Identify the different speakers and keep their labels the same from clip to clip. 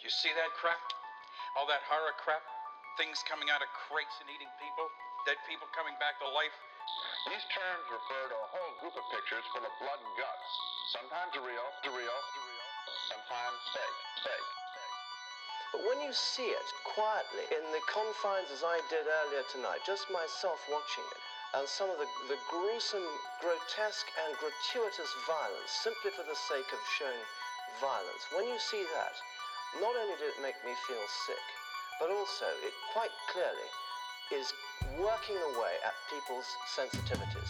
Speaker 1: You see that crap? All that horror crap? Things coming out of crates and eating people? Dead people coming back to life?
Speaker 2: These terms refer to a whole group of pictures full of blood and guts, sometimes real, real, real, sometimes fake, fake, fake.
Speaker 3: But when you see it quietly in the confines as I did earlier tonight, just myself watching it, and some of the, the gruesome, grotesque, and gratuitous violence simply for the sake of showing violence, when you see that, not only did it make me feel sick, but also it quite clearly is working away at people's sensitivities.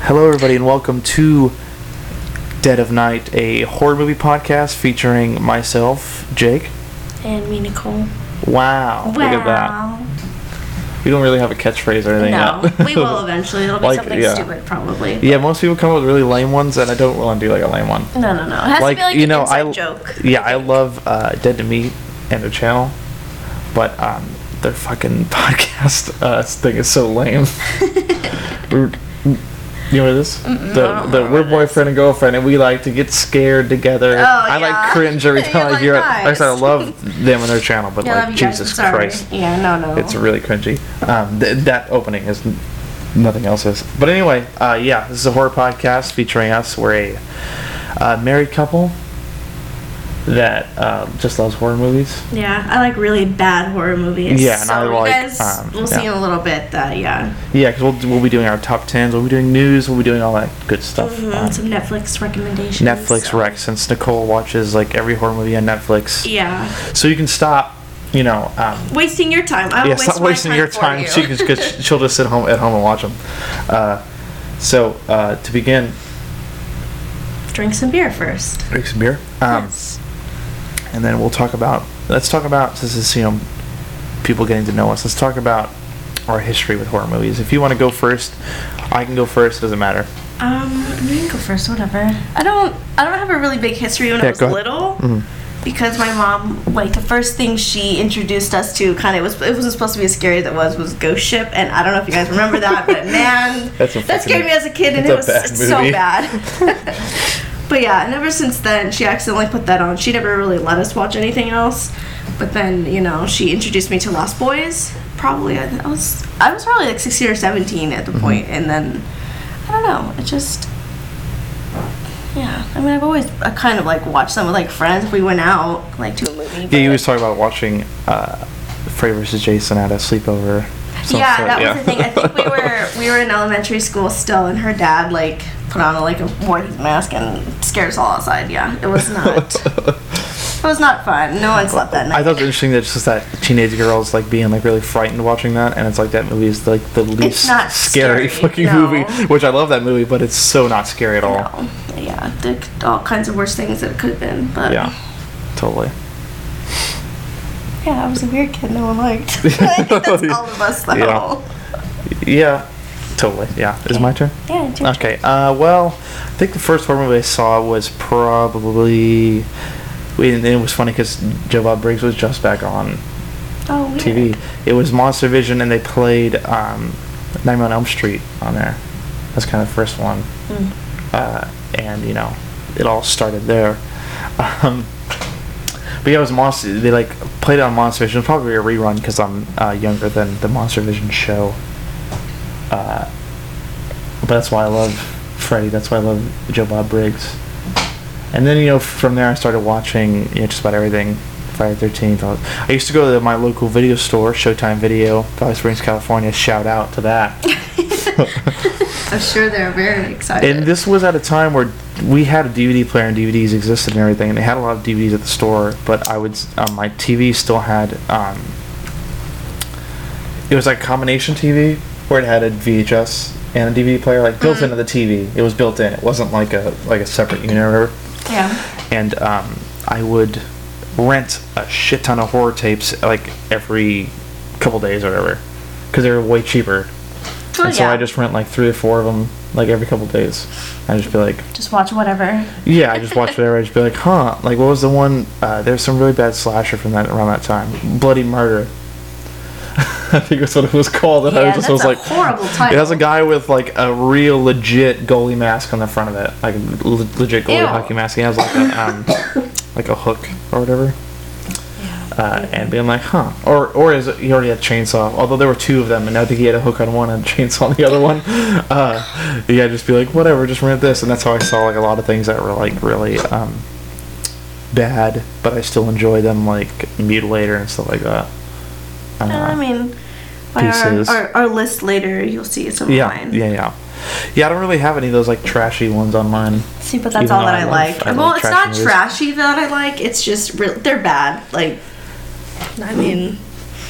Speaker 4: Hello, everybody, and welcome to Dead of Night, a horror movie podcast featuring myself, Jake.
Speaker 5: And me, Nicole.
Speaker 4: Wow, look at that. We don't really have a catchphrase or anything.
Speaker 5: No,
Speaker 4: yet.
Speaker 5: we will eventually. It'll be
Speaker 4: Like,
Speaker 5: something
Speaker 4: yeah.
Speaker 5: stupid, probably.
Speaker 4: yeah, most people come up with really lame ones, and I don't want to do like a lame one.
Speaker 5: No, no, no. It has
Speaker 4: like,
Speaker 5: to be like
Speaker 4: you
Speaker 5: an
Speaker 4: know,
Speaker 5: inside
Speaker 4: I
Speaker 5: joke.
Speaker 4: yeah, I love uh, Dead to Me and their channel, but um, their fucking podcast uh, thing is so lame. We're- you know this? The the we're boyfriend and girlfriend, and we like to get scared together. I like
Speaker 5: Oh, yeah.
Speaker 4: cringe every
Speaker 5: You're
Speaker 4: time I
Speaker 5: like,
Speaker 4: hear it. Like I said, I
Speaker 5: "Nice."
Speaker 4: love them and their channel, but
Speaker 5: Yeah, I
Speaker 4: like
Speaker 5: love you guys,
Speaker 4: Jesus
Speaker 5: I'm sorry.
Speaker 4: Christ,
Speaker 5: Yeah, no, no.
Speaker 4: it's really cringy. Um, th- that opening is nothing else is. But anyway, uh, yeah, this is a horror podcast featuring us. We're a uh, married couple that uh, just loves horror movies.
Speaker 5: yeah, I like really bad horror movies.
Speaker 4: Yeah, and
Speaker 5: so
Speaker 4: I
Speaker 5: you
Speaker 4: like,
Speaker 5: guys,
Speaker 4: um,
Speaker 5: we'll
Speaker 4: yeah.
Speaker 5: see in a little bit that, yeah.
Speaker 4: Yeah, because we'll, we'll be doing our top tens. We'll be doing news. We'll be doing all that good stuff.
Speaker 5: Mhm,
Speaker 4: Um,
Speaker 5: some Netflix recommendations.
Speaker 4: Netflix
Speaker 5: so-
Speaker 4: rec since Nicole watches like every horror movie on Netflix,
Speaker 5: Yeah.
Speaker 4: so you can stop. You know, um,
Speaker 5: Wasting your time. I will
Speaker 4: yeah,
Speaker 5: waste
Speaker 4: stop
Speaker 5: my
Speaker 4: wasting
Speaker 5: time
Speaker 4: your
Speaker 5: for
Speaker 4: time.
Speaker 5: you.
Speaker 4: She can, cause she'll just sit home at home and watch them. Uh, so uh, to begin,
Speaker 5: Drink some beer first.
Speaker 4: drink some beer, um,
Speaker 5: yes.
Speaker 4: and then we'll talk about. Let's talk about since it's you know people getting to know us. Let's talk about our history with horror movies. If you want to go first, I can go first. Doesn't matter.
Speaker 5: Um, you can go first. Whatever. I don't. I don't have a really big history when
Speaker 4: Yeah,
Speaker 5: I was
Speaker 4: go ahead. Mm-hmm.
Speaker 5: little. Because my mom, like the first thing she introduced us to, kind of was it wasn't supposed to be as scary as it was was Ghost Ship, and I don't know if you guys remember that, but man,
Speaker 4: That's a
Speaker 5: that
Speaker 4: fucking-
Speaker 5: scared me as a kid, and
Speaker 4: that's
Speaker 5: it
Speaker 4: a
Speaker 5: was
Speaker 4: bad
Speaker 5: it's so
Speaker 4: movie.
Speaker 5: bad. but yeah, and ever since then, she accidentally put that on. She never really let us watch anything else. But then, you know, she introduced me to Lost Boys. Probably I I was I was probably like sixteen or seventeen at the
Speaker 4: Mm-hmm.
Speaker 5: point, and then I don't know. It just yeah. I mean, I've always I kind of like watched them with like friends if we went out like to a movie.
Speaker 4: Yeah,
Speaker 5: but-
Speaker 4: you was talking about watching uh, Freddy vs. Jason at a sleepover. So-
Speaker 5: yeah,
Speaker 4: so-
Speaker 5: that
Speaker 4: yeah.
Speaker 5: was the thing. I think we were we were in elementary school still, and her dad like put on like a Voorhees mask and scared us all outside. Yeah, it was not. it was not fun. No one slept that night.
Speaker 4: I thought it was interesting that it's just that teenage girls like being like really frightened watching that, and it's like that movie is like the least
Speaker 5: not
Speaker 4: scary,
Speaker 5: scary,
Speaker 4: fucking
Speaker 5: no.
Speaker 4: movie. Which I love that movie, but it's so not scary at all.
Speaker 5: No. Yeah, there c- all kinds of worse things that could have been. But
Speaker 4: Yeah, totally.
Speaker 5: yeah, I was a weird kid. No one liked. I think that's all of us though.
Speaker 4: Yeah. Yeah, totally. Yeah, is it my turn?
Speaker 5: Yeah, it's your
Speaker 4: Okay. Uh, well, I think the first horror movie I saw was probably. And it was funny because Joe Bob Briggs was just back on
Speaker 5: Oh, weird.
Speaker 4: TV. It was Monster Vision, and they played um, Nightmare on Elm Street on there. That's kind of the first one, uh, and you know, it all started there. Um, but yeah, it was Monster. They like played it on Monster Vision. It was probably a rerun because I'm uh, younger than the Monster Vision show. Uh, but that's why I love Freddy. That's why I love Joe Bob Briggs. And then you know from there I started watching you know, just about everything. Friday Thirteenth. I I used to go to my local video store, Showtime Video, Valley Springs, California. Shout out to that.
Speaker 5: I'm sure they're very excited.
Speaker 4: and this was at a time where we had a DVD player and DVDs existed and everything, and they had a lot of DVDs at the store. But I would s- um, my TV still had um, it was like a combination TV where it had a VHS and a DVD player like built into the TV. It was built in. It wasn't like a like a separate unit or whatever.
Speaker 5: yeah.
Speaker 4: and um, I would rent a shit ton of horror tapes like every couple days or whatever because they were way cheaper.
Speaker 5: Well,
Speaker 4: and so
Speaker 5: Oh, yeah.
Speaker 4: I just rent like three or four of them like every couple days. I just be like,
Speaker 5: just watch whatever.
Speaker 4: yeah, I just watch whatever. I just be like, huh, like what was the one? Uh, There's some really bad slasher from that around that time, Bloody Murder. I think that's what it was called. And I
Speaker 5: Yeah,
Speaker 4: was just was
Speaker 5: that's a
Speaker 4: like,
Speaker 5: horrible
Speaker 4: It has a
Speaker 5: title.
Speaker 4: guy with like a real legit goalie mask on the front of it, like a le- legit goalie
Speaker 5: Ew.
Speaker 4: hockey mask. He has like a um, like a hook or whatever. Uh, and being like, huh? Or, or is it, he already had chainsaw? Although there were two of them, and I think he had a hook on one and chainsaw on the other one. Uh, yeah, just be like, whatever, just rent this, and that's how I saw like a lot of things that were like really um, bad, but I still enjoy them, like Mutilator and stuff like that. Uh,
Speaker 5: I mean, by
Speaker 4: Pieces.
Speaker 5: our, our, our list later, you'll see some
Speaker 4: Yeah,
Speaker 5: of mine.
Speaker 4: yeah, yeah. Yeah, I don't really have any of those like trashy ones on mine.
Speaker 5: See, but that's
Speaker 4: Even
Speaker 5: all
Speaker 4: though
Speaker 5: that
Speaker 4: I
Speaker 5: I,
Speaker 4: love-
Speaker 5: like.
Speaker 4: I love
Speaker 5: well, it's
Speaker 4: trashy
Speaker 5: not
Speaker 4: movies.
Speaker 5: trashy that I like. It's just real. They're bad. Like, I mean,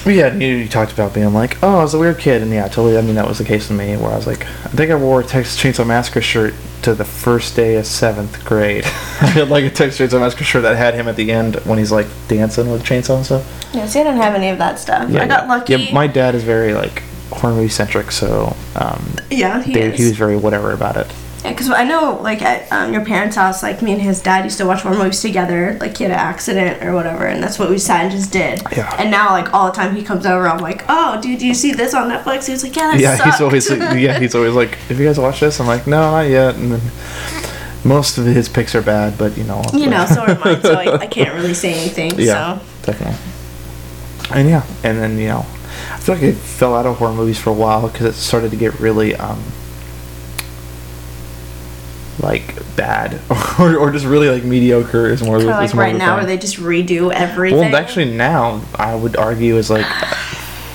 Speaker 4: But yeah, you, you talked about being like, oh, I was a weird kid, and yeah, totally. I mean, that was the case with me, where I was like, I think I wore a Texas Chainsaw Massacre shirt to the first day of seventh grade. I had like a Texas Chainsaw Massacre shirt that had him at the end when he's like dancing with chainsaw and stuff.
Speaker 5: yeah. See, I don't have any of that stuff.
Speaker 4: Yeah,
Speaker 5: I got
Speaker 4: yeah.
Speaker 5: lucky.
Speaker 4: Yeah, my dad is very like horror movie centric, so um,
Speaker 5: Yeah, he
Speaker 4: they,
Speaker 5: is.
Speaker 4: he was very whatever about it.
Speaker 5: Yeah, because I know, like, at um, your parents' house, like, me and his dad used to watch horror movies together. Like, he had an accident or whatever, and that's what we sat and just did.
Speaker 4: Yeah.
Speaker 5: And now, like, all the time he comes over, I'm like, oh, dude, do you see this on Netflix? He was like, yeah, that
Speaker 4: yeah,
Speaker 5: sucked."
Speaker 4: he's always yeah, he's always like, "Have you guys watched this?" I'm like, "No, not yet." And then most of his picks are bad, but you know,
Speaker 5: you know, so are mine, so I, I can't really say anything.
Speaker 4: yeah,
Speaker 5: So.
Speaker 4: definitely. And yeah, and then you know, I feel like it fell out of horror movies for a while because it started to get really um like bad or, or just really like mediocre is more
Speaker 5: Kind of
Speaker 4: is
Speaker 5: like
Speaker 4: more
Speaker 5: right
Speaker 4: the
Speaker 5: now, where
Speaker 4: thing.
Speaker 5: they just redo everything.
Speaker 4: Well, actually, now I would argue is like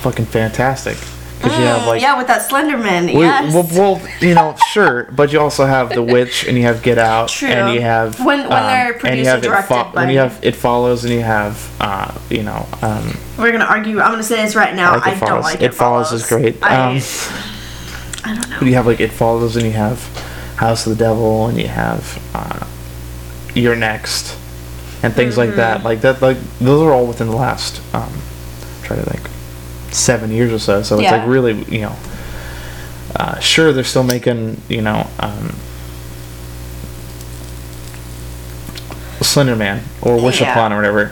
Speaker 4: fucking fantastic because you have like
Speaker 5: yeah, with that Slenderman.
Speaker 4: Well,
Speaker 5: yes.
Speaker 4: Well, well, you know, sure, but you also have The Witch, and you have Get Out,
Speaker 5: True.
Speaker 4: and you have um,
Speaker 5: When- when they're
Speaker 4: and you
Speaker 5: produced
Speaker 4: have
Speaker 5: and
Speaker 4: it
Speaker 5: directed by-
Speaker 4: when you have It Follows, and you have uh, you know, um,
Speaker 5: We're gonna argue. I'm gonna say this right now.
Speaker 4: I
Speaker 5: Oh, I,
Speaker 4: like It
Speaker 5: don't
Speaker 4: Follows. It Follows
Speaker 5: like
Speaker 4: is great.
Speaker 5: I,
Speaker 4: Um,
Speaker 5: I don't know.
Speaker 4: you have like It Follows, and you have House of the Devil, and you have uh, You're Next, and things like
Speaker 5: Mm-hmm.
Speaker 4: that. Like that, like those are all within the last um, try to think seven years or so. So it's
Speaker 5: Yeah.
Speaker 4: like really, you know, uh, sure they're still making you know. Um, Slender Man or Wish
Speaker 5: Yeah.
Speaker 4: Upon or whatever.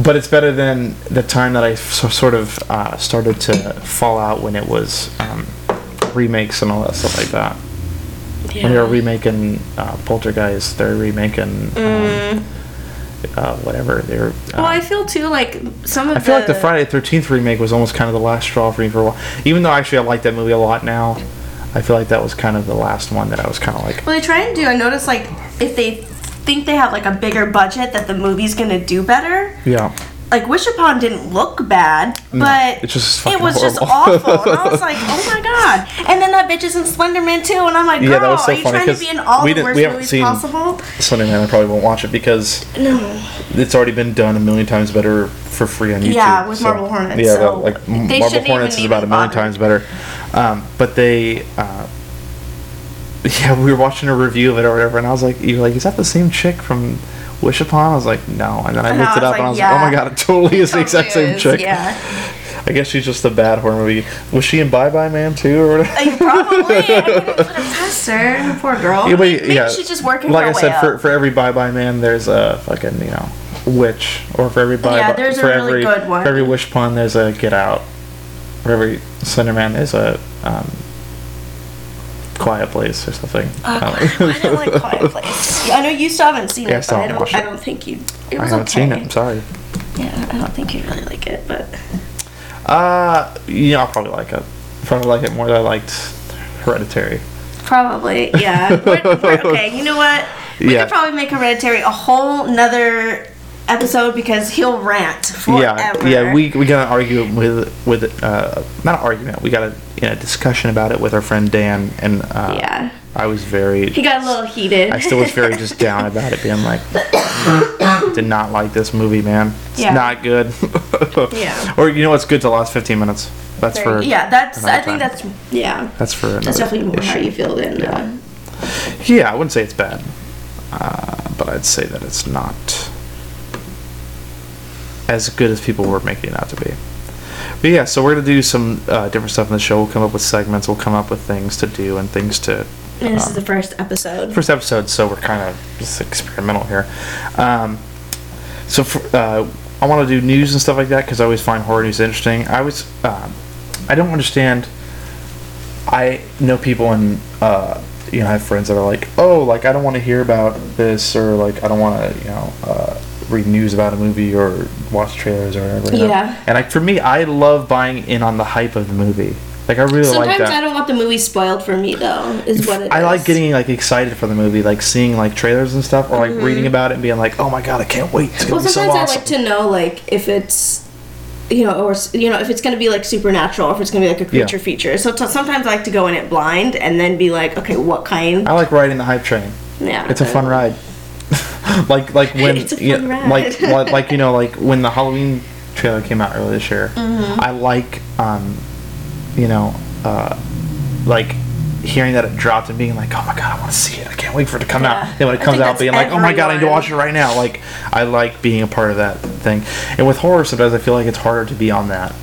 Speaker 4: but it's better than the time that I so, sort of uh, started to fall out when it was um, remakes and all that stuff like that. When they were remaking uh, Poltergeist, they're remaking um, uh, whatever. They're. Uh,
Speaker 5: Mm. Well, I feel too like some of.
Speaker 4: I feel like the Friday the 13th remake was almost kind of the last straw for me for a while. Even though actually I like that movie a lot now, I feel like that was kind of the last one that I was kind of like,
Speaker 5: Well, they try and do. I notice like if they think they have like a bigger budget, that the movie's gonna do better.
Speaker 4: yeah.
Speaker 5: Like Wish Upon didn't look bad, but
Speaker 4: it's just
Speaker 5: it
Speaker 4: fucking
Speaker 5: was just
Speaker 4: horrible.
Speaker 5: awful. And I was like, oh my god! And then that bitch is in Slenderman too, and I'm like, girl,
Speaker 4: Yeah, that was so
Speaker 5: are you
Speaker 4: funny
Speaker 5: trying to
Speaker 4: 'cause
Speaker 5: be in all
Speaker 4: we
Speaker 5: the
Speaker 4: didn't-
Speaker 5: worst
Speaker 4: we haven't
Speaker 5: movies
Speaker 4: seen-
Speaker 5: possible?
Speaker 4: Sunday night I probably won't watch it because
Speaker 5: No.
Speaker 4: it's already been done a million times better for free on YouTube.
Speaker 5: Yeah, with Marble Hornets,
Speaker 4: Yeah,
Speaker 5: so
Speaker 4: like M-
Speaker 5: they
Speaker 4: Marble
Speaker 5: shouldn't
Speaker 4: Hornets
Speaker 5: even
Speaker 4: is about a
Speaker 5: even
Speaker 4: million
Speaker 5: bother.
Speaker 4: times better. Um, but they, uh, yeah, we were watching a review of it or whatever, and I was like, "You're like, is that the same chick from Wish Upon?" I was like, "No," and then I
Speaker 5: And I
Speaker 4: looked it
Speaker 5: was
Speaker 4: up
Speaker 5: like,
Speaker 4: and I was
Speaker 5: "Yeah,
Speaker 4: like, "Oh my god, it totally is the exact
Speaker 5: Totally
Speaker 4: same
Speaker 5: is,
Speaker 4: chick."
Speaker 5: Yeah.
Speaker 4: I guess she's just a bad horror movie. Was she in Bye Bye Man too or whatever?
Speaker 5: Like, Uh, probably. I couldn't put it past her. Poor girl.
Speaker 4: Yeah, but
Speaker 5: Maybe
Speaker 4: yeah,
Speaker 5: she's just working
Speaker 4: Like
Speaker 5: her
Speaker 4: I
Speaker 5: way
Speaker 4: said,
Speaker 5: up.
Speaker 4: for for every bye bye man, there's a fucking you know witch, or for every bye
Speaker 5: Yeah,
Speaker 4: bye,
Speaker 5: there's a
Speaker 4: for every
Speaker 5: really good one.
Speaker 4: for every wish pond, there's a get out. For every Slender Man, there's a um, quiet place or something.
Speaker 5: Oh,
Speaker 4: I don't know.
Speaker 5: I don't like Quiet Place. Yeah, I know you still haven't seen
Speaker 4: Yeah, I
Speaker 5: it,
Speaker 4: still
Speaker 5: but I
Speaker 4: haven't
Speaker 5: don't.
Speaker 4: watched
Speaker 5: I
Speaker 4: it.
Speaker 5: don't think you. It
Speaker 4: I
Speaker 5: was
Speaker 4: haven't
Speaker 5: okay.
Speaker 4: seen it. I'm sorry.
Speaker 5: Yeah, I don't think you really like it, but
Speaker 4: Uh, you know, I'll probably like it. Probably like it more than I liked Hereditary.
Speaker 5: probably. Yeah. We're, we're okay. You know what? We
Speaker 4: Yeah.
Speaker 5: could probably make Hereditary a whole nother episode because he'll rant forever.
Speaker 4: Yeah, yeah, we we got an argument with with uh not an argument. We got a you know, discussion about it with our friend Dan, and uh,
Speaker 5: Yeah.
Speaker 4: I was very
Speaker 5: He got a little heated.
Speaker 4: I still was very just down about it, being like, did not like this movie, man. It's
Speaker 5: Yeah.
Speaker 4: not good.
Speaker 5: Yeah.
Speaker 4: Or you know what's good to last 15 minutes? That's for
Speaker 5: yeah, that's. I
Speaker 4: another time.
Speaker 5: think that's. Yeah.
Speaker 4: that's for another
Speaker 5: That's definitely more how
Speaker 4: issue.
Speaker 5: you feel than. Uh,
Speaker 4: Yeah, I wouldn't say it's bad, uh, but I'd say that it's not as good as people were making it out to be. But yeah, so we're gonna do some uh, different stuff in the show. We'll come up with segments. We'll come up with things to do and things to
Speaker 5: and this is the first episode.
Speaker 4: first episode, so we're kind of just experimental here. Um, so for, uh, I want to do news and stuff like that because I always find horror news interesting. I was, um, I don't understand. I know people and uh, you know I have friends that are like, oh, like I don't want to hear about this or like I don't want to you know uh, read news about a movie or watch trailers or whatever. you know?
Speaker 5: Yeah.
Speaker 4: And like for me, I love buying in on the hype of the movie. Like I really like
Speaker 5: Sometimes
Speaker 4: that.
Speaker 5: I don't want the movie spoiled for me though. Is what it is.
Speaker 4: I like getting like excited for the movie, like seeing like trailers and stuff, or like reading about it and being like, "Oh my god, I can't wait! It's gonna
Speaker 5: Mm-hmm. Well,
Speaker 4: be so
Speaker 5: sometimes I
Speaker 4: awesome."
Speaker 5: like to know like if it's you know or s- you know if it's going to be like supernatural or if it's going to be like a
Speaker 4: Yeah.
Speaker 5: creature feature. So t- sometimes I like to go in it blind and then be like, okay, what kind?
Speaker 4: I like riding the hype train.
Speaker 5: yeah,
Speaker 4: It's a fun ride. like like when
Speaker 5: It's a fun
Speaker 4: yeah,
Speaker 5: ride.
Speaker 4: like like like you know like when the Halloween trailer came out earlier this year,
Speaker 5: Mm-hmm.
Speaker 4: I like um, you know, uh, like hearing that it dropped and being like, oh my god, I want to see it. I can't wait for it to come
Speaker 5: Yeah.
Speaker 4: out. Then when it
Speaker 5: I
Speaker 4: comes
Speaker 5: think
Speaker 4: out,
Speaker 5: that's
Speaker 4: being like, oh my god, I need to
Speaker 5: everyone.
Speaker 4: watch it right now. Like I like being a part of that thing. And with horror, sometimes I feel like it's harder to be on that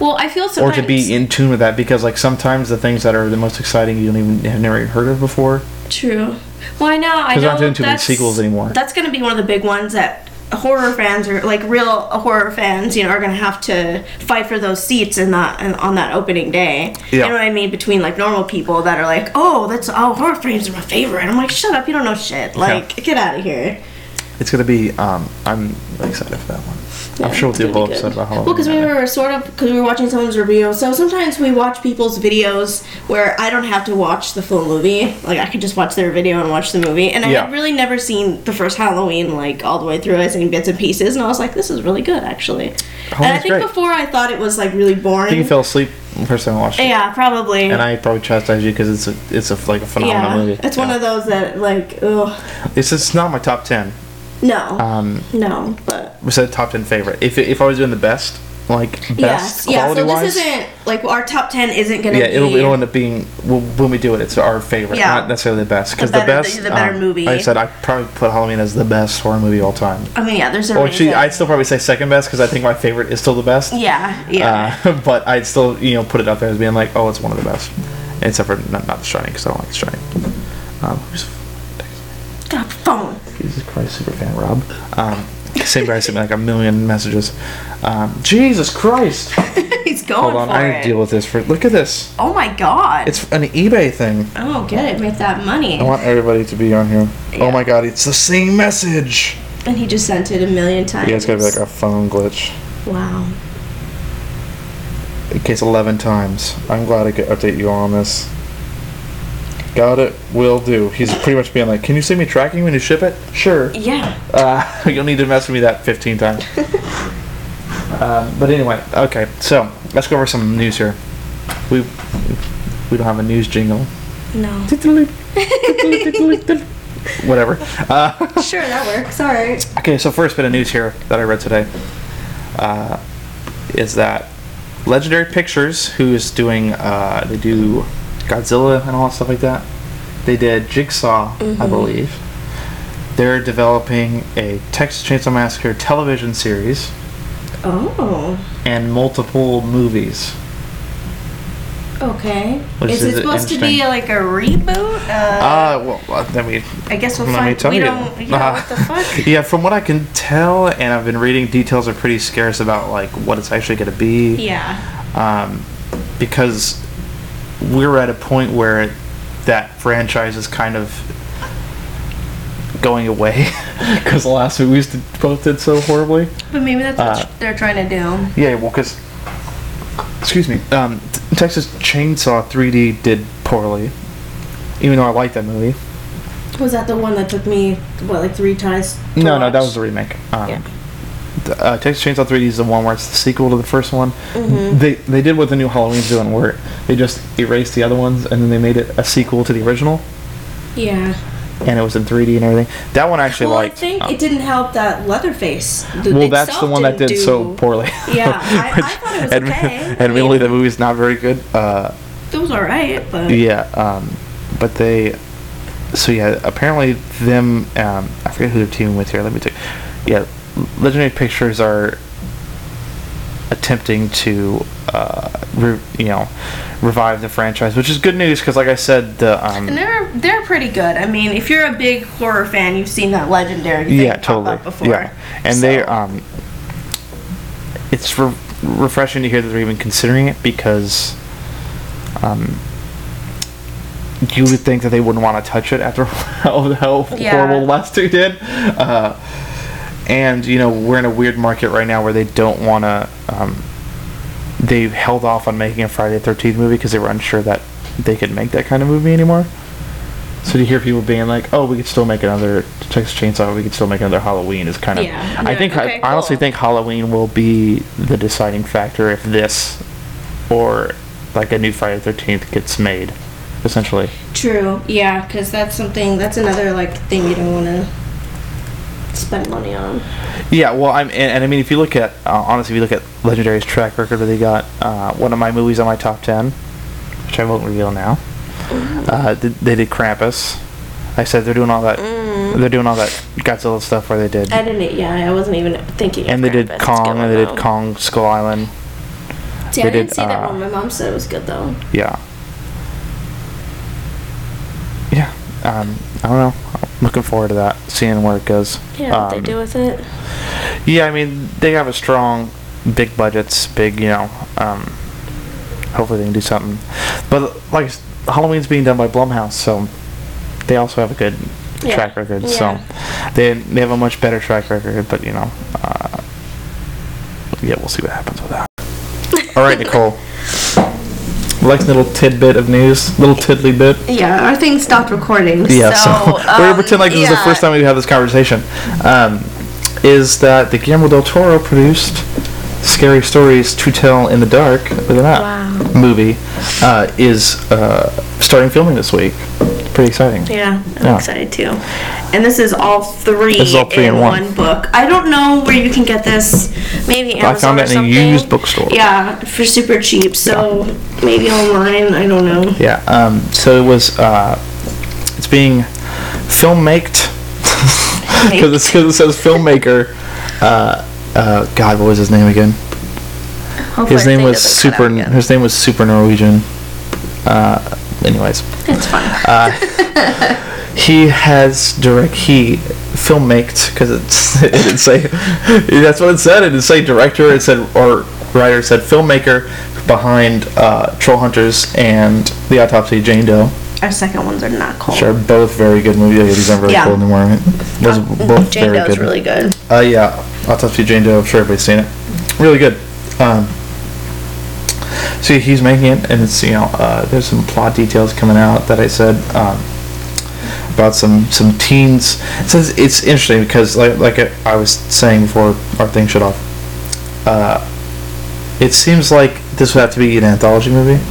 Speaker 5: Well, I feel
Speaker 4: or
Speaker 5: sometimes
Speaker 4: to be in tune with that because like sometimes the things that are the most exciting you don't even have never even heard of before.
Speaker 5: True. Well, I know. I
Speaker 4: 'Cause
Speaker 5: know
Speaker 4: we're not doing too many
Speaker 5: that's-
Speaker 4: sequels anymore.
Speaker 5: That's going to be one of the big ones that horror fans or like real horror fans, you know, are going to have to fight for those seats in that in, on that opening day.
Speaker 4: Yeah.
Speaker 5: You know what I mean? Between like normal people that are like, "Oh, that's oh, horror frames are my favorite." I'm like, "Shut up! You don't know shit. Like, get out of here."
Speaker 4: It's gonna be. Um, I'm excited for that one. I'm
Speaker 5: Yeah,
Speaker 4: sure we'll
Speaker 5: it's
Speaker 4: do a
Speaker 5: gonna be
Speaker 4: whole
Speaker 5: good.
Speaker 4: episode about Halloween.
Speaker 5: Well, because we were sort of because we were watching someone's review, so sometimes we watch people's videos where I don't have to watch the full movie. Like I could just watch their video and watch the movie. And I
Speaker 4: Yeah.
Speaker 5: had really never seen the first Halloween like all the way through. I seen bits and pieces, and I was like, "This is really good, actually." and I
Speaker 4: Halloween's
Speaker 5: think
Speaker 4: great.
Speaker 5: before I thought it was like really
Speaker 4: I think
Speaker 5: boring.
Speaker 4: you fell asleep the first time I watched it,
Speaker 5: yeah, probably.
Speaker 4: and I probably chastised you because it's a, it's a, like a phenomenal
Speaker 5: yeah,
Speaker 4: movie.
Speaker 5: it's one of those that like, ugh,
Speaker 4: the- it's just not my top ten.
Speaker 5: no,
Speaker 4: Um,
Speaker 5: no, but
Speaker 4: we said top ten favorite. If if I was doing the best, like best
Speaker 5: yes, yeah.
Speaker 4: quality
Speaker 5: So
Speaker 4: wise,
Speaker 5: this isn't like our top ten isn't gonna
Speaker 4: yeah,
Speaker 5: be.
Speaker 4: it'll, it'll end up being well, when we do it. It's our favorite,
Speaker 5: Yeah.
Speaker 4: not necessarily the best. Because
Speaker 5: The
Speaker 4: the,
Speaker 5: better-
Speaker 4: best, um,
Speaker 5: the better movie.
Speaker 4: Like I said I probably put Halloween as the best horror movie of all time.
Speaker 5: I mean, yeah, there's a
Speaker 4: Well,
Speaker 5: reason.
Speaker 4: actually, I'd still probably say second best because I think my favorite is still the best.
Speaker 5: yeah, yeah.
Speaker 4: Uh, but I'd still, you know, put it up there as being like, oh, it's one of the best. Except for not, not The Shining, because I don't like The Shining. Um, who's- Uh,
Speaker 5: Got a phone.
Speaker 4: Jesus Christ, super fan Rob. Um, same guy sent me like a million messages. Um, Jesus Christ!
Speaker 5: He's going
Speaker 4: Hold on,
Speaker 5: for
Speaker 4: I
Speaker 5: it.
Speaker 4: need to deal with this for. Look at this.
Speaker 5: oh my god.
Speaker 4: It's an eBay thing.
Speaker 5: oh, get it. Make that money.
Speaker 4: I want everybody to be on here. Oh my God, it's the same message.
Speaker 5: and he just sent it a million times.
Speaker 4: Yeah, it's gotta be like a phone glitch.
Speaker 5: Wow.
Speaker 4: It case 11 times. I'm glad I could update you on this. Got it. Will do. He's pretty much being like, "Can you send me tracking when you ship it?" Sure.
Speaker 5: Yeah.
Speaker 4: Uh, you'll need to mess with me that 15 times. um, but anyway, okay. So let's go over some news here. We we don't have a news jingle.
Speaker 5: No.
Speaker 4: Whatever. Uh,
Speaker 5: sure, that works. All right.
Speaker 4: Okay, so first bit of news here that I read today uh, is that Legendary Pictures, who is doing, uh, they do Godzilla and all that stuff like that. They did Jigsaw,
Speaker 5: Mm-hmm.
Speaker 4: I believe. They're developing a Texas Chainsaw Massacre television series
Speaker 5: Oh.
Speaker 4: and multiple movies.
Speaker 5: Okay.
Speaker 4: Which
Speaker 5: is
Speaker 4: is
Speaker 5: it supposed to be
Speaker 4: interesting.
Speaker 5: like a reboot? Uh,
Speaker 4: Uh, well, uh, I mean,
Speaker 5: I guess we'll
Speaker 4: let me
Speaker 5: find.
Speaker 4: tell
Speaker 5: we
Speaker 4: you.
Speaker 5: don't. Yeah.
Speaker 4: Uh,
Speaker 5: what the fuck?
Speaker 4: yeah, from what I can tell, and I've been reading, details are pretty scarce about like what it's actually going to be.
Speaker 5: Yeah.
Speaker 4: um, because we're at a point where that franchise is kind of going away because the last movie we used to both did so horribly.
Speaker 5: But maybe that's
Speaker 4: Uh,
Speaker 5: what they're trying to do.
Speaker 4: Yeah, well, because excuse me, um, T- Texas Chainsaw 3D did poorly, even though I liked that movie.
Speaker 5: Was that the one that took me what like three times? to
Speaker 4: No, no, that
Speaker 5: watch?
Speaker 4: was the remake. Um,
Speaker 5: Yeah.
Speaker 4: th- uh, Texas Chainsaw 3D is the one where it's the sequel to the first one.
Speaker 5: Mm-hmm.
Speaker 4: They they did what the new Halloween's doing, where they just erased the other ones and then they made it a sequel to the original.
Speaker 5: Yeah.
Speaker 4: and it was in 3D and everything. That one I actually
Speaker 5: Well,
Speaker 4: liked.
Speaker 5: I think
Speaker 4: Um,
Speaker 5: it didn't help that Leatherface. th-
Speaker 4: well, that's
Speaker 5: itself
Speaker 4: the one that
Speaker 5: didn't
Speaker 4: did so
Speaker 5: do-
Speaker 4: poorly.
Speaker 5: Yeah, I, I thought it was
Speaker 4: Admi-
Speaker 5: okay. I
Speaker 4: Admittedly,
Speaker 5: mean,
Speaker 4: the movie's not very good. Uh,
Speaker 5: it was alright, but
Speaker 4: yeah, um, but they. So yeah, apparently them. Um, I forget who they're teaming with here. Let me take. Yeah, Legendary Pictures are attempting to, uh, re- you know, revive the franchise, which is good news because, like I said, the um,
Speaker 5: and they're they're pretty good. I mean, if you're a big horror fan, you've seen that legendary thing
Speaker 4: yeah
Speaker 5: pop
Speaker 4: totally
Speaker 5: up before.
Speaker 4: yeah and they
Speaker 5: So,
Speaker 4: um it's re- refreshing to hear that they're even considering it because um, you would think that they wouldn't want to touch it after how, how
Speaker 5: Yeah.
Speaker 4: horrible the last two did. Uh, and you know we're in a weird market right now where they don't want to. Um, they held off on making a Friday Thirteenth movie because they were unsure that they could make that kind of movie anymore. So to hear people being like, "Oh, we could still make another Texas Chainsaw. We could still make another Halloween," is kind of.
Speaker 5: Yeah.
Speaker 4: I
Speaker 5: Yeah,
Speaker 4: think
Speaker 5: okay,
Speaker 4: I honestly
Speaker 5: cool.
Speaker 4: think Halloween will be the deciding factor if this or like a new Friday Thirteenth gets made, essentially.
Speaker 5: True. Yeah, because that's something. That's another like thing you don't want to spend money on.
Speaker 4: Yeah, well, I'm, and, and I mean, if you look at uh, honestly, if you look at Legendary's track record, where they got uh, one of my movies on my top ten, which I won't reveal now. Uh, did, they did Krampus. I said they're doing all that. They're doing all that Godzilla stuff where they did,
Speaker 5: Mm. I didn't. Yeah, I wasn't even thinking. of
Speaker 4: and they did
Speaker 5: Krampus. It's
Speaker 4: Kong,
Speaker 5: good
Speaker 4: and they
Speaker 5: though.
Speaker 4: did Kong Skull Island.
Speaker 5: See,
Speaker 4: they
Speaker 5: I didn't
Speaker 4: did,
Speaker 5: see
Speaker 4: uh,
Speaker 5: that one. My mom said it was good though.
Speaker 4: Yeah. Yeah. Um, I don't know. I'm looking forward to that, seeing where it goes.
Speaker 5: Yeah, what they
Speaker 4: Um,
Speaker 5: do with it.
Speaker 4: Yeah, I mean they have a strong, big budgets, big you know. Um, hopefully they can do something, but like I s- Halloween's being done by Blumhouse, so they also have a good
Speaker 5: Yeah.
Speaker 4: track record.
Speaker 5: Yeah.
Speaker 4: So they they have a much better track record, but you know, uh, yeah, we'll see what happens with that. All right, Nicole. Like little tidbit of news, little tiddly bit.
Speaker 5: Yeah, our thing stopped recording.
Speaker 4: Yeah, so,
Speaker 5: so, um,
Speaker 4: we're gonna pretend like this is the first time we've had this conversation. Um, is that the Guillermo del Toro produced Scary Stories to Tell in the Dark with an app movie uh, is uh, starting filming this week. Pretty exciting.
Speaker 5: Yeah, I'm
Speaker 4: Yeah.
Speaker 5: excited too. And this is all three,
Speaker 4: This is all three
Speaker 5: in,
Speaker 4: in one.
Speaker 5: one. book. I don't know where you can get this. Maybe
Speaker 4: I
Speaker 5: Amazon
Speaker 4: found
Speaker 5: or
Speaker 4: it in a
Speaker 5: something.
Speaker 4: used bookstore.
Speaker 5: Yeah, for super cheap. So maybe online. I don't know.
Speaker 4: Yeah. Um, so it was. Uh, it's being film maked because it, says filmmaker. Uh, uh, God, what was his name again?
Speaker 5: Hopefully
Speaker 4: His
Speaker 5: our
Speaker 4: name
Speaker 5: thing
Speaker 4: was
Speaker 5: doesn't cut
Speaker 4: super.
Speaker 5: out again.
Speaker 4: His name was super Norwegian. Uh, anyways,
Speaker 5: It's fine.
Speaker 4: he has direct. He filmmaked because it's it didn't say. that's what it said. It didn't say director. It said or writer it said filmmaker behind uh, Troll Hunters and The Autopsy of Jane Doe.
Speaker 5: Our second ones are not cold.
Speaker 4: Which are both very good movies. Yeah, these aren't really
Speaker 5: Yeah. Uh,
Speaker 4: cool anymore. Right? Those are both
Speaker 5: Jane
Speaker 4: very
Speaker 5: Doe's
Speaker 4: good.
Speaker 5: really good.
Speaker 4: Uh, yeah, Autopsy of Jane Doe. I'm sure everybody's seen it. Really good. Um, so he's making it, and it's you know uh, there's some plot details coming out that I said um, about some some teens. It says it's interesting because like like I- I was saying before our thing shut off. Uh, it seems like this would have to be an anthology movie.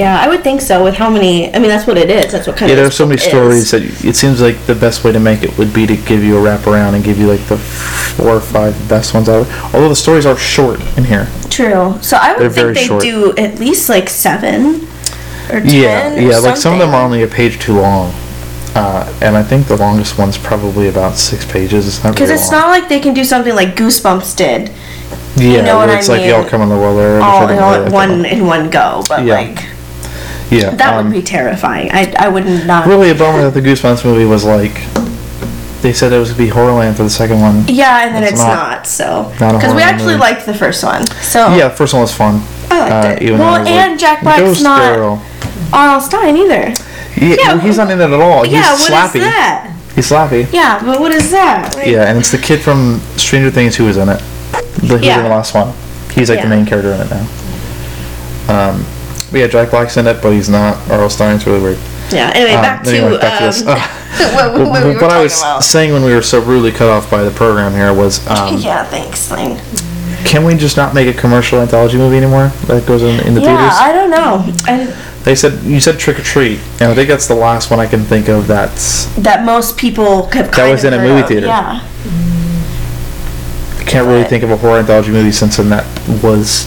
Speaker 5: Yeah, I would think so. With how many? I mean, that's what it is. That's what kind
Speaker 4: Yeah,
Speaker 5: of.
Speaker 4: there are so many
Speaker 5: this book
Speaker 4: stories
Speaker 5: is.
Speaker 4: that it seems like the best way to make it would be to give you a wraparound and give you like the four or five best ones out. of it. Although the stories are short in here.
Speaker 5: True. So I
Speaker 4: They're
Speaker 5: would
Speaker 4: very
Speaker 5: think they
Speaker 4: short.
Speaker 5: do at least like seven or ten.
Speaker 4: yeah,
Speaker 5: or
Speaker 4: yeah. Like some of them
Speaker 5: something.
Speaker 4: are only a page too long, uh, and I think the longest one's probably about six pages. It's not
Speaker 5: Because
Speaker 4: really
Speaker 5: it's
Speaker 4: long.
Speaker 5: not like they can do something like Goosebumps did
Speaker 4: Yeah,
Speaker 5: know what
Speaker 4: where
Speaker 5: I
Speaker 4: it's like y'all
Speaker 5: mean?
Speaker 4: come in the weather.
Speaker 5: all in all at one in one go, but
Speaker 4: Yeah.
Speaker 5: like
Speaker 4: Yeah,
Speaker 5: that
Speaker 4: um,
Speaker 5: would be terrifying. I I would not.
Speaker 4: really a bummer that the Goosebumps movie was like. They said it was gonna be Horrorland for the second one.
Speaker 5: Yeah, and then
Speaker 4: It's
Speaker 5: it's,
Speaker 4: not-
Speaker 5: not, so
Speaker 4: not a
Speaker 5: because we
Speaker 4: horror
Speaker 5: actually
Speaker 4: movie.
Speaker 5: liked the first one. So
Speaker 4: Yeah, the first one was fun.
Speaker 5: Oh.
Speaker 4: Uh,
Speaker 5: I liked it.
Speaker 4: even though
Speaker 5: Well,
Speaker 4: it was
Speaker 5: and Jack Black's
Speaker 4: Ghost
Speaker 5: not-
Speaker 4: Girl.
Speaker 5: Arnold Stein either.
Speaker 4: Yeah,
Speaker 5: Yeah,
Speaker 4: well, he's not in it at all. He's
Speaker 5: yeah, what is
Speaker 4: slappy.
Speaker 5: that?
Speaker 4: He's slappy.
Speaker 5: Yeah, but what is that? Like,
Speaker 4: Yeah, and it's the kid from Stranger Things who was in it. The, who was in
Speaker 5: Yeah.
Speaker 4: the last one. He's like the
Speaker 5: Yeah.
Speaker 4: main character in it now. Um, but yeah, Jack Black's in it, but he's not. Arl Stein's really weird.
Speaker 5: Yeah. Anyway,
Speaker 4: Um,
Speaker 5: back,
Speaker 4: anyway,
Speaker 5: to,
Speaker 4: back to this.
Speaker 5: um, what, what,
Speaker 4: But
Speaker 5: we were
Speaker 4: what I
Speaker 5: talking
Speaker 4: was
Speaker 5: about.
Speaker 4: saying when we were so rudely cut off by the program here was, um,
Speaker 5: yeah, thanks. Like,
Speaker 4: can we just not make a commercial anthology movie anymore that goes in, in the
Speaker 5: yeah,
Speaker 4: theaters?
Speaker 5: I don't know. I,
Speaker 4: they said you said Trick or Treat, and I think that's the last one I can think of that's
Speaker 5: that most people have. kind
Speaker 4: was
Speaker 5: of
Speaker 4: in a
Speaker 5: heard
Speaker 4: movie
Speaker 5: of.
Speaker 4: theater.
Speaker 5: Yeah.
Speaker 4: can't really
Speaker 5: But-
Speaker 4: think of a horror anthology movie since then that was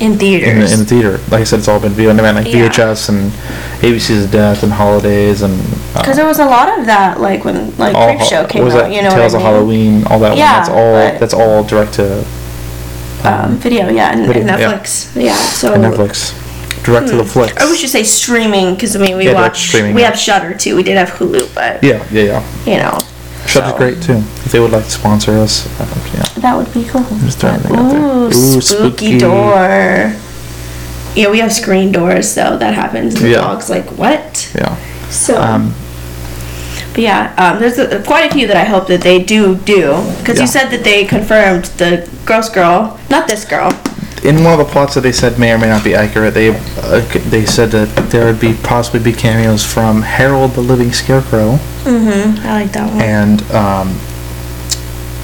Speaker 5: In
Speaker 4: in the,
Speaker 5: theaters.
Speaker 4: in the theater. Like I said, it's all been video on demand, like
Speaker 5: Yeah.
Speaker 4: VHS and ABC's of Death and Holidays and uh,
Speaker 5: Because there was a lot of that, like when like
Speaker 4: all
Speaker 5: Creep Show came
Speaker 4: was
Speaker 5: out.
Speaker 4: that
Speaker 5: You know
Speaker 4: Tales
Speaker 5: what I
Speaker 4: of
Speaker 5: mean?
Speaker 4: Halloween, all that
Speaker 5: Yeah,
Speaker 4: one. That's all.
Speaker 5: but-
Speaker 4: That's all direct to
Speaker 5: Um, video, yeah, and,
Speaker 4: Video,
Speaker 5: and
Speaker 4: yeah.
Speaker 5: Netflix, yeah. So
Speaker 4: Netflix, direct
Speaker 5: Hmm.
Speaker 4: to the flicks.
Speaker 5: or we should say streaming, because I mean we
Speaker 4: Yeah, direct
Speaker 5: watch,
Speaker 4: streaming,
Speaker 5: we
Speaker 4: yeah.
Speaker 5: have Shutter too. We did have Hulu, but
Speaker 4: yeah, yeah, yeah.
Speaker 5: you know,
Speaker 4: Should be
Speaker 5: So,
Speaker 4: great too. If they would like to sponsor us, uh, yeah.
Speaker 5: That would be cool.
Speaker 4: just throwing that out there.
Speaker 5: Ooh,
Speaker 4: Ooh, spooky.
Speaker 5: spooky door. Yeah, we have screen doors, so that happens. The
Speaker 4: Yeah.
Speaker 5: dog's like, what?
Speaker 4: Yeah.
Speaker 5: So,
Speaker 4: Um,
Speaker 5: but yeah, um, there's a, quite a few that I hope that they do do. Because
Speaker 4: Yeah.
Speaker 5: you said that they confirmed the gross girl, not this girl.
Speaker 4: in one of the plots that they said may or may not be accurate, they uh, c- they said that there would be possibly be cameos from Harold the Living Scarecrow
Speaker 5: I like that one.
Speaker 4: and um,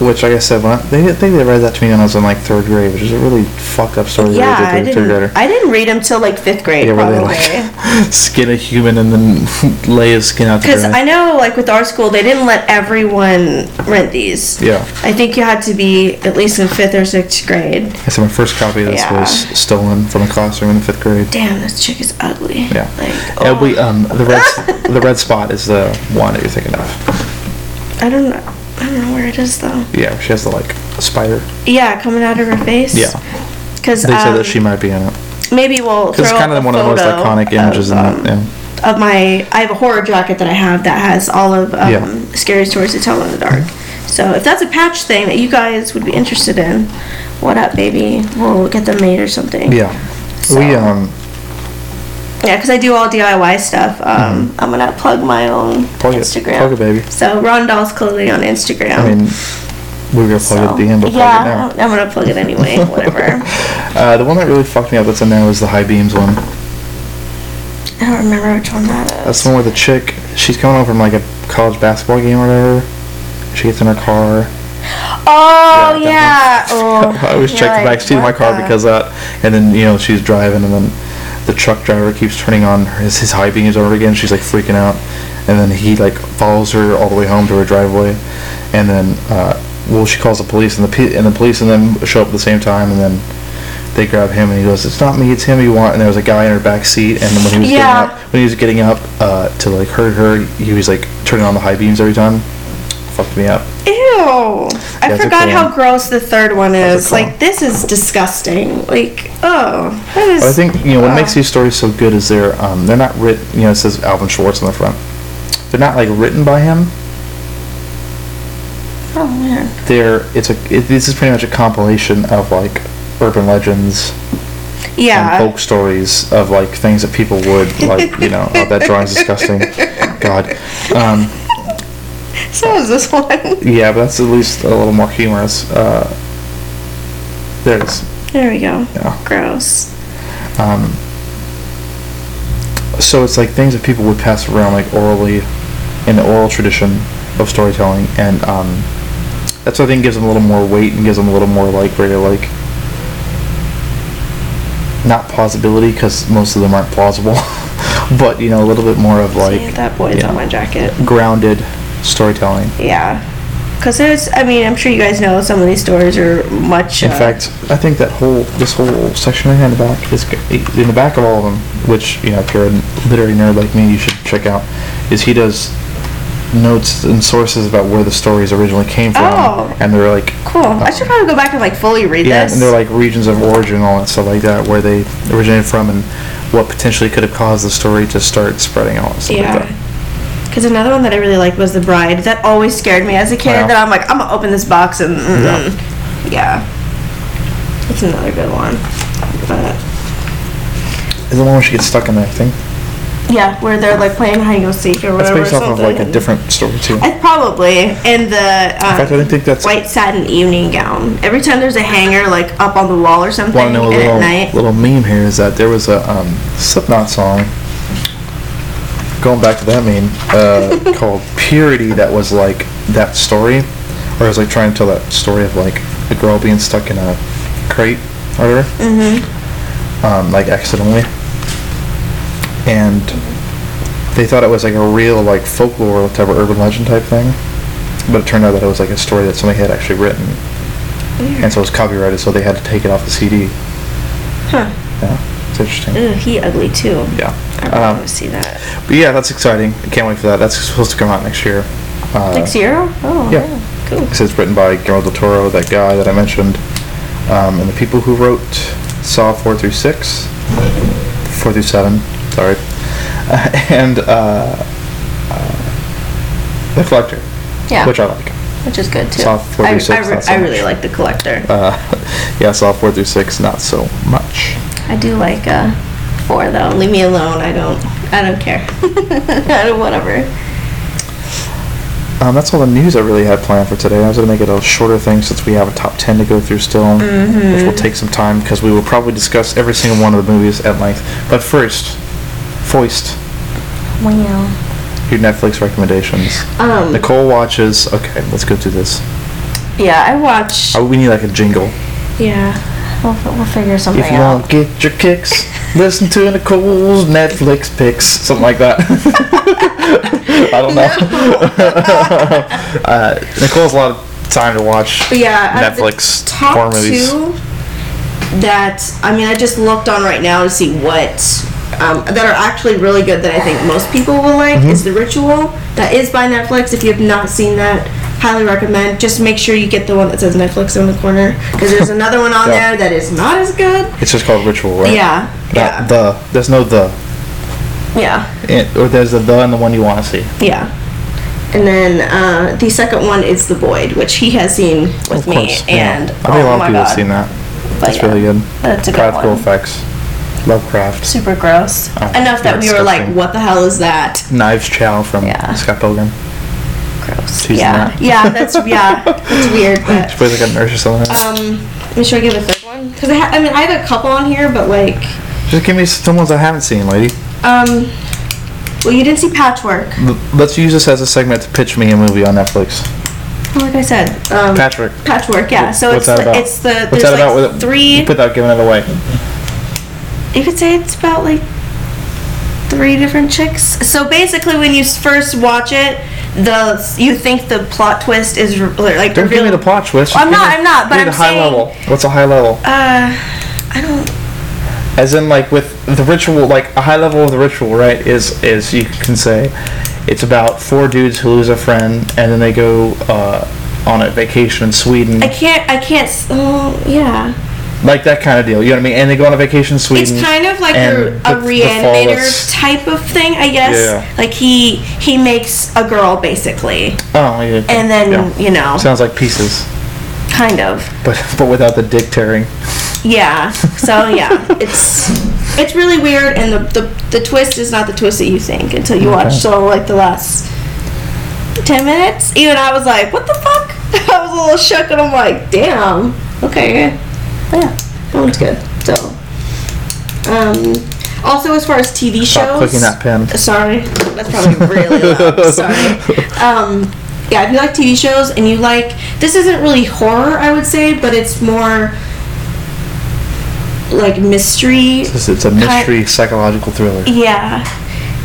Speaker 4: which, like I said, when I, they I think they read that to me when I was in like third grade, which is a really fucked up story. to
Speaker 5: yeah,
Speaker 4: read to
Speaker 5: I
Speaker 4: a third
Speaker 5: didn't.
Speaker 4: grader.
Speaker 5: I didn't read them till like fifth grade,
Speaker 4: Yeah, where they
Speaker 5: probably.
Speaker 4: like skin a human and then lay his skin out to
Speaker 5: Because
Speaker 4: dry.
Speaker 5: I know, like with our school, they didn't let everyone rent these.
Speaker 4: Yeah.
Speaker 5: I think you had to be at least in fifth or sixth grade.
Speaker 4: I said my first copy of this
Speaker 5: Yeah.
Speaker 4: was stolen from a classroom in the fifth grade.
Speaker 5: Damn, this chick is ugly.
Speaker 4: Yeah.
Speaker 5: Like,
Speaker 4: And
Speaker 5: oh,
Speaker 4: we um the red the red spot is the one that you're thinking of.
Speaker 5: I don't know. I don't know where it is though.
Speaker 4: Yeah, she has the like spider.
Speaker 5: Yeah, coming out of her face.
Speaker 4: Yeah,
Speaker 5: Because
Speaker 4: they said
Speaker 5: um,
Speaker 4: that she might be in it.
Speaker 5: maybe we'll throw
Speaker 4: Because it's kind
Speaker 5: up
Speaker 4: of
Speaker 5: a
Speaker 4: one of the most
Speaker 5: photo
Speaker 4: iconic images
Speaker 5: of,
Speaker 4: in
Speaker 5: um,
Speaker 4: that. Yeah.
Speaker 5: of my I have a horror jacket that I have that has all of um,
Speaker 4: Yeah.
Speaker 5: scary stories to tell in the dark. So if that's a patch thing that you guys would be interested in, what up, baby? We'll get them made or something.
Speaker 4: Yeah.
Speaker 5: So-
Speaker 4: We um
Speaker 5: Yeah, because I do all DIY stuff. Um, I'm gonna plug my own
Speaker 4: Mm-hmm. Plug it.
Speaker 5: Instagram.
Speaker 4: Plug it, baby.
Speaker 5: So uh, Ron Doll's clothing on Instagram.
Speaker 4: I mean we were gonna plug it at the end, but
Speaker 5: yeah,
Speaker 4: plug it now.
Speaker 5: I'm gonna plug it anyway. Whatever.
Speaker 4: Uh, the one that really fucked me up that's in there was the high beams one.
Speaker 5: I don't remember which one that is.
Speaker 4: That's the one where the chick she's coming home from like a college basketball game or whatever. She gets in her car.
Speaker 5: Oh
Speaker 4: Yeah, that
Speaker 5: yeah. Oh,
Speaker 4: I always
Speaker 5: you're
Speaker 4: check
Speaker 5: like,
Speaker 4: the backseat of my
Speaker 5: what
Speaker 4: car
Speaker 5: the-
Speaker 4: because that, and then you know she's driving, and then the truck driver keeps turning on his, his high beams over again. She's like freaking out, and then he like follows her all the way home to her driveway, and then uh, well she calls the police, and the p- and the police and them show up at the same time, and then they grab him, and he goes, "It's not me, it's him you want." And there was a guy in her back seat, and then when he was
Speaker 5: Yeah.
Speaker 4: getting up, when he was getting up uh, to like hurt her, he was like turning on the high beams every time. Fucked me up.
Speaker 5: Ew!
Speaker 4: Yeah,
Speaker 5: Oh, I
Speaker 4: it's a
Speaker 5: forgot
Speaker 4: cool
Speaker 5: how
Speaker 4: one.
Speaker 5: gross the third one
Speaker 4: That's a
Speaker 5: is.
Speaker 4: cool one.
Speaker 5: Like this is disgusting. Like oh, that is.
Speaker 4: But I think you know what
Speaker 5: Wow.
Speaker 4: makes these stories so good is they're um, they're not written. You know, it says Alvin Schwartz on the front. They're not like written by him.
Speaker 5: Oh man.
Speaker 4: They're it's a it, this is pretty much a compilation of like urban legends
Speaker 5: Yeah.
Speaker 4: and folk stories of like things that people would like. You know, oh, that drawing's disgusting. God. Um,
Speaker 5: So is this one.
Speaker 4: yeah, but that's at least a little more humorous. Uh, there it is.
Speaker 5: there we go.
Speaker 4: Yeah.
Speaker 5: Gross.
Speaker 4: Um, so it's like things that people would pass around like orally in the oral tradition of storytelling and um, that's what I think gives them a little more weight and gives them a little more like where you're like not plausibility because most of them aren't plausible but you know a little bit more of like
Speaker 5: See, that boy's
Speaker 4: yeah,
Speaker 5: on my jacket.
Speaker 4: grounded storytelling
Speaker 5: Yeah. Cause there's, I mean, I'm sure you guys know some of these stories are much.
Speaker 4: In
Speaker 5: uh,
Speaker 4: fact, I think that whole this whole section I had in the back is in the back of all of them, which you know, if you're a literary nerd like me, you should check out. Is he does notes and sources about where the stories originally came from,
Speaker 5: Oh.
Speaker 4: and they're like
Speaker 5: cool. I should probably go back and like fully read
Speaker 4: uh, yeah,
Speaker 5: this.
Speaker 4: and they're like regions of origin, and all that stuff like that, where they originated from, and what potentially could have caused the story to start spreading out. and Stuff Like that.
Speaker 5: yeah. Cause another one that I really liked was The Bride. That always scared me as a kid.
Speaker 4: Yeah.
Speaker 5: That I'm like, I'm gonna open this box and. mm Yeah. That's another good one. But
Speaker 4: Is the one where she gets stuck in that thing?
Speaker 5: yeah, where they're like playing hide and go seek or
Speaker 4: That's
Speaker 5: whatever.
Speaker 4: based
Speaker 5: or
Speaker 4: off of like a
Speaker 5: something.
Speaker 4: different story too.
Speaker 5: I probably in the um,
Speaker 4: fact, I didn't think that's-
Speaker 5: white satin evening gown. Every time there's a hanger like up on the wall or something,
Speaker 4: want to know a
Speaker 5: and
Speaker 4: little
Speaker 5: at night.
Speaker 4: little meme here is that there was a um, Slipknot song going back to that meme uh, called Purity that was like that story or it was like trying to tell that story of like a girl being stuck in a crate or whatever mm-hmm. um, like accidentally and they thought it was like a real like folklore type of urban legend type thing but it turned out that it was like a story that somebody had actually written and so it was copyrighted so they had to take it off the CD
Speaker 5: Huh. Mm.
Speaker 4: yeah it's interesting
Speaker 5: Ooh, he ugly too. I
Speaker 4: yeah
Speaker 5: really
Speaker 4: um,
Speaker 5: want to see that.
Speaker 4: but yeah, that's exciting. I can't wait for that. That's supposed to come out next year. Uh,
Speaker 5: Next year? Oh,
Speaker 4: yeah.
Speaker 5: yeah. Cool.
Speaker 4: It says it's written by Guillermo del Toro, that guy that I mentioned, um, and the people who wrote Saw 4 through 6, 4 through 7, sorry, and uh, uh, The Collector.
Speaker 5: Yeah.
Speaker 4: which I like.
Speaker 5: which is good too.
Speaker 4: Saw four
Speaker 5: I,
Speaker 4: through six,
Speaker 5: I,
Speaker 4: not so
Speaker 5: I really
Speaker 4: much.
Speaker 5: like the collector.
Speaker 4: Uh, yeah, saw four through six, not so much.
Speaker 5: I do like uh, four though. Leave me alone. I don't. I don't care. I don't- Whatever.
Speaker 4: Um, that's all the news I really had planned for today. I was going to make it a shorter thing since we have a top 10 to go through still, which
Speaker 5: Mm-hmm.
Speaker 4: will take some time because we will probably discuss every single one of the movies at length. But first, Foist,
Speaker 5: Wow.
Speaker 4: your Netflix recommendations.
Speaker 5: Um,
Speaker 4: Nicole watches. Okay, let's go through this.
Speaker 5: Yeah, I watched.
Speaker 4: Oh, we need like a jingle.
Speaker 5: Yeah, we'll, fi- we'll figure something
Speaker 4: If you
Speaker 5: out.
Speaker 4: want to get your kicks, listen to Nicole's Netflix picks. Something like that. I don't know. uh, Nicole has a lot of time to watch
Speaker 5: But yeah, out of the
Speaker 4: Netflix
Speaker 5: top
Speaker 4: horror movies.
Speaker 5: two that I mean, I just looked on right now to see what um, that are actually really good that I think most people will like is the Ritual. That is by Netflix. If you have not seen that, highly recommend. Just make sure you get the one that says Netflix in the corner because there's another one on
Speaker 4: Yeah.
Speaker 5: there that is not as good.
Speaker 4: It's just called Ritual, right?
Speaker 5: Yeah,
Speaker 4: Not
Speaker 5: yeah,
Speaker 4: the. There's no the.
Speaker 5: yeah.
Speaker 4: It, or there's the the and the one you want to see.
Speaker 5: Yeah. And then uh, the second one is The Void, which he has seen with me. And
Speaker 4: I think
Speaker 5: oh
Speaker 4: a lot
Speaker 5: my
Speaker 4: of people
Speaker 5: God,
Speaker 4: have seen that.
Speaker 5: But
Speaker 4: That's
Speaker 5: yeah,
Speaker 4: really good.
Speaker 5: That's a good
Speaker 4: Practical
Speaker 5: one.
Speaker 4: effects. Lovecraft.
Speaker 5: Super gross.
Speaker 4: Oh,
Speaker 5: Enough that
Speaker 4: that's
Speaker 5: we were like,
Speaker 4: disgusting.
Speaker 5: "What the hell is that?"
Speaker 4: Knives Chow from
Speaker 5: Yeah.
Speaker 4: Scott Pilgrim.
Speaker 5: Gross.
Speaker 4: She's
Speaker 5: yeah,
Speaker 4: not.
Speaker 5: yeah. That's yeah. It's weird,
Speaker 4: She
Speaker 5: but
Speaker 4: plays like a nurse or something.
Speaker 5: um, should I give a third one? Because I, ha- I mean, I have a couple on here, but like,
Speaker 4: Just give me some ones I haven't seen, lady.
Speaker 5: um, well, you didn't see Patchwork.
Speaker 4: L- Let's use this as a segment to pitch me a movie on Netflix.
Speaker 5: Like I said, um,
Speaker 4: Patrick,
Speaker 5: Patchwork. Yeah. So
Speaker 4: what's
Speaker 5: it's
Speaker 4: that
Speaker 5: the,
Speaker 4: about?
Speaker 5: it's the
Speaker 4: what's
Speaker 5: there's
Speaker 4: that about?
Speaker 5: like
Speaker 4: with it-
Speaker 5: three.
Speaker 4: Without giving it away,
Speaker 5: you could say it's about like three different chicks. So basically, when you first watch it, the you think the plot twist is re- like
Speaker 4: don't give me
Speaker 5: revealed-
Speaker 4: the plot twist.
Speaker 5: Well, I'm
Speaker 4: just give
Speaker 5: not-
Speaker 4: me-
Speaker 5: I'm not, but
Speaker 4: give me
Speaker 5: I'm
Speaker 4: the high
Speaker 5: saying-
Speaker 4: level. What's a high level?
Speaker 5: Uh, I don't.
Speaker 4: As in, like with the ritual, like a high level of the ritual, right? Is is you can say it's about four dudes who lose a friend and then they go uh, on a vacation in Sweden,
Speaker 5: I can't. I can't. s- Oh, yeah.
Speaker 4: like that kind of deal. You know what I mean? And they go on a vacation in Sweden.
Speaker 5: It's kind of like
Speaker 4: and
Speaker 5: a, a
Speaker 4: the- the fall
Speaker 5: reanimator
Speaker 4: is-
Speaker 5: type of thing, I guess.
Speaker 4: Yeah.
Speaker 5: Like he he makes a girl basically,
Speaker 4: oh, yeah.
Speaker 5: and then
Speaker 4: yeah.
Speaker 5: you know,
Speaker 4: sounds like pieces,
Speaker 5: kind of.
Speaker 4: but but without the dick tearing.
Speaker 5: Yeah. So yeah, it's it's really weird, and the, the the twist is not the twist that you think until you watch. So like the last ten minutes, even I was like, "What the fuck?" I was a little shook, and I'm like, "Damn, okay, yeah, that one's good." So, um, also as far as TV shows,
Speaker 4: Stop clicking that pen.
Speaker 5: Sorry, that's probably really loud. Sorry. Um, yeah, if you like TV shows and you like this isn't really horror, I would say, but it's more like mystery.
Speaker 4: It's, it's a mystery psychological thriller.
Speaker 5: Yeah,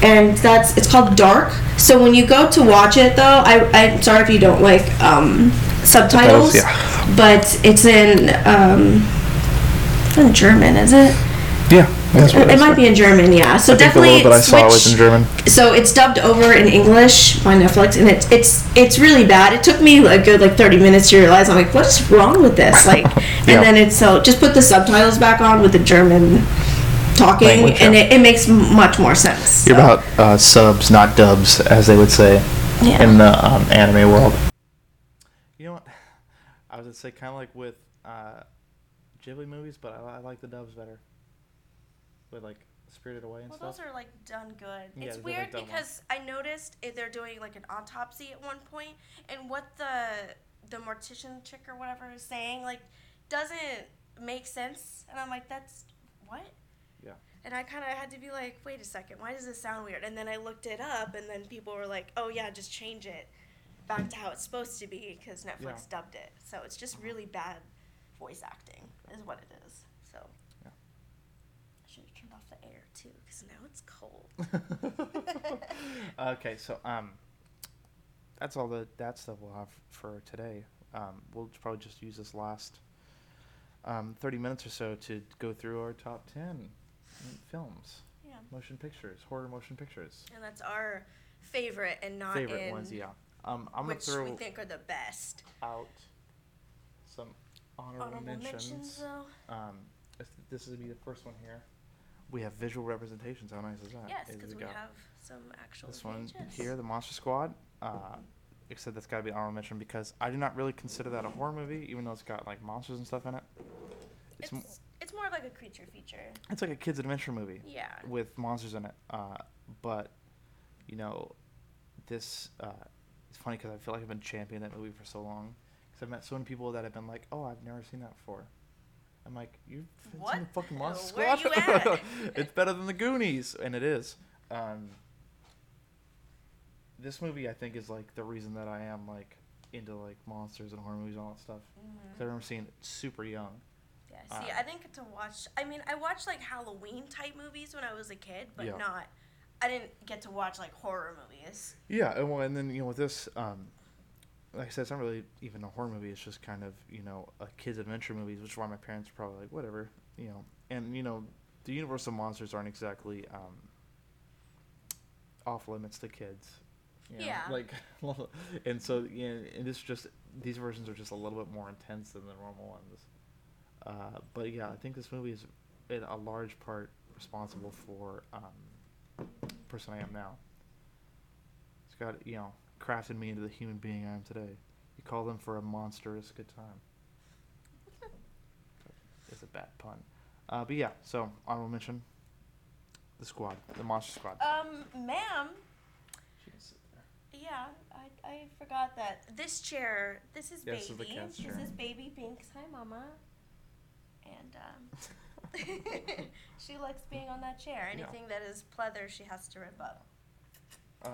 Speaker 5: and that's it's called Dark. So when you go to watch it, though, I I'm sorry if you don't like um, subtitles,
Speaker 4: Subtitles, yeah.
Speaker 5: but it's in um, it's in German, is it?
Speaker 4: Yeah, that's what
Speaker 5: It might be in German, yeah. So
Speaker 4: I think the
Speaker 5: definitely
Speaker 4: little bit I saw was
Speaker 5: switch-
Speaker 4: in German.
Speaker 5: so it's dubbed over in English by Netflix, and it's it's it's really bad. It took me a good like thirty minutes to realize I'm like, what's wrong with this? Like,
Speaker 4: Yeah.
Speaker 5: and then it's so just put the subtitles back on with the German talking,
Speaker 4: Language,
Speaker 5: and
Speaker 4: yeah.
Speaker 5: it, it makes m- much more sense.
Speaker 4: You're
Speaker 5: so,
Speaker 4: about uh, subs, not dubs, as they would say
Speaker 5: Yeah.
Speaker 4: in the um, anime world. You know what? I was gonna say kind of like with uh, Ghibli movies, but I, I like the dubs better. With like Spirited Away and
Speaker 5: Well, those are like done good.
Speaker 4: Yeah,
Speaker 5: it's
Speaker 4: they're
Speaker 5: weird
Speaker 4: like done well.
Speaker 5: because I noticed i- they're doing like an autopsy at one point, and what the the mortician chick or whatever is saying like doesn't make sense, and I'm like, that's what.
Speaker 4: Yeah.
Speaker 5: And I kind of had to be like, wait a second, why does this sound weird? And then I looked it up, and then people were like, oh yeah, just change it back to how it's supposed to be because Netflix
Speaker 4: Yeah.
Speaker 5: dubbed it. So it's just really bad voice acting, is what it is. So
Speaker 4: Yeah.
Speaker 5: I should have turned off the air too because now it's cold.
Speaker 4: okay, so um, that's all the that stuff we'll have for today. Um, we'll probably just use this last um, thirty minutes or so to go through our top ten films,
Speaker 5: yeah,
Speaker 4: motion pictures, horror motion pictures,
Speaker 5: and that's our favorite and not
Speaker 4: favorite
Speaker 5: in
Speaker 4: ones. Yeah, um, I'm gonna
Speaker 5: which
Speaker 4: throw
Speaker 5: we think are the best.
Speaker 4: out some honorable,
Speaker 5: Honorable
Speaker 4: mentions.
Speaker 5: mentions, though.
Speaker 4: Um, this, this is gonna be the first one here. We have visual representations. How nice is that?
Speaker 5: Yes,
Speaker 4: Is
Speaker 5: because
Speaker 4: it
Speaker 5: we
Speaker 4: go-
Speaker 5: have some actual.
Speaker 4: This one
Speaker 5: VHS.
Speaker 4: here, the Monster Squad. Uh, Like I said, that's got to be an honorable mention because I do not really consider that a horror movie, even though it's got like monsters and stuff in it. It's m-
Speaker 6: It's it's more of like a creature feature.
Speaker 4: it's like a kids adventure movie.
Speaker 6: Yeah.
Speaker 4: With monsters in it, uh, but you know, this uh, it's funny because I feel like I've been championing that movie for so long because I've met so many people that have been like, "Oh, I've never seen that before." I'm like, "You've seen
Speaker 6: What?
Speaker 4: the fucking Monster
Speaker 6: Where
Speaker 4: Squad?
Speaker 6: you
Speaker 4: it's better than the Goonies, and it is." Um, this movie, I think, is like the reason that I am like into like monsters and horror movies and all that stuff.
Speaker 6: Mm-hmm.
Speaker 4: 'Cause I remember seeing it super young.
Speaker 6: Yeah. See,
Speaker 4: Uh,
Speaker 6: I didn't get to watch. I mean, I watched like Halloween type movies when I was a kid, but
Speaker 4: Yeah.
Speaker 6: not. I didn't get to watch like horror movies.
Speaker 4: Yeah, and well, and then you know with this, um, like I said, it's not really even a horror movie. It's just kind of you know a kids adventure movies, which is why my parents are probably like whatever, you know. And you know, the Universal monsters aren't exactly um, off limits to kids. you know,
Speaker 6: Yeah.
Speaker 4: Like, and so yeah, and this just these versions are just a little bit more intense than the normal ones. Uh, but yeah, I think this movie is in a large part responsible for um, the person I am now. It's got you know crafted me into the human being I am today. You call them for a monstrous good time. it's a bad pun, uh, but yeah. So honorable mention, the squad, the monster squad.
Speaker 6: Um, ma'am.
Speaker 4: She can sit there.
Speaker 6: Yeah, I, I forgot that. This chair. This is
Speaker 4: Yeah,
Speaker 6: baby.
Speaker 4: this is the cat's chair.
Speaker 6: This is baby Binks. Hi, mama. And um, she likes being on that chair.
Speaker 4: Yeah.
Speaker 6: Anything that is pleather, she has to rebut.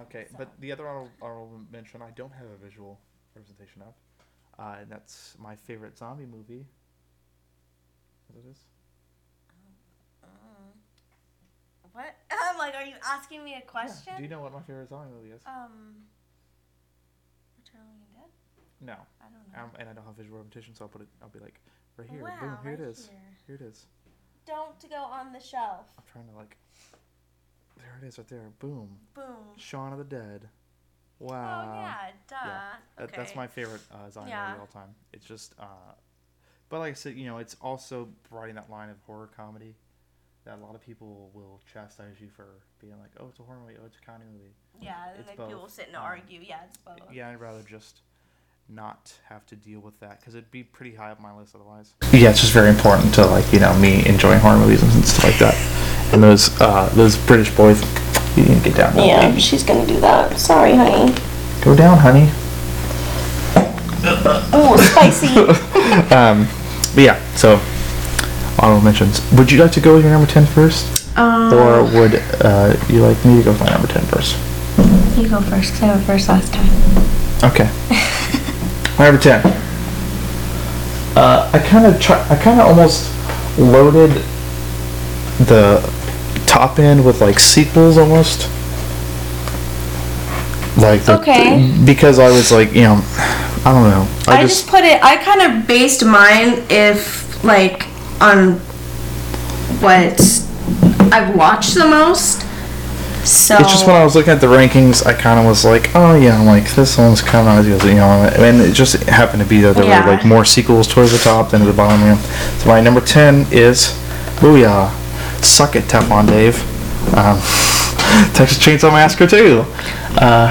Speaker 4: Okay, but the other honor- honorable mention, I don't have a visual representation of, uh, and that's my favorite zombie movie. Is that it is?
Speaker 6: Mm. What? I'm like, are you asking me a question?
Speaker 4: Do you know what my favorite zombie movie is?
Speaker 6: Um, Return of the Living Dead.
Speaker 4: no,
Speaker 6: I don't know.
Speaker 4: um, and I don't have visual representation, so I'll put it. I'll be like, right here, boom,
Speaker 6: Wow,
Speaker 4: here it
Speaker 6: right
Speaker 4: is,
Speaker 6: here.
Speaker 4: here it is.
Speaker 6: Don't go on the shelf.
Speaker 4: I'm trying to like, there it is, right there, boom.
Speaker 6: Boom.
Speaker 4: Shaun of the Dead.
Speaker 6: Oh
Speaker 4: Wow.
Speaker 6: yeah, duh.
Speaker 4: Uh, yeah. That,
Speaker 6: okay.
Speaker 4: That's my favorite uh, zombie
Speaker 6: Yeah.
Speaker 4: movie of all time. It's just, uh, but like I said, you know, it's also riding that line of horror comedy that a lot of people will chastise you for being like, oh, it's a horror movie, oh, it's a comedy movie.
Speaker 6: Yeah, and
Speaker 4: It's
Speaker 6: like
Speaker 4: both.
Speaker 6: people sit and
Speaker 4: Um,
Speaker 6: argue. Yeah, it's both.
Speaker 4: Yeah, I'd rather just not have to deal with that because it'd be pretty high up my list otherwise. Yeah, it's just very important to like you know me enjoying horror movies and stuff like that. And those uh, those British boys, you can get down.
Speaker 7: Yeah,
Speaker 5: Oh.
Speaker 7: she's gonna do that. Sorry, honey.
Speaker 4: Go down, honey.
Speaker 7: Oh, spicy.
Speaker 4: Um, But yeah, so honorable mentions. Would you like to go with your number 10 first?
Speaker 7: Um,
Speaker 4: or would uh, you like me to go with my number 10 first?
Speaker 7: you go first, because I went first last time.
Speaker 4: Okay. my number 10. Uh, I kind of try. I kind of almost loaded the top end with like sequels almost. Like the,
Speaker 5: Okay.
Speaker 4: because I was like you know I don't know I,
Speaker 5: I just put it. I kind of based mine if like on what I've watched the most. So
Speaker 4: It's just when I was looking at the rankings, I kind of was like, oh yeah, I'm like this one's kind of you know, and it just happened to be that there
Speaker 5: Yeah.
Speaker 4: were like more sequels towards the top than to the bottom. You know. So my number ten is Booyah! Suck it, Teflon Dave. Um, Texas Chainsaw Massacre too. Uh,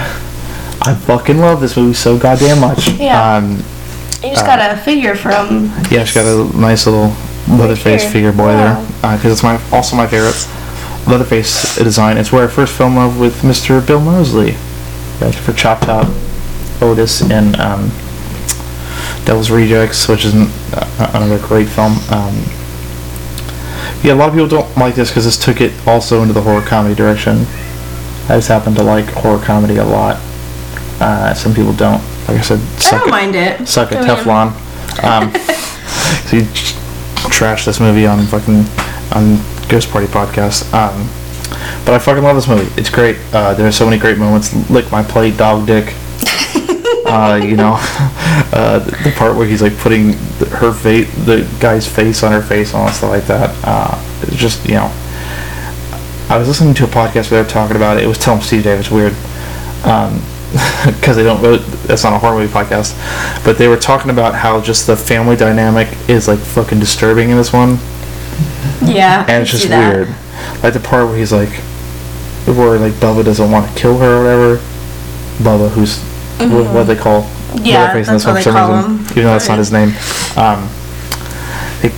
Speaker 4: I fucking love this movie so goddamn much.
Speaker 5: Yeah.
Speaker 4: Um, uh,
Speaker 5: you just got a figure from.
Speaker 4: yeah, she's got a nice little Leatherface
Speaker 5: here.
Speaker 4: figure boy
Speaker 5: Wow.
Speaker 4: there because it's my also my favorite Leatherface design. It's where I first fell in love with Mr. Bill Mosley, right, for Chop Top, Otis, and um, Devil's Rejects, which is an, uh, another great film. Um, yeah, a lot of people don't like this because this took it also into the horror comedy direction. I just happen to like horror comedy a lot. Uh, some people don't. Like I said,
Speaker 5: I
Speaker 4: suck
Speaker 5: don't
Speaker 4: it-
Speaker 5: mind it.
Speaker 4: suck at
Speaker 5: I mean-
Speaker 4: Teflon. Um, so you tr- trash this movie on fucking on Ghost Party podcast. Um, but I fucking love this movie. It's great. Uh, there are so many great moments. Lick my plate, dog dick. Uh, you know, uh, the, the part where he's like putting th- her face, the guy's face on her face, and all that stuff like that. Uh, it's just you know, I was listening to a podcast where they were talking about it. It was Tom Steve Davis weird Um, because they don't vote. That's not a horror movie podcast, but they were talking about how just the family dynamic is like fucking disturbing in this one,
Speaker 5: Yeah. I
Speaker 4: and it's
Speaker 5: can
Speaker 4: just
Speaker 5: see that.
Speaker 4: weird. Like the part where he's like, where like Bubba doesn't want to kill her or whatever. Bubba, who's wh- what they call
Speaker 7: Mm-hmm. Yeah,
Speaker 4: Leatherface in
Speaker 7: that's
Speaker 4: this one
Speaker 7: what
Speaker 4: for
Speaker 7: they
Speaker 4: some
Speaker 7: call
Speaker 4: reason,
Speaker 7: him.
Speaker 4: even though that's not his name. Um, they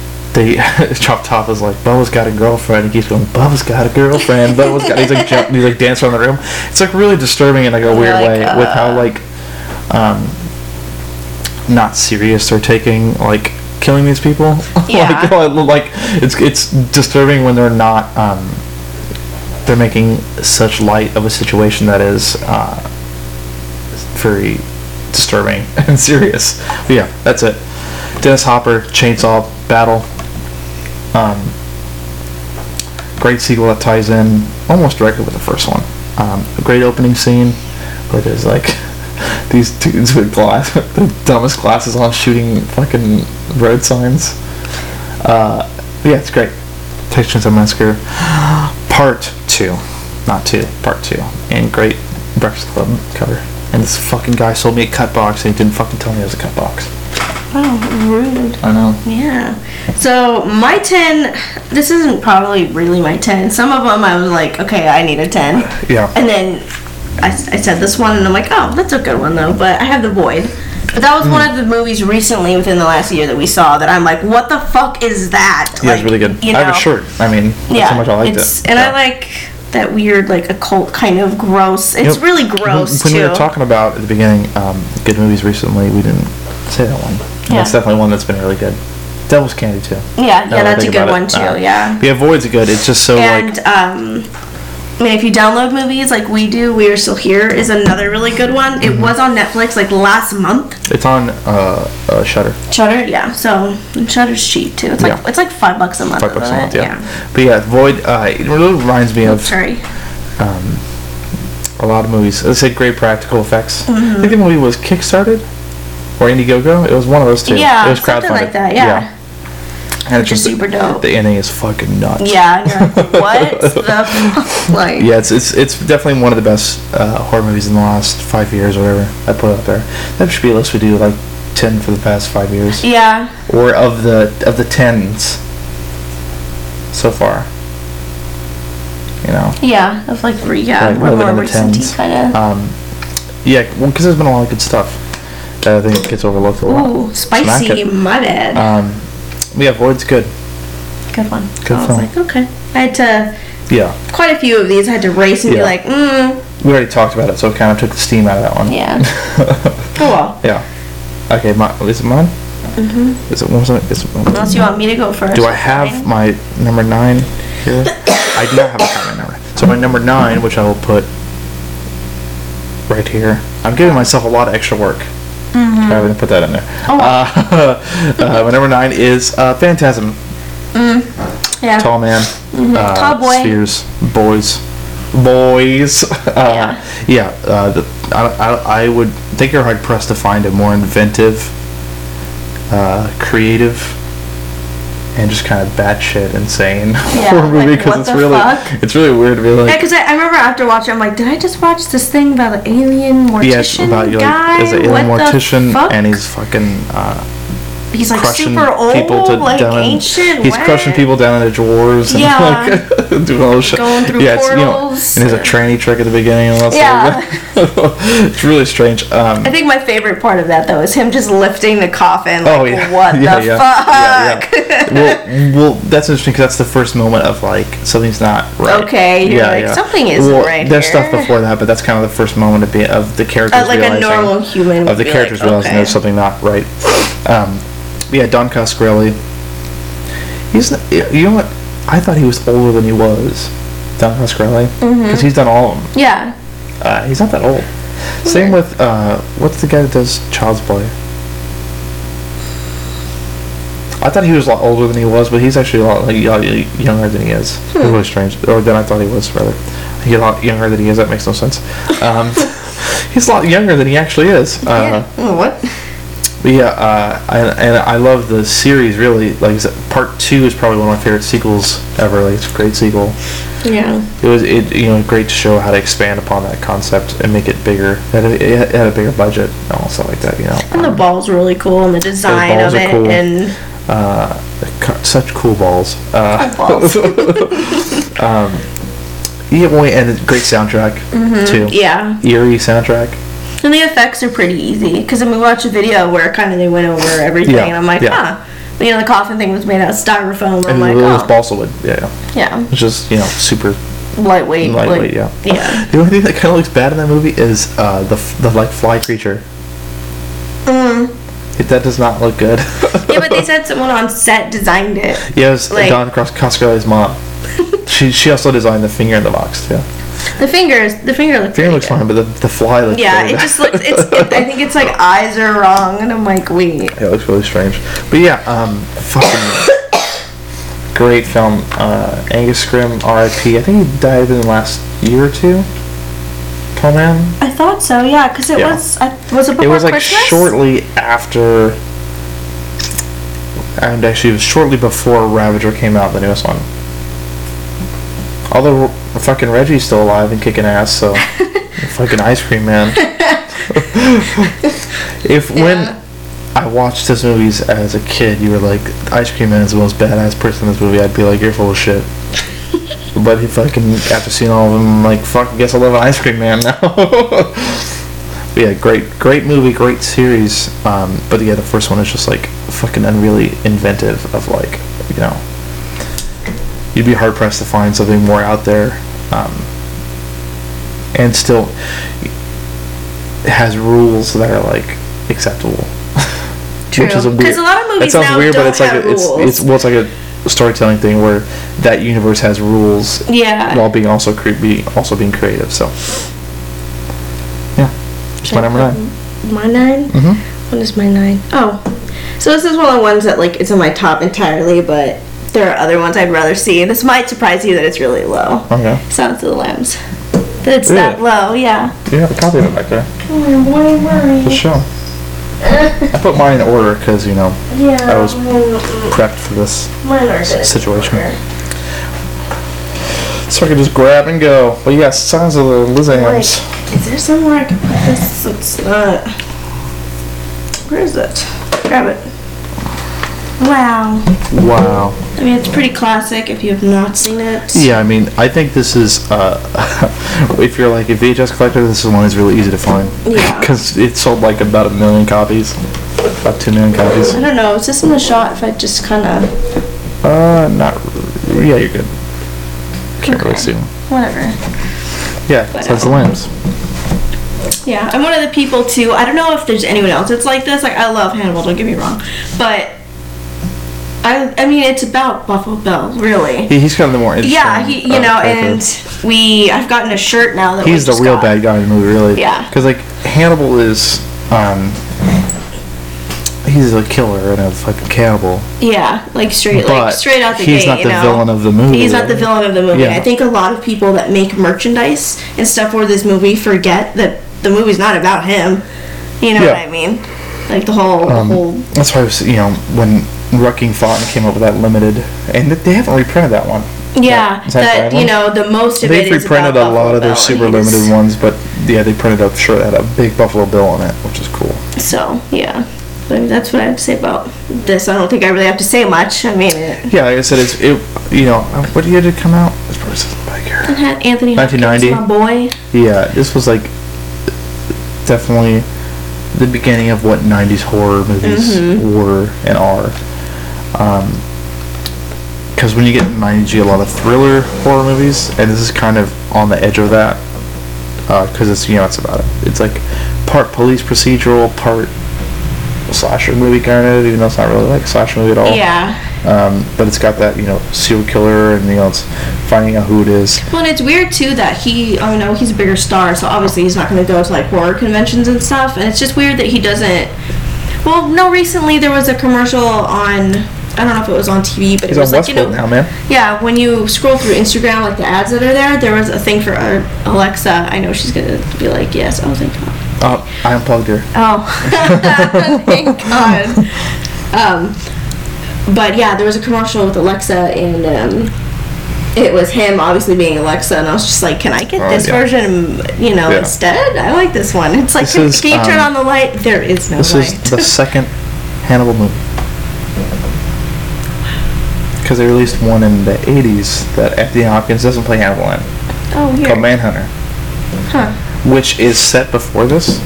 Speaker 4: they chopped top was like Bubba's got a girlfriend. He keeps going Bubba's got a girlfriend. Bubba's got. He's like jump, he's like dancing around the room. It's like really disturbing in like a weird
Speaker 7: Like, uh,
Speaker 4: way with how like um, not serious they're taking like killing these people.
Speaker 7: Yeah.
Speaker 4: like, like it's it's disturbing when they're not. Um, they're making such light of a situation that is uh, very disturbing and serious. But yeah, that's it. Dennis Hopper, Chainsaw Battle. Um, great sequel that ties in almost directly with the first one. Um, a great opening scene, but it's like these dudes with glass, the dumbest glasses on, shooting fucking road signs. Uh, but yeah, it's great. Texas of Massacre, part two, not two, part two, and great Breakfast Club cover. And this fucking guy sold me a cut box, and he didn't fucking tell me it was a cut box.
Speaker 7: Oh, rude.
Speaker 4: I know.
Speaker 7: Yeah. So my ten, this isn't probably really my ten. Some of them I was like, okay, I need a ten,
Speaker 4: Yeah.
Speaker 7: and then I, I said this one, and I'm like, oh, that's a good one though. But I have the void. But that was one
Speaker 4: Hmm.
Speaker 7: of the movies recently within the last year that we saw that I'm like, what the fuck is that?
Speaker 4: Yeah, it's
Speaker 7: Like,
Speaker 4: really good.
Speaker 7: you
Speaker 4: I have
Speaker 7: know.
Speaker 4: a shirt. I mean, that's
Speaker 7: Yeah,
Speaker 4: how much I liked
Speaker 7: it's,
Speaker 4: it.
Speaker 7: And
Speaker 4: Yeah.
Speaker 7: I like that weird, like occult kind of gross. It's
Speaker 4: Yep.
Speaker 7: really
Speaker 4: When-
Speaker 7: gross
Speaker 4: When
Speaker 7: too.
Speaker 4: we were talking about at the beginning, um, good movies recently, we didn't say that one. And That's
Speaker 7: Yeah.
Speaker 4: definitely one that's been really good. Devil's Candy too.
Speaker 7: yeah,
Speaker 4: Now that I
Speaker 7: yeah, that's a
Speaker 4: think
Speaker 7: good
Speaker 4: about it.
Speaker 7: one too.
Speaker 4: Uh,
Speaker 7: yeah.
Speaker 4: Yeah, Void's good. It's just so
Speaker 7: and
Speaker 4: like
Speaker 7: um I mean, if you download movies like we do, We Are Still Here is another really good one.
Speaker 4: Mm-hmm.
Speaker 7: It was on Netflix like last month.
Speaker 4: it's on uh, uh, Shutter.
Speaker 7: Shutter, yeah. So and Shutter's cheap too. It's like
Speaker 4: Yeah.
Speaker 7: it's like five bucks a month.
Speaker 4: Five bucks a
Speaker 7: isn't
Speaker 4: month.
Speaker 7: it?
Speaker 4: Yeah. But yeah, Void. Uh, it really reminds me of
Speaker 7: Sorry.
Speaker 4: um, a lot of movies. Let's say great practical effects. I
Speaker 7: Mm-hmm.
Speaker 4: think the movie was kickstarted or Indiegogo. It was one of those two.
Speaker 7: Yeah,
Speaker 4: it was
Speaker 7: something like
Speaker 4: crowdfunded.
Speaker 7: that, yeah.
Speaker 4: And it's
Speaker 7: Which is
Speaker 4: just
Speaker 7: super dope.
Speaker 4: The ending is fucking nuts.
Speaker 7: Yeah. And you're like, what the fuck? like?
Speaker 4: Yeah, it's it's it's definitely one of the best uh, horror movies in the last five years or whatever. I put it up there. That should be a list we do like ten for the past five years,
Speaker 7: Yeah.
Speaker 4: or of the of the tens so far. You know.
Speaker 7: Yeah. Of like re- yeah,
Speaker 4: Right,
Speaker 7: more,
Speaker 4: living
Speaker 7: more
Speaker 4: in the
Speaker 7: recent
Speaker 4: tens.
Speaker 7: kind of.
Speaker 4: Um, yeah, because there's been a lot of good stuff that I think gets overlooked a lot.
Speaker 7: Ooh,
Speaker 4: Smack
Speaker 7: spicy.
Speaker 4: it.
Speaker 7: My bad.
Speaker 4: Um, yeah, Void's good.
Speaker 7: good one.
Speaker 4: good
Speaker 7: I was
Speaker 4: film.
Speaker 7: like, okay. I had to
Speaker 4: Yeah,
Speaker 7: quite a few of these. I had to race and
Speaker 4: Yeah.
Speaker 7: be like, mm,
Speaker 4: we already talked about it, so it kind of took the steam out of that one.
Speaker 7: yeah. Oh well.
Speaker 4: yeah. Okay, my, is it mine? Mm-hmm. Is it, what was it, is it
Speaker 7: Unless you want me to go first.
Speaker 4: Do I have my number nine here? I do not have a comment number. So my number nine, which I will put right here. I'm giving myself a lot of extra work.
Speaker 7: Mm-hmm.
Speaker 4: I'm going to put that in there.
Speaker 7: Oh,
Speaker 4: Uh, uh, my number nine is uh, Phantasm.
Speaker 7: Mm, Yeah. Mm-hmm.
Speaker 4: Tall man. Uh,
Speaker 7: Tall boy.
Speaker 4: Spheres. Boys. Boys. Uh, yeah. uh, the, I, I, I would think you're hard pressed to find a more inventive, uh, creative, and just kind of batshit insane horror movie
Speaker 7: like,
Speaker 4: because
Speaker 7: what
Speaker 4: it's
Speaker 7: the
Speaker 4: really
Speaker 7: fuck?
Speaker 4: it's really weird to be
Speaker 7: Yeah,
Speaker 4: like
Speaker 7: because I, I remember after watching, I'm like, did I just watch this thing about an alien mortician
Speaker 4: yeah, it's about you
Speaker 7: guy?
Speaker 4: like is it
Speaker 7: what
Speaker 4: alien
Speaker 7: the
Speaker 4: mortician
Speaker 7: fuck?
Speaker 4: and he's fucking uh,
Speaker 7: he's like
Speaker 4: crushing
Speaker 7: super old,
Speaker 4: people to
Speaker 7: like
Speaker 4: down
Speaker 7: ancient.
Speaker 4: in, he's
Speaker 7: what?
Speaker 4: crushing people down in the drawers and
Speaker 7: Yeah.
Speaker 4: like doing all this shit
Speaker 7: Going through
Speaker 4: yeah, it's, you know,
Speaker 7: portals.
Speaker 4: and there's a training trick at the beginning and all
Speaker 7: Yeah.
Speaker 4: that stuff. it's really strange um
Speaker 7: I think my favorite part of that though is him just lifting the coffin. Like,
Speaker 4: Oh yeah.
Speaker 7: What
Speaker 4: yeah,
Speaker 7: the
Speaker 4: yeah.
Speaker 7: fuck?
Speaker 4: Yeah, yeah. well, well, that's interesting because that's the first moment of like something's not right.
Speaker 7: Okay, you're like, "Something isn't
Speaker 4: well,
Speaker 7: right
Speaker 4: There's stuff
Speaker 7: here."
Speaker 4: before that, but that's kind of the first moment of, be, of the characters
Speaker 7: Uh, like a
Speaker 4: realizing
Speaker 7: normal human would
Speaker 4: of the
Speaker 7: be
Speaker 4: characters
Speaker 7: like,
Speaker 4: realizing
Speaker 7: okay.
Speaker 4: there's something not right. Um, yeah, Don Coscarelli. He's not, you know what? I thought he was older than he was. Don Coscarelli, because
Speaker 7: Mm-hmm.
Speaker 4: he's done all of them.
Speaker 7: Yeah.
Speaker 4: Uh, he's not that old. Same with uh, what's the guy that does Child's Play? I thought he was a lot older than he was, but he's actually a lot like, y- y- younger than he is. It's Really strange, or than I thought he was. Rather, he's a lot younger than he is. That makes no sense. Um, he's a lot younger than he actually is. Uh,
Speaker 7: Oh, What?
Speaker 4: but yeah, uh, I, and I love the series. Really, like I said, part two is probably one of my favorite sequels ever. Like it's a great sequel
Speaker 7: Yeah.
Speaker 4: it was it you know great to show how to expand upon that concept and make it bigger. It had a, it had a bigger budget and all stuff like that. You know,
Speaker 7: And the ball's really cool, and the design
Speaker 4: balls
Speaker 7: of
Speaker 4: are
Speaker 7: it,
Speaker 4: cool.
Speaker 7: and
Speaker 4: uh, cu- such cool balls. Uh,
Speaker 7: balls.
Speaker 4: yeah, boy, E and a great soundtrack too.
Speaker 7: Mm-hmm. yeah,
Speaker 4: Eerie soundtrack.
Speaker 7: And the effects are pretty easy because I mean, we watched a video where kind of they went over everything,
Speaker 4: Yeah,
Speaker 7: and I'm like,
Speaker 4: yeah.
Speaker 7: huh. You know, the coffin thing was made out of styrofoam. I'm
Speaker 4: And
Speaker 7: like,
Speaker 4: it was
Speaker 7: oh,
Speaker 4: balsa wood. Yeah, yeah.
Speaker 7: yeah,
Speaker 4: It's just you know super
Speaker 7: lightweight. like-
Speaker 4: lightweight. yeah.
Speaker 7: Yeah.
Speaker 4: The only thing that kind of looks bad in that movie is uh, the f- the like fly creature.
Speaker 7: Mm.
Speaker 4: It, that does not look good.
Speaker 7: Yeah, but they said someone on set designed it.
Speaker 4: yeah, it was
Speaker 7: like-
Speaker 4: Don Cos- Coscarelli's mom. she she also designed the finger in the box too.
Speaker 7: The fingers, the finger looked.
Speaker 4: Finger
Speaker 7: pretty
Speaker 4: looks
Speaker 7: good.
Speaker 4: fine, but the, the fly looks.
Speaker 7: Yeah,
Speaker 4: really
Speaker 7: it
Speaker 4: bad.
Speaker 7: just looks. It's. It, I think it's like eyes are wrong, and I'm like, wait.
Speaker 4: Yeah, it looks really strange. But yeah, um, fucking great film. Uh, Angus Scrimm, R.I.P. I think he died within the last year or two. Tall man.
Speaker 7: I thought so. Yeah, because it
Speaker 4: Yeah.
Speaker 7: was. I, was it before
Speaker 4: it was like
Speaker 7: Oh, Christmas?
Speaker 4: shortly after and actually it was shortly before ravager came out the newest one although fucking reggie's still alive and kicking ass so fucking ice cream man if when i watched his movies as a kid you were like ice cream man is the most badass person in this movie i'd be like you're full of shit but he fucking after seeing all of them I'm like fuck i guess i love ice cream man now But yeah, great, great movie, great series. Um, but yeah, the first one is just like fucking unreally inventive. Of like, you know, you'd be hard pressed to find something more out there, um, and still it has rules that are like acceptable. Which is a
Speaker 7: True. 'Cause
Speaker 4: weird.
Speaker 7: a lot of movies
Speaker 4: that sounds
Speaker 7: now
Speaker 4: weird,
Speaker 7: don't
Speaker 4: but it's like
Speaker 7: have
Speaker 4: a, it's
Speaker 7: rules.
Speaker 4: it's well, it's like a storytelling thing where that universe has rules
Speaker 7: Yeah.
Speaker 4: while being also cre- be also being creative. So yeah, it's my number nine.
Speaker 7: My 9 Mm-hmm. What is my nine? Oh, so this is one of the ones that like it's in my top entirely, but there are other ones I'd rather see. This might surprise you that it's really low.
Speaker 4: Okay.
Speaker 7: Sounds of the Lambs. That it's that
Speaker 4: Really?
Speaker 7: low, yeah.
Speaker 4: You have a copy of it back there. Just show. 'em. I put mine in order because you know I was prepped for this situation, so I could just grab and go. But yeah, Signs of the Lizards.
Speaker 7: Is there somewhere I can put this? It's not. Where is it? Grab it. Wow.
Speaker 4: Wow.
Speaker 7: I mean, it's pretty classic if you have not seen it.
Speaker 4: Yeah, I mean, I think this is uh, if you're like a VHS collector, this is one that's really easy to find.
Speaker 7: Yeah.
Speaker 4: Because it sold like about a million copies, about two million copies.
Speaker 7: I don't know. Is this in the shot if I just kind of.
Speaker 4: Uh, not. Yeah, you're good. Can't really see 'em.
Speaker 7: Whatever.
Speaker 4: Yeah, so it's the
Speaker 7: um,
Speaker 4: limbs.
Speaker 7: Yeah, I'm one of the people too. I don't know if there's anyone else that's like this. Like, I love Hannibal. Don't get me wrong, but I, I mean, it's about Buffalo Bill, really.
Speaker 4: He, he's kind of the more interesting.
Speaker 7: Yeah, he, you
Speaker 4: uh,
Speaker 7: know,
Speaker 4: character.
Speaker 7: and we, I've gotten a shirt now that we
Speaker 4: he's the
Speaker 7: just
Speaker 4: real
Speaker 7: got.
Speaker 4: bad guy in the movie, really.
Speaker 7: Yeah.
Speaker 4: Because like Hannibal is, um, he's a killer and a fucking cannibal.
Speaker 7: Yeah, like straight, like
Speaker 4: But
Speaker 7: straight out the
Speaker 4: he's
Speaker 7: gate.
Speaker 4: not
Speaker 7: you
Speaker 4: the
Speaker 7: know?
Speaker 4: villain of the movie,
Speaker 7: He's not the
Speaker 4: really.
Speaker 7: villain of the movie.
Speaker 4: Yeah.
Speaker 7: I think a lot of people that make merchandise and stuff for this movie forget that the movie's not about him. You know
Speaker 4: Yeah. Um,
Speaker 7: what I mean? Like the whole, the whole.
Speaker 4: That's why I was, you know, when Rucking Thornton came up with that limited, and th- they haven't reprinted that one.
Speaker 7: Yeah,
Speaker 4: Is
Speaker 7: that
Speaker 4: the
Speaker 7: you
Speaker 4: one?
Speaker 7: know, the most of it
Speaker 4: They've
Speaker 7: is about
Speaker 4: reprinted a lot
Speaker 7: Buffalo
Speaker 4: of their
Speaker 7: Bill,
Speaker 4: super
Speaker 7: and he's-
Speaker 4: limited ones, but yeah, they printed up sure that had a big Buffalo Bill on it, which is cool.
Speaker 7: So yeah, but I mean, that's what I have to say about this. I don't think I really have to say much. I mean, it
Speaker 4: Yeah, like I said, it's it. You know, uh, what year did it come out? It's probably something back here.
Speaker 7: had Anthony
Speaker 4: 1990.
Speaker 7: Hopkins, my boy.
Speaker 4: Yeah, this was like definitely the beginning of what 90s horror movies
Speaker 7: Mm-hmm.
Speaker 4: were and are. Because when you get in 90s, you get a lot of thriller horror movies, and this is kind of on the edge of that. Because it's, you know, it's about it. It's like part police procedural, part slasher movie kind of, even though it's not really like a slasher movie at all.
Speaker 7: Yeah.
Speaker 4: Um, but it's got that, you know, serial killer and, you know, it's finding out who it is.
Speaker 7: Well, and it's weird too that he. Oh no, he's a bigger star, so obviously he's not going to go to like horror conventions and stuff. And it's just weird that he doesn't. Well, no. Recently there was a commercial on. I don't know if it was on TV, but
Speaker 4: He's on
Speaker 7: it was like
Speaker 4: Westworld
Speaker 7: you know.
Speaker 4: now, man.
Speaker 7: Yeah, when you scroll through Instagram, like the ads that are there, there was a thing for uh, Alexa. I know she's gonna be like, yes, oh thank God.
Speaker 4: Uh, I unplugged her.
Speaker 7: Oh, thank God. Um, but yeah, there was a commercial with Alexa, and um, it was him obviously being Alexa, and I was just like, "Can I get
Speaker 4: Oh,
Speaker 7: this
Speaker 4: yeah.
Speaker 7: version, um, you know,
Speaker 4: Yeah.
Speaker 7: instead? I like this one. It's like,
Speaker 4: This
Speaker 7: can,
Speaker 4: is,
Speaker 7: can you turn
Speaker 4: um,
Speaker 7: on the light? There is no
Speaker 4: This
Speaker 7: light.
Speaker 4: is the second Hannibal movie. Because they released one in the 80s that Anthony Hopkins doesn't play Hannibal in,
Speaker 7: oh,
Speaker 4: called
Speaker 7: here.
Speaker 4: Manhunter. Which is set before this.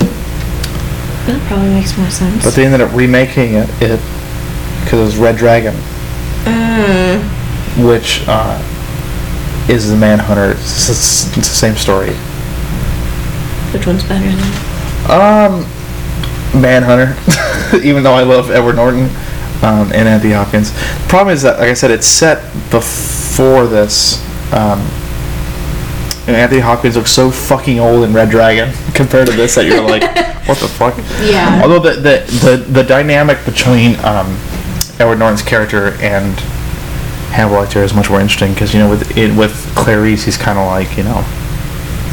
Speaker 8: That probably makes more sense.
Speaker 4: But they ended up remaking it because it, 'cause it was Red Dragon,
Speaker 7: Mm.
Speaker 4: which uh, is the Manhunter. It's, it's, it's the same story.
Speaker 8: Which one's better then?
Speaker 4: Um, Manhunter. Even though I love Edward Norton um, and Anthony Hopkins, the problem is that, like I said, it's set before this, um, and Anthony Hopkins looks so fucking old in Red Dragon compared to this that you're like, what the fuck?
Speaker 7: Yeah.
Speaker 4: Although the the the, the dynamic between um, Edward Norton's character and Hannibal Lecter is much more interesting because you know with in, with Clarice he's kind of like you know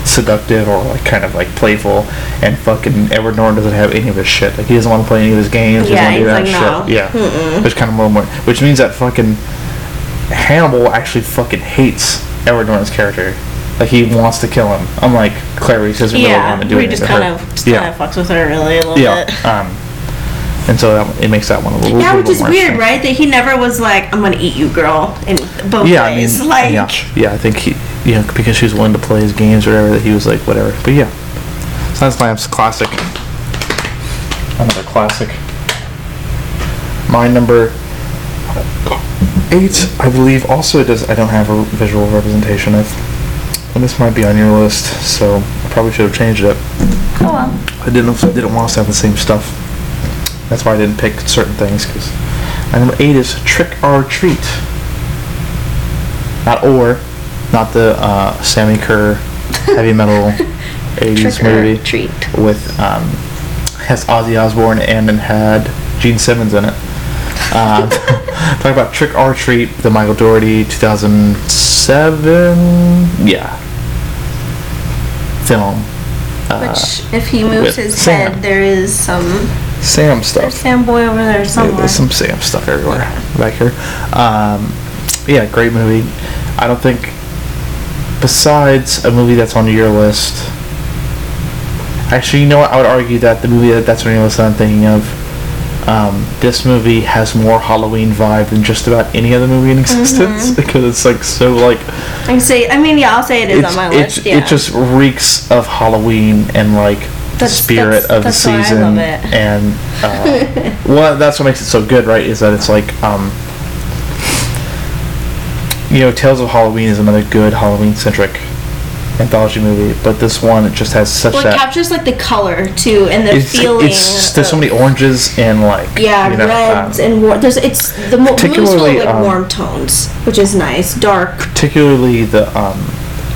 Speaker 4: seductive or like kind of like playful and fucking Edward Norton doesn't have any of his shit. Like he doesn't want to play any of his games.
Speaker 7: Yeah,
Speaker 4: he doesn't want to
Speaker 7: he's
Speaker 4: do that
Speaker 7: like,
Speaker 4: shit. Yeah. Which kind of a little more which means that fucking Hannibal actually fucking hates Edward Norton's character. Like he wants to kill him. Unlike Clarice doesn't really
Speaker 7: Yeah,
Speaker 4: want to do
Speaker 7: we
Speaker 4: anything
Speaker 7: just
Speaker 4: to
Speaker 7: kind
Speaker 4: her.
Speaker 7: of just
Speaker 4: yeah.
Speaker 7: kind of fucks with her really a little
Speaker 4: yeah.
Speaker 7: bit.
Speaker 4: Um and so that, it makes that one a little
Speaker 7: Yeah,
Speaker 4: little
Speaker 7: which is
Speaker 4: more
Speaker 7: weird,
Speaker 4: interesting.
Speaker 7: right? That he never was like, "I'm gonna eat you, girl," in both
Speaker 4: yeah, I mean,
Speaker 7: ways. like,
Speaker 4: yeah, yeah, I think he, you know, because she was willing to play his games or whatever, that he was like, whatever. But yeah, Science Lab's classic. Another classic. My number eight, I believe, also does. I don't have a visual representation of, and this might be on your list, so I probably should have changed it.
Speaker 8: Go on.
Speaker 4: I didn't didn't want us to have the same stuff. That's why I didn't pick certain things because number eight is trick or treat. Not or, not the uh, Sammy Kerr heavy metal '80s
Speaker 8: Trick or
Speaker 4: movie
Speaker 8: treat.
Speaker 4: with um, has Ozzy Osbourne and it had Gene Simmons in it. Uh, talk about Trick or Treat, the Michael Doherty 2007, yeah, film.
Speaker 7: which if he moves
Speaker 4: uh, with
Speaker 7: his
Speaker 4: Sam.
Speaker 7: head, there is some
Speaker 4: Sam stuff.
Speaker 7: there's Sam Boy over there
Speaker 4: Yeah,
Speaker 7: somewhere.
Speaker 4: there's some Sam stuff everywhere back here. Um, yeah, great movie. I don't think, besides a movie that's on your list, actually, you know what? I would argue that the movie that that's on your list that I'm thinking of, um, this movie has more Halloween vibe than just about any other movie in existence because it's like so like
Speaker 7: I can say, I mean, yeah, I'll say it is on
Speaker 4: it's,
Speaker 7: my
Speaker 4: it's,
Speaker 7: list. Yeah,
Speaker 4: it just reeks of Halloween and like the
Speaker 7: That's-
Speaker 4: spirit
Speaker 7: that's-
Speaker 4: of
Speaker 7: that's why I
Speaker 4: the
Speaker 7: love
Speaker 4: season.
Speaker 7: it.
Speaker 4: And uh, well, that's what makes it so good, right? Is that it's like um, you know, Tales of Halloween is another good Halloween-centric anthology movie, but this one it just has such
Speaker 7: well, it
Speaker 4: that.
Speaker 7: captures like the color too and the
Speaker 4: it's,
Speaker 7: feeling.
Speaker 4: it's there's so
Speaker 7: of-
Speaker 4: many oranges and like
Speaker 7: Yeah,
Speaker 4: you know,
Speaker 7: reds
Speaker 4: um,
Speaker 7: and warm. There's it's the mo- blues full of
Speaker 4: particularly,
Speaker 7: like
Speaker 4: um,
Speaker 7: warm tones, which is nice. Dark.
Speaker 4: particularly the um,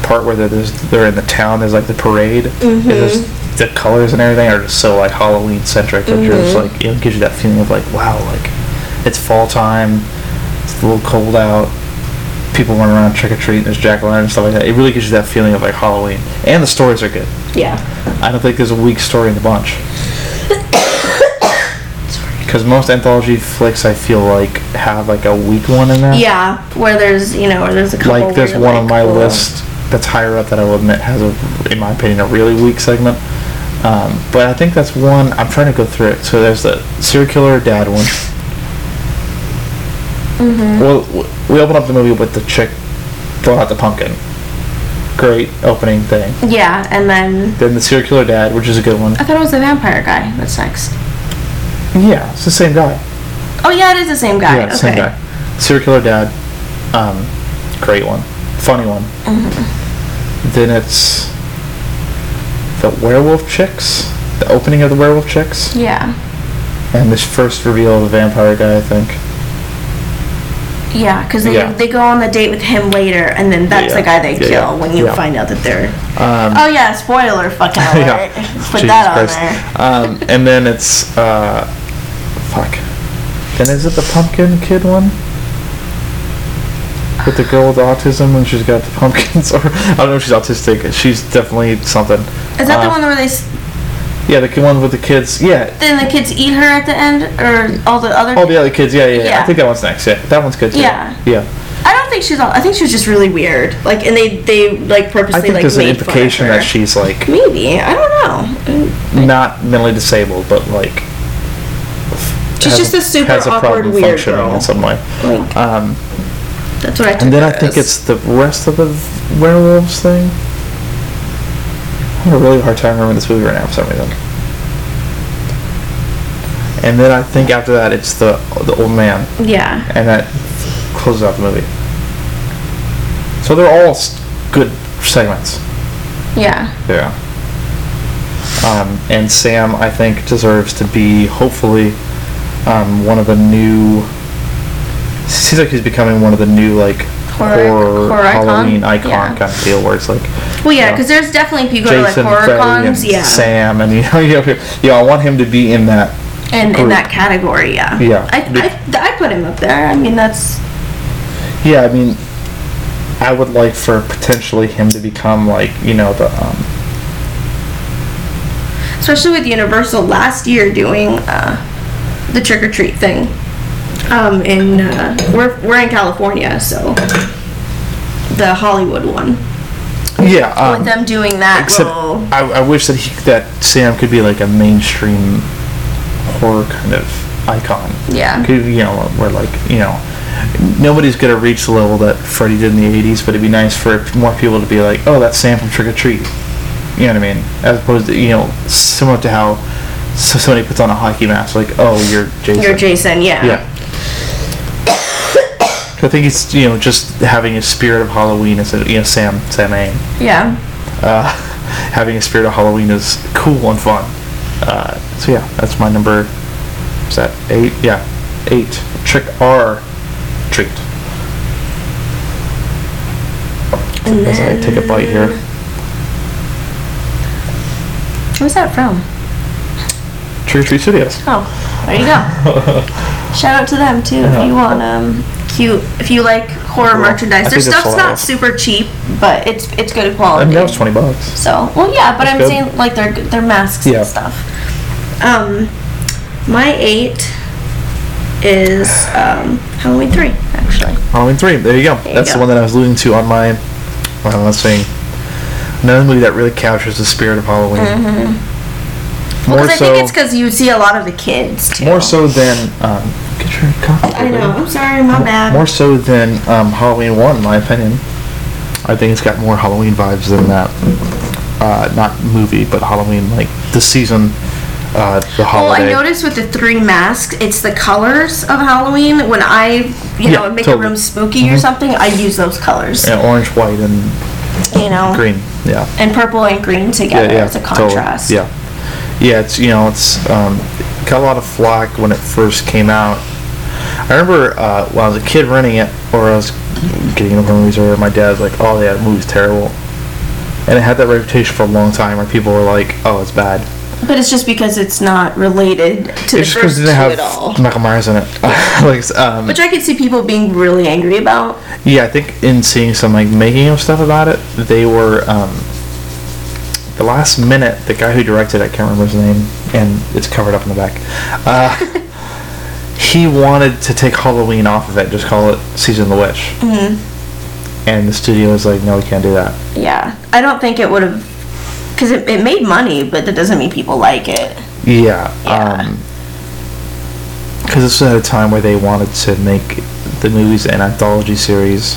Speaker 4: part where they're, there's- they're in the town. There's like the parade. And there's, the colors and everything are just so like Halloween centric. That you're just like it gives you that feeling of like wow, like it's fall time. It's a little cold out. People run around trick or treating. There's jack o' lantern and stuff like that. It really gives you that feeling of like Halloween. And the stories are good.
Speaker 7: Yeah,
Speaker 4: I don't think there's a weak story in the bunch. Because most anthology flicks, I feel like have like a weak one in there
Speaker 7: yeah. Where there's you know where there's a couple.
Speaker 4: like there's
Speaker 7: where
Speaker 4: one
Speaker 7: you're
Speaker 4: on my
Speaker 7: "Whoa."
Speaker 4: list that's higher up that I will admit has a, in my opinion, a really weak segment. Um, but I think that's one I'm trying to go through it. So there's the serial killer dad one. Well, w- we open up the movie with the chick throwing out the pumpkin. Great opening thing.
Speaker 7: Yeah, and then
Speaker 4: Then the serial killer dad, which is a good one.
Speaker 7: I thought it was the vampire guy. That's next.
Speaker 4: Yeah, it's the same guy.
Speaker 7: Oh yeah, it is the same guy.
Speaker 4: Yeah,
Speaker 7: okay.
Speaker 4: same guy. Serial killer dad. Um, great one. Funny one.
Speaker 7: Mm-hmm.
Speaker 4: Then it's the werewolf chicks. The opening of the werewolf chicks,
Speaker 7: Yeah,
Speaker 4: and this first reveal of the vampire guy. I think.
Speaker 7: yeah. Because they
Speaker 4: Yeah.
Speaker 7: they go on the date with him later, and then that's
Speaker 4: Yeah,
Speaker 7: the guy they
Speaker 4: yeah,
Speaker 7: kill
Speaker 4: yeah,
Speaker 7: when you
Speaker 4: yeah.
Speaker 7: find out that they're.
Speaker 4: Um,
Speaker 7: Oh yeah, spoiler fucking alert. Put
Speaker 4: Jesus
Speaker 7: that on
Speaker 4: Christ. Um,
Speaker 7: there.
Speaker 4: and then it's uh, fuck. Then is it the pumpkin kid one? With the girl with autism and she's got the pumpkins, or I don't know if she's autistic. She's definitely something.
Speaker 7: Is that
Speaker 4: Uh,
Speaker 7: the one where they s-
Speaker 4: Yeah, the kid- one with the kids. Yeah,
Speaker 7: then the kids eat her at the end, or all the other?
Speaker 4: all the other kids. Yeah, yeah, yeah. I
Speaker 7: Yeah.
Speaker 4: think that one's next. Yeah, that one's good too.
Speaker 7: Yeah.
Speaker 4: yeah.
Speaker 7: I don't think she's all. I think she was just really weird. Like, and they they like purposely
Speaker 4: I think
Speaker 7: like
Speaker 4: there's an
Speaker 7: made fun of
Speaker 4: implication
Speaker 7: her.
Speaker 4: that she's like
Speaker 7: maybe I don't know.
Speaker 4: not mentally disabled, but like
Speaker 7: She's just a super
Speaker 4: has a
Speaker 7: awkward
Speaker 4: problem
Speaker 7: weird
Speaker 4: functioning
Speaker 7: girl.
Speaker 4: in some way.
Speaker 7: Like,
Speaker 4: Um,
Speaker 7: that's what I. Took
Speaker 4: and then I
Speaker 7: her
Speaker 4: think
Speaker 7: as.
Speaker 4: it's the rest of the v- werewolves thing. I'm having a really hard time remembering this movie right now for some reason. and then I think after that it's the the old man,
Speaker 9: Yeah.
Speaker 4: and that closes out the movie. So they're all s- good segments.
Speaker 9: Yeah.
Speaker 4: Yeah. Um, and Sam, I think, deserves to be hopefully um, one of the new. Seems like he's becoming one of the new like
Speaker 9: Horror-
Speaker 4: horror,
Speaker 9: horror icon?
Speaker 4: Halloween icon
Speaker 9: Yeah.
Speaker 4: kind of deal, where it's like.
Speaker 9: Well, yeah,
Speaker 4: you know,
Speaker 9: because there's definitely if you go to
Speaker 4: Jason,
Speaker 9: like horror
Speaker 4: Freddy,
Speaker 9: cons,
Speaker 4: and
Speaker 9: yeah,
Speaker 4: Sam, and you know, you know, yeah, I want him to be in that.
Speaker 7: and in
Speaker 4: group.
Speaker 7: that category, yeah.
Speaker 4: Yeah.
Speaker 7: I, I, I put him up there. I mean, that's
Speaker 4: Yeah, I mean, I would like for potentially him to become like you know the um,
Speaker 7: especially with Universal last year doing uh, the trick or treat thing. Um, in uh, we're we're in California, so the Hollywood one
Speaker 4: yeah. Um,
Speaker 7: with them doing that
Speaker 4: Except
Speaker 7: role.
Speaker 4: I, I wish that he that Sam could be like a mainstream horror kind of icon.
Speaker 7: Yeah.
Speaker 4: Could, you know, where like you know, nobody's gonna reach the level that Freddy did in the '80s, but it'd be nice for more people to be like, oh, that's Sam from Trick or Treat. You know what I mean? As opposed to you know, similar to how so somebody puts on a hockey mask, like, oh, you're Jason.
Speaker 7: You're Jason, yeah.
Speaker 4: Yeah. I think it's you know just having a spirit of Halloween instead of you know Sam Sam Aim
Speaker 7: Yeah.
Speaker 4: uh, having a spirit of Halloween is cool and fun. Uh, so yeah, that's my number. Is that eight? Yeah, eight. Trick R, treat. As I take a bite here,
Speaker 9: Who's that from?
Speaker 4: Trick or Treat Studios.
Speaker 7: Oh, there you go. Shout out to them too if you want um cute if you like horror
Speaker 4: Cool. I
Speaker 7: merchandise. Their
Speaker 4: think that's
Speaker 7: stuff's
Speaker 4: all I
Speaker 7: not
Speaker 4: have.
Speaker 7: super cheap, but it's it's good quality.
Speaker 4: I mean, that was twenty bucks.
Speaker 7: So, well, yeah, but
Speaker 4: That's
Speaker 7: I'm
Speaker 4: good.
Speaker 7: saying like their their masks
Speaker 4: Yeah.
Speaker 7: and stuff. Um, my eight is um, Halloween three actually.
Speaker 4: Halloween three. There you go.
Speaker 7: you
Speaker 4: that's
Speaker 7: go.
Speaker 4: the one that I was alluding to on my when I was saying another movie that really captures the spirit of Halloween. More
Speaker 7: Because Mm-hmm. I
Speaker 4: so,
Speaker 7: think it's because you see a lot of the kids too.
Speaker 4: more so than um, get your coffee.
Speaker 7: I
Speaker 4: baby.
Speaker 7: know. I'm sorry. My bad.
Speaker 4: More so than um, Halloween 1, in my opinion. I think it's got more Halloween vibes than that. Uh, not movie, but Halloween, like the season, uh, the
Speaker 7: Well, Oh, I
Speaker 4: holiday.
Speaker 7: noticed with the three masks, it's the colors of Halloween. When I, you
Speaker 4: Yeah,
Speaker 7: know,
Speaker 4: totally.
Speaker 7: make
Speaker 4: Mm-hmm.
Speaker 7: a room spooky or something, I use those colors.
Speaker 4: Yeah, orange, white, and
Speaker 7: You know,
Speaker 4: green. Yeah.
Speaker 7: and purple and green together
Speaker 4: Yeah, yeah.
Speaker 7: as a
Speaker 4: totally.
Speaker 7: contrast.
Speaker 4: Yeah. Yeah, it's, you know, it's um, it got a lot of flack when it first came out. I remember uh, when I was a kid renting it, or I was getting into movies, or my dad was like, oh, yeah, the movie's terrible. And it had that reputation for a long time where people were like, oh, it's bad.
Speaker 7: But it's just because it's not related to
Speaker 4: It's
Speaker 7: the
Speaker 4: just because
Speaker 7: first
Speaker 4: it
Speaker 7: two
Speaker 4: didn't
Speaker 7: at
Speaker 4: have
Speaker 7: all.
Speaker 4: Michael Myers in it. like, um,
Speaker 7: Which I could see people being really angry about.
Speaker 4: yeah, I think in seeing some like making of stuff about it, they were um, the last minute. The guy who directed, it, I can't remember his name, and it's covered up in the back. Uh, he wanted to take Halloween off of it, just call it Season of the Witch. Mm-hmm. And the studio was like, "No, we can't do that."
Speaker 7: Yeah. I don't think it would have. Because it, it made money, but that doesn't mean people like it.
Speaker 4: Yeah. Um 'cause because this was at a time where they wanted to make the movies an anthology series.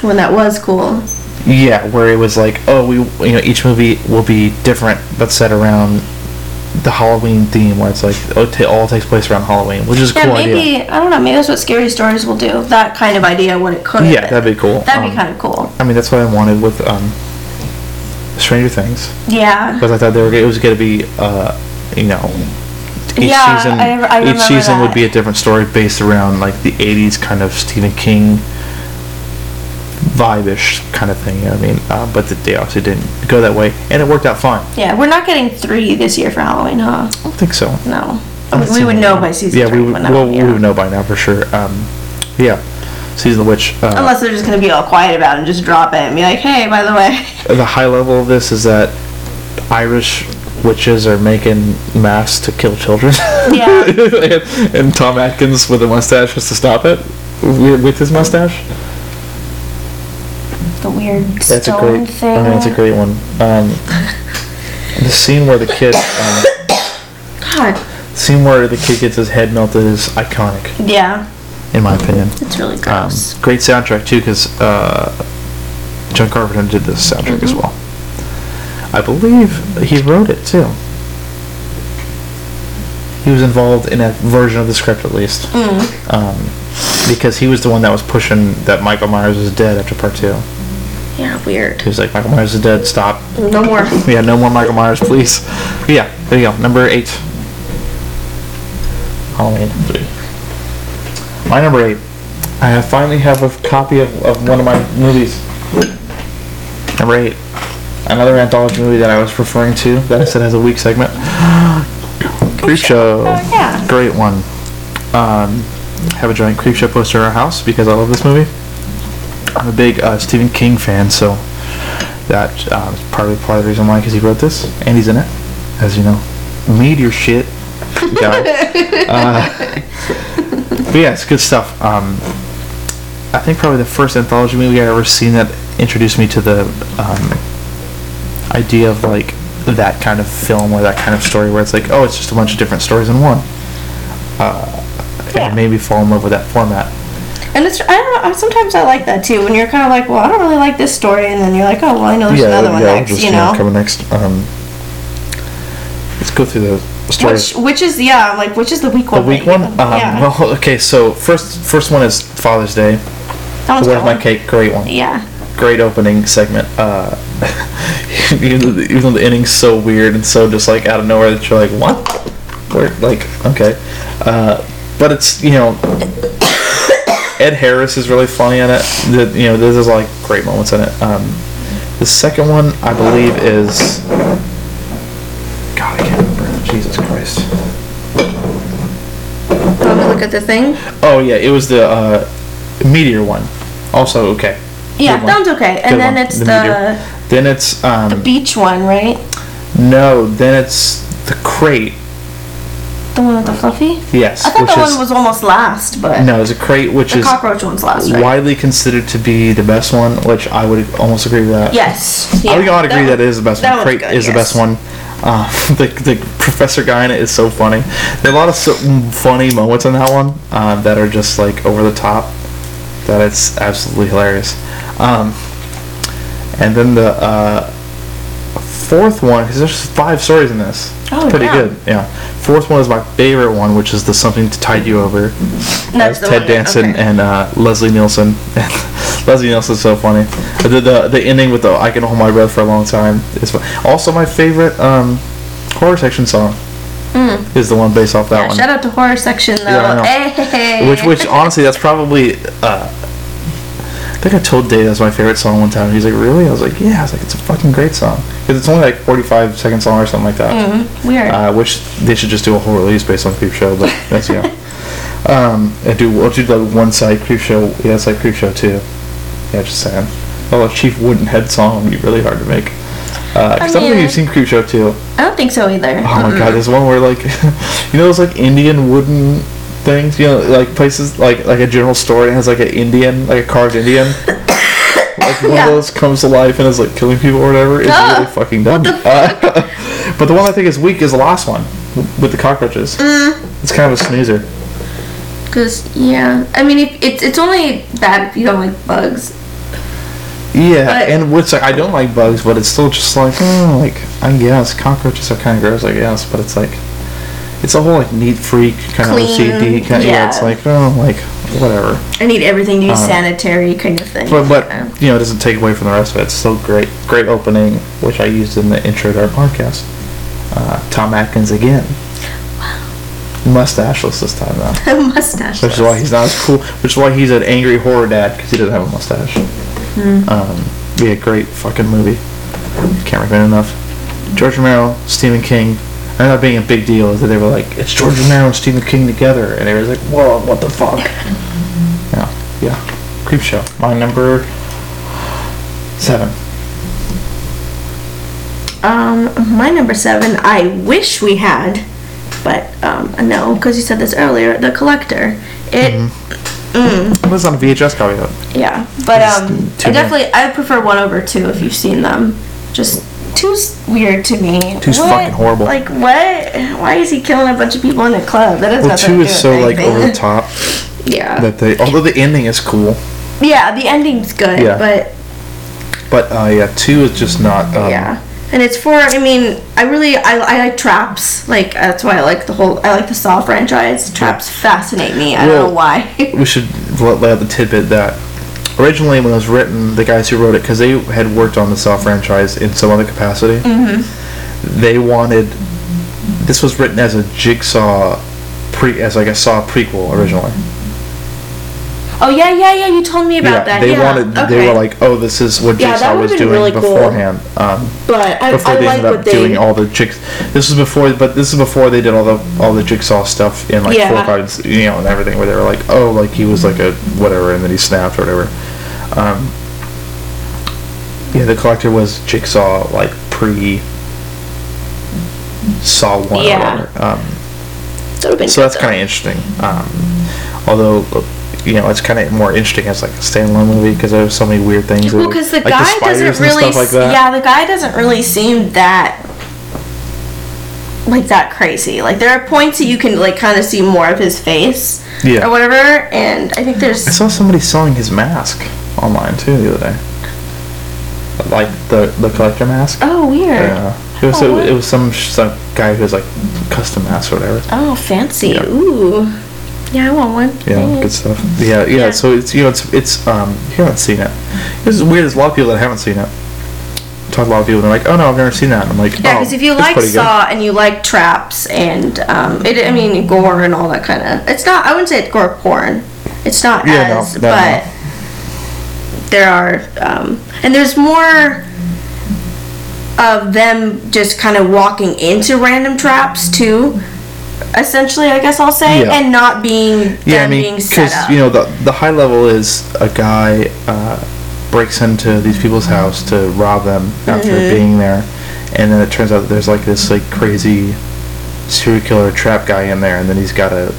Speaker 7: When that was cool.
Speaker 4: Yeah, where it was like, oh, we, you know, each movie will be different, but set around the Halloween theme, where it's like, oh, ta all takes place around Halloween, which is a
Speaker 7: Yeah,
Speaker 4: cool
Speaker 7: maybe.
Speaker 4: idea.
Speaker 7: I don't know. Maybe that's what Scary Stories will do. That kind of idea, what it could have
Speaker 4: Yeah,
Speaker 7: been.
Speaker 4: that'd be cool.
Speaker 7: That'd be
Speaker 4: Um,
Speaker 7: kind of cool.
Speaker 4: I mean, that's what I wanted with um, Stranger Things,
Speaker 7: Yeah.
Speaker 4: because I thought they were g- it was gonna be, uh, you know, each
Speaker 7: Yeah,
Speaker 4: season,
Speaker 7: I- I
Speaker 4: each
Speaker 7: remember
Speaker 4: season would
Speaker 7: that.
Speaker 4: be a different story based around like the '80s kind of Stephen King vibe-ish kind of thing. You know what I mean? Uh, but they obviously didn't go that way, and it worked out fine.
Speaker 7: Yeah, we're not getting three this year for Halloween, huh?
Speaker 4: I don't think so.
Speaker 7: No. We, we would know by season
Speaker 4: Oh, yeah,
Speaker 7: three.
Speaker 4: we would,
Speaker 7: when that-
Speaker 4: well,
Speaker 7: yeah.
Speaker 4: we would know by now for sure. Um, yeah, season of the witch. Uh,
Speaker 7: Unless they're just going to be all quiet about it and just drop it and be like, hey, by the way.
Speaker 4: the high level of this is that Irish witches are making masks to kill children,
Speaker 7: Yeah.
Speaker 4: and, and Tom Atkins with a mustache has to stop it with, with his mustache.
Speaker 7: the weird
Speaker 4: That's a
Speaker 7: stone
Speaker 4: great.
Speaker 7: thing.
Speaker 4: I mean, Uh, that's a great one. Um, the scene where the kid, um,
Speaker 7: God.
Speaker 4: scene where the kid gets his head melted is iconic,
Speaker 7: Yeah,
Speaker 4: in my opinion.
Speaker 7: it's really
Speaker 4: Um,
Speaker 7: gross.
Speaker 4: great soundtrack too, because uh, John Carpenter did the soundtrack as well. I believe he wrote it too. he was involved in a version of the script at least, um, because he was the one that was pushing that Michael Myers is dead after part two.
Speaker 7: Yeah, weird.
Speaker 4: He was like, Michael Myers is dead. Stop.
Speaker 7: No more.
Speaker 4: Yeah, no more Michael Myers, please. Yeah, there you go. Number eight. Halloween. My number eight. I have- finally have a copy of, of one of my movies. Number eight. Another anthology movie that I was referring to that I said has a weak segment. Creep Show.
Speaker 7: yeah.
Speaker 4: Great one. Um, have a giant Creep Show poster in our house because I love this movie. I'm a big uh, Stephen King fan, so that uh, is probably part of the reason why, because he wrote this and he's in it, as you know. Meteor shit. Guy. uh, but yeah, it's good stuff. Um, I think probably the first anthology movie I ever seen that introduced me to the um, idea of like that kind of film or that kind of story, where it's like, oh, it's just a bunch of different stories in one. Uh, And it made me fall in love with that format.
Speaker 5: And it's I don't know. Sometimes I like that too. When you're kind of like, well, I don't really like this story, and then you're like, oh, well, I know there's another one
Speaker 4: yeah,
Speaker 5: next.
Speaker 4: just,
Speaker 5: you know,
Speaker 4: coming next. Um, let's go through the stories.
Speaker 5: which which is yeah, like which is the weak
Speaker 4: the
Speaker 5: one?
Speaker 4: week
Speaker 5: that you-
Speaker 4: one. Um,
Speaker 5: yeah,
Speaker 4: Well, okay. So first, first one is Father's Day.
Speaker 5: that one's
Speaker 4: Where's
Speaker 5: good
Speaker 4: my
Speaker 5: one.
Speaker 4: cake? Great one.
Speaker 5: Yeah,
Speaker 4: Great opening segment. Uh, even, though the, even though the ending's so weird and so just like out of nowhere that you're like, what? Where? Like, okay. Uh, but it's you know, Ed Harris is really funny in it. The, you know, there's like great moments in it. Um, the second one I believe is. God, I can't remember. Jesus Christ.
Speaker 7: Want me to look at the thing?
Speaker 4: Oh yeah, it was the uh, meteor one. Also okay.
Speaker 5: yeah,
Speaker 4: Good one.
Speaker 5: that one's okay.
Speaker 4: Good
Speaker 5: And then
Speaker 4: one.
Speaker 5: it's the,
Speaker 4: meteor. then it's um
Speaker 5: beach one, right?
Speaker 4: no then it's the crate.
Speaker 5: The one with the fluffy.
Speaker 4: Yes,
Speaker 5: I thought
Speaker 4: which
Speaker 5: that
Speaker 4: is
Speaker 5: one was almost last, but
Speaker 4: no, it's a crate which
Speaker 5: the
Speaker 4: is
Speaker 5: cockroach one's last, right?
Speaker 4: widely considered to be the best one, which I would almost agree with that.
Speaker 5: Yes.
Speaker 4: I would
Speaker 5: yeah,
Speaker 4: all agree that,
Speaker 5: one-
Speaker 4: it is the best
Speaker 5: that
Speaker 4: one.
Speaker 5: one's
Speaker 4: Crate
Speaker 5: good,
Speaker 4: is the best
Speaker 5: yes.
Speaker 4: one. Uh, the, the professor guy in it is so funny. There are a lot of so mm, funny moments in that one uh, that are just like over the top. That it's absolutely hilarious. Um, and then the uh, fourth one, because there's five stories in this.
Speaker 5: Oh,
Speaker 4: it's pretty
Speaker 5: yeah.
Speaker 4: good. Yeah. Fourth one is my favorite one, which is the something to tide you over. That's
Speaker 5: That's the
Speaker 4: Ted
Speaker 5: one, yeah,
Speaker 4: Danson
Speaker 5: okay.
Speaker 4: and uh, Leslie Nielsen. Leslie Nielsen's so funny. The, the the ending with the I can hold my breath for a long time is fun. also my favorite um, horror section song. Is the one based off that
Speaker 7: Yeah,
Speaker 4: one.
Speaker 7: shout out to horror section though.
Speaker 4: Yeah, I know.
Speaker 7: hey.
Speaker 4: Which, which honestly, that's probably. Uh, I think I told Dave that's my favorite song one time. and He's like, "Really?" I was like, "Yeah." I was like, "It's a fucking great song." Because it's only like 45 second song or something like that.
Speaker 5: Weird.
Speaker 4: Uh, which they should just do a whole release based on Creep Show, but that's yeah. um, and do we'll do like one side Creep Show, yeah, it's like Creep Show too. Yeah, just saying. Oh, a Chief Wooden Head song would be really hard to make. Uh, 'cause I don't think
Speaker 7: mean-
Speaker 4: you've seen Creep Show too.
Speaker 7: I don't think so either.
Speaker 4: Oh my god, there's one where like, you know those like Indian wooden things, you know, like places like like a general store and it has like an Indian, like a carved Indian. like one of those comes to life and is like killing people or whatever. It's really fucking dumb. Uh, but the one I think is weak is the last one with the cockroaches. It's kind of a snoozer.
Speaker 7: Cause yeah, I mean, if it's it's only bad if you don't like bugs.
Speaker 4: Yeah,
Speaker 7: But-
Speaker 4: and which like, I don't like bugs, but it's still just like, oh, like I guess cockroaches are kind of gross, I guess, but it's like, it's a whole like neat freak kind
Speaker 7: Clean,
Speaker 4: of OCD kind of. Yeah. it's
Speaker 7: yeah.
Speaker 4: like oh, like whatever.
Speaker 7: I need everything to be sanitary, kind of thing.
Speaker 4: Uh-huh. But but you know, it doesn't take away from the rest of it. It's still great, great opening, which I used in the intro to our podcast. Uh, Tom Atkins again. Mustacheless this time though,
Speaker 7: a mustache.
Speaker 4: which is why he's not as cool. Which is why he's an angry horror dad because he doesn't have a mustache. Um, yeah, great fucking movie. Can't recommend enough. George Romero, Stephen King. I know that being a big deal is that they were like, it's George Romero and Stephen King together, and everyone's like, whoa, what the fuck? yeah, yeah. Creep show. My number seven.
Speaker 7: Um, my number seven, I wish we had, but um, no, because you said this earlier. The collector. It
Speaker 4: Mm-hmm. It was on a VHS copy of it.
Speaker 7: yeah, but um,
Speaker 4: too
Speaker 7: I
Speaker 4: bad.
Speaker 7: definitely I prefer one over two if you've seen them. Just two's weird to me.
Speaker 4: Two's
Speaker 7: What?
Speaker 4: fucking horrible.
Speaker 7: Like what? Why is he killing a bunch of people in a club? That has
Speaker 4: Well,
Speaker 7: nothing to
Speaker 4: two
Speaker 7: do
Speaker 4: is
Speaker 7: with
Speaker 4: so like
Speaker 7: anything.
Speaker 4: over the top
Speaker 7: yeah.
Speaker 4: that they, although the ending is cool,
Speaker 7: yeah, the ending's good,
Speaker 4: Yeah.
Speaker 7: but
Speaker 4: but uh, yeah, two is just not. Um,
Speaker 7: yeah. And it's for, I mean, I really, I, I like traps. Like, that's why I like the whole, I like the Saw franchise. Traps fascinate me. I don't
Speaker 4: Well-
Speaker 7: know why.
Speaker 4: we should let lay out the tidbit that originally when it was written, the guys who wrote it, because they had worked on the Saw franchise in some other capacity,
Speaker 7: Mm-hmm.
Speaker 4: they wanted this was written as a jigsaw pre as like a Saw prequel originally.
Speaker 7: oh, yeah, yeah, yeah. You told me about that.
Speaker 4: they
Speaker 7: yeah.
Speaker 4: wanted they
Speaker 7: Okay.
Speaker 4: were like, oh, this is what
Speaker 7: Yeah, that
Speaker 4: jigsaw
Speaker 7: would've
Speaker 4: was
Speaker 7: been
Speaker 4: doing
Speaker 7: really cool.
Speaker 4: beforehand. Um,
Speaker 7: But I,
Speaker 4: before
Speaker 7: I
Speaker 4: they
Speaker 7: like
Speaker 4: ended
Speaker 7: what
Speaker 4: up
Speaker 7: they.
Speaker 4: doing all the jigs. This was before, but this is before they did all the all the jigsaw stuff in like
Speaker 7: Yeah.
Speaker 4: four cards, you know, and everything. Where they were like, oh, like he was like a whatever, and then he snapped or whatever. Um, yeah, the collector was jigsaw like pre saw one
Speaker 7: Yeah.
Speaker 4: or whatever. Um,
Speaker 7: that would've been
Speaker 4: so that's
Speaker 7: good,
Speaker 4: kind of interesting. Um, although. You know, it's kind of more interesting as like a standalone movie because there's so many weird things.
Speaker 7: Well,
Speaker 4: like-
Speaker 7: because the
Speaker 4: like
Speaker 7: guy
Speaker 4: spiders
Speaker 7: doesn't
Speaker 4: and
Speaker 7: really,
Speaker 4: stuff like
Speaker 7: s-
Speaker 4: that.
Speaker 7: yeah, the guy doesn't really seem that like that crazy. Like there are points that you can like kind of see more of his face
Speaker 4: Yeah.
Speaker 7: or whatever, and I think
Speaker 4: I
Speaker 7: there's
Speaker 4: saw somebody selling his mask online too the other day. Like the the collector mask.
Speaker 7: oh weird,
Speaker 4: Yeah. It was
Speaker 7: Oh,
Speaker 4: it, was some, sh- some guy who was like custom mask or whatever.
Speaker 7: oh fancy,
Speaker 4: Yeah.
Speaker 7: ooh, yeah, I want one.
Speaker 4: Yeah,
Speaker 7: Thanks.
Speaker 4: good stuff. Yeah, yeah,
Speaker 7: Yeah.
Speaker 4: So it's you know it's it's um you haven't seen it. It's weird. There's a lot of people that haven't seen it. Talk to a lot of people. They're like, oh no, I've never seen that. I'm like,
Speaker 7: Yeah,
Speaker 4: oh,
Speaker 7: because if you
Speaker 4: it's
Speaker 7: like
Speaker 4: pretty good."
Speaker 7: Saw and you like traps and um, it, I mean gore and all that kind of, it's not. I wouldn't say it's gore porn. It's not
Speaker 4: Yeah, no,
Speaker 7: as,
Speaker 4: no, no.
Speaker 7: but there are, um, and there's more of them just kind of walking into random traps too. Essentially, I guess I'll say,
Speaker 4: Yeah.
Speaker 7: and not being them
Speaker 4: yeah, I mean,
Speaker 7: being set up.
Speaker 4: you know the the high level is a guy uh, breaks into these people's house to rob them after
Speaker 7: Mm-hmm.
Speaker 4: being there, and then it turns out that there's like this like crazy serial killer trap guy in there, and then he's got to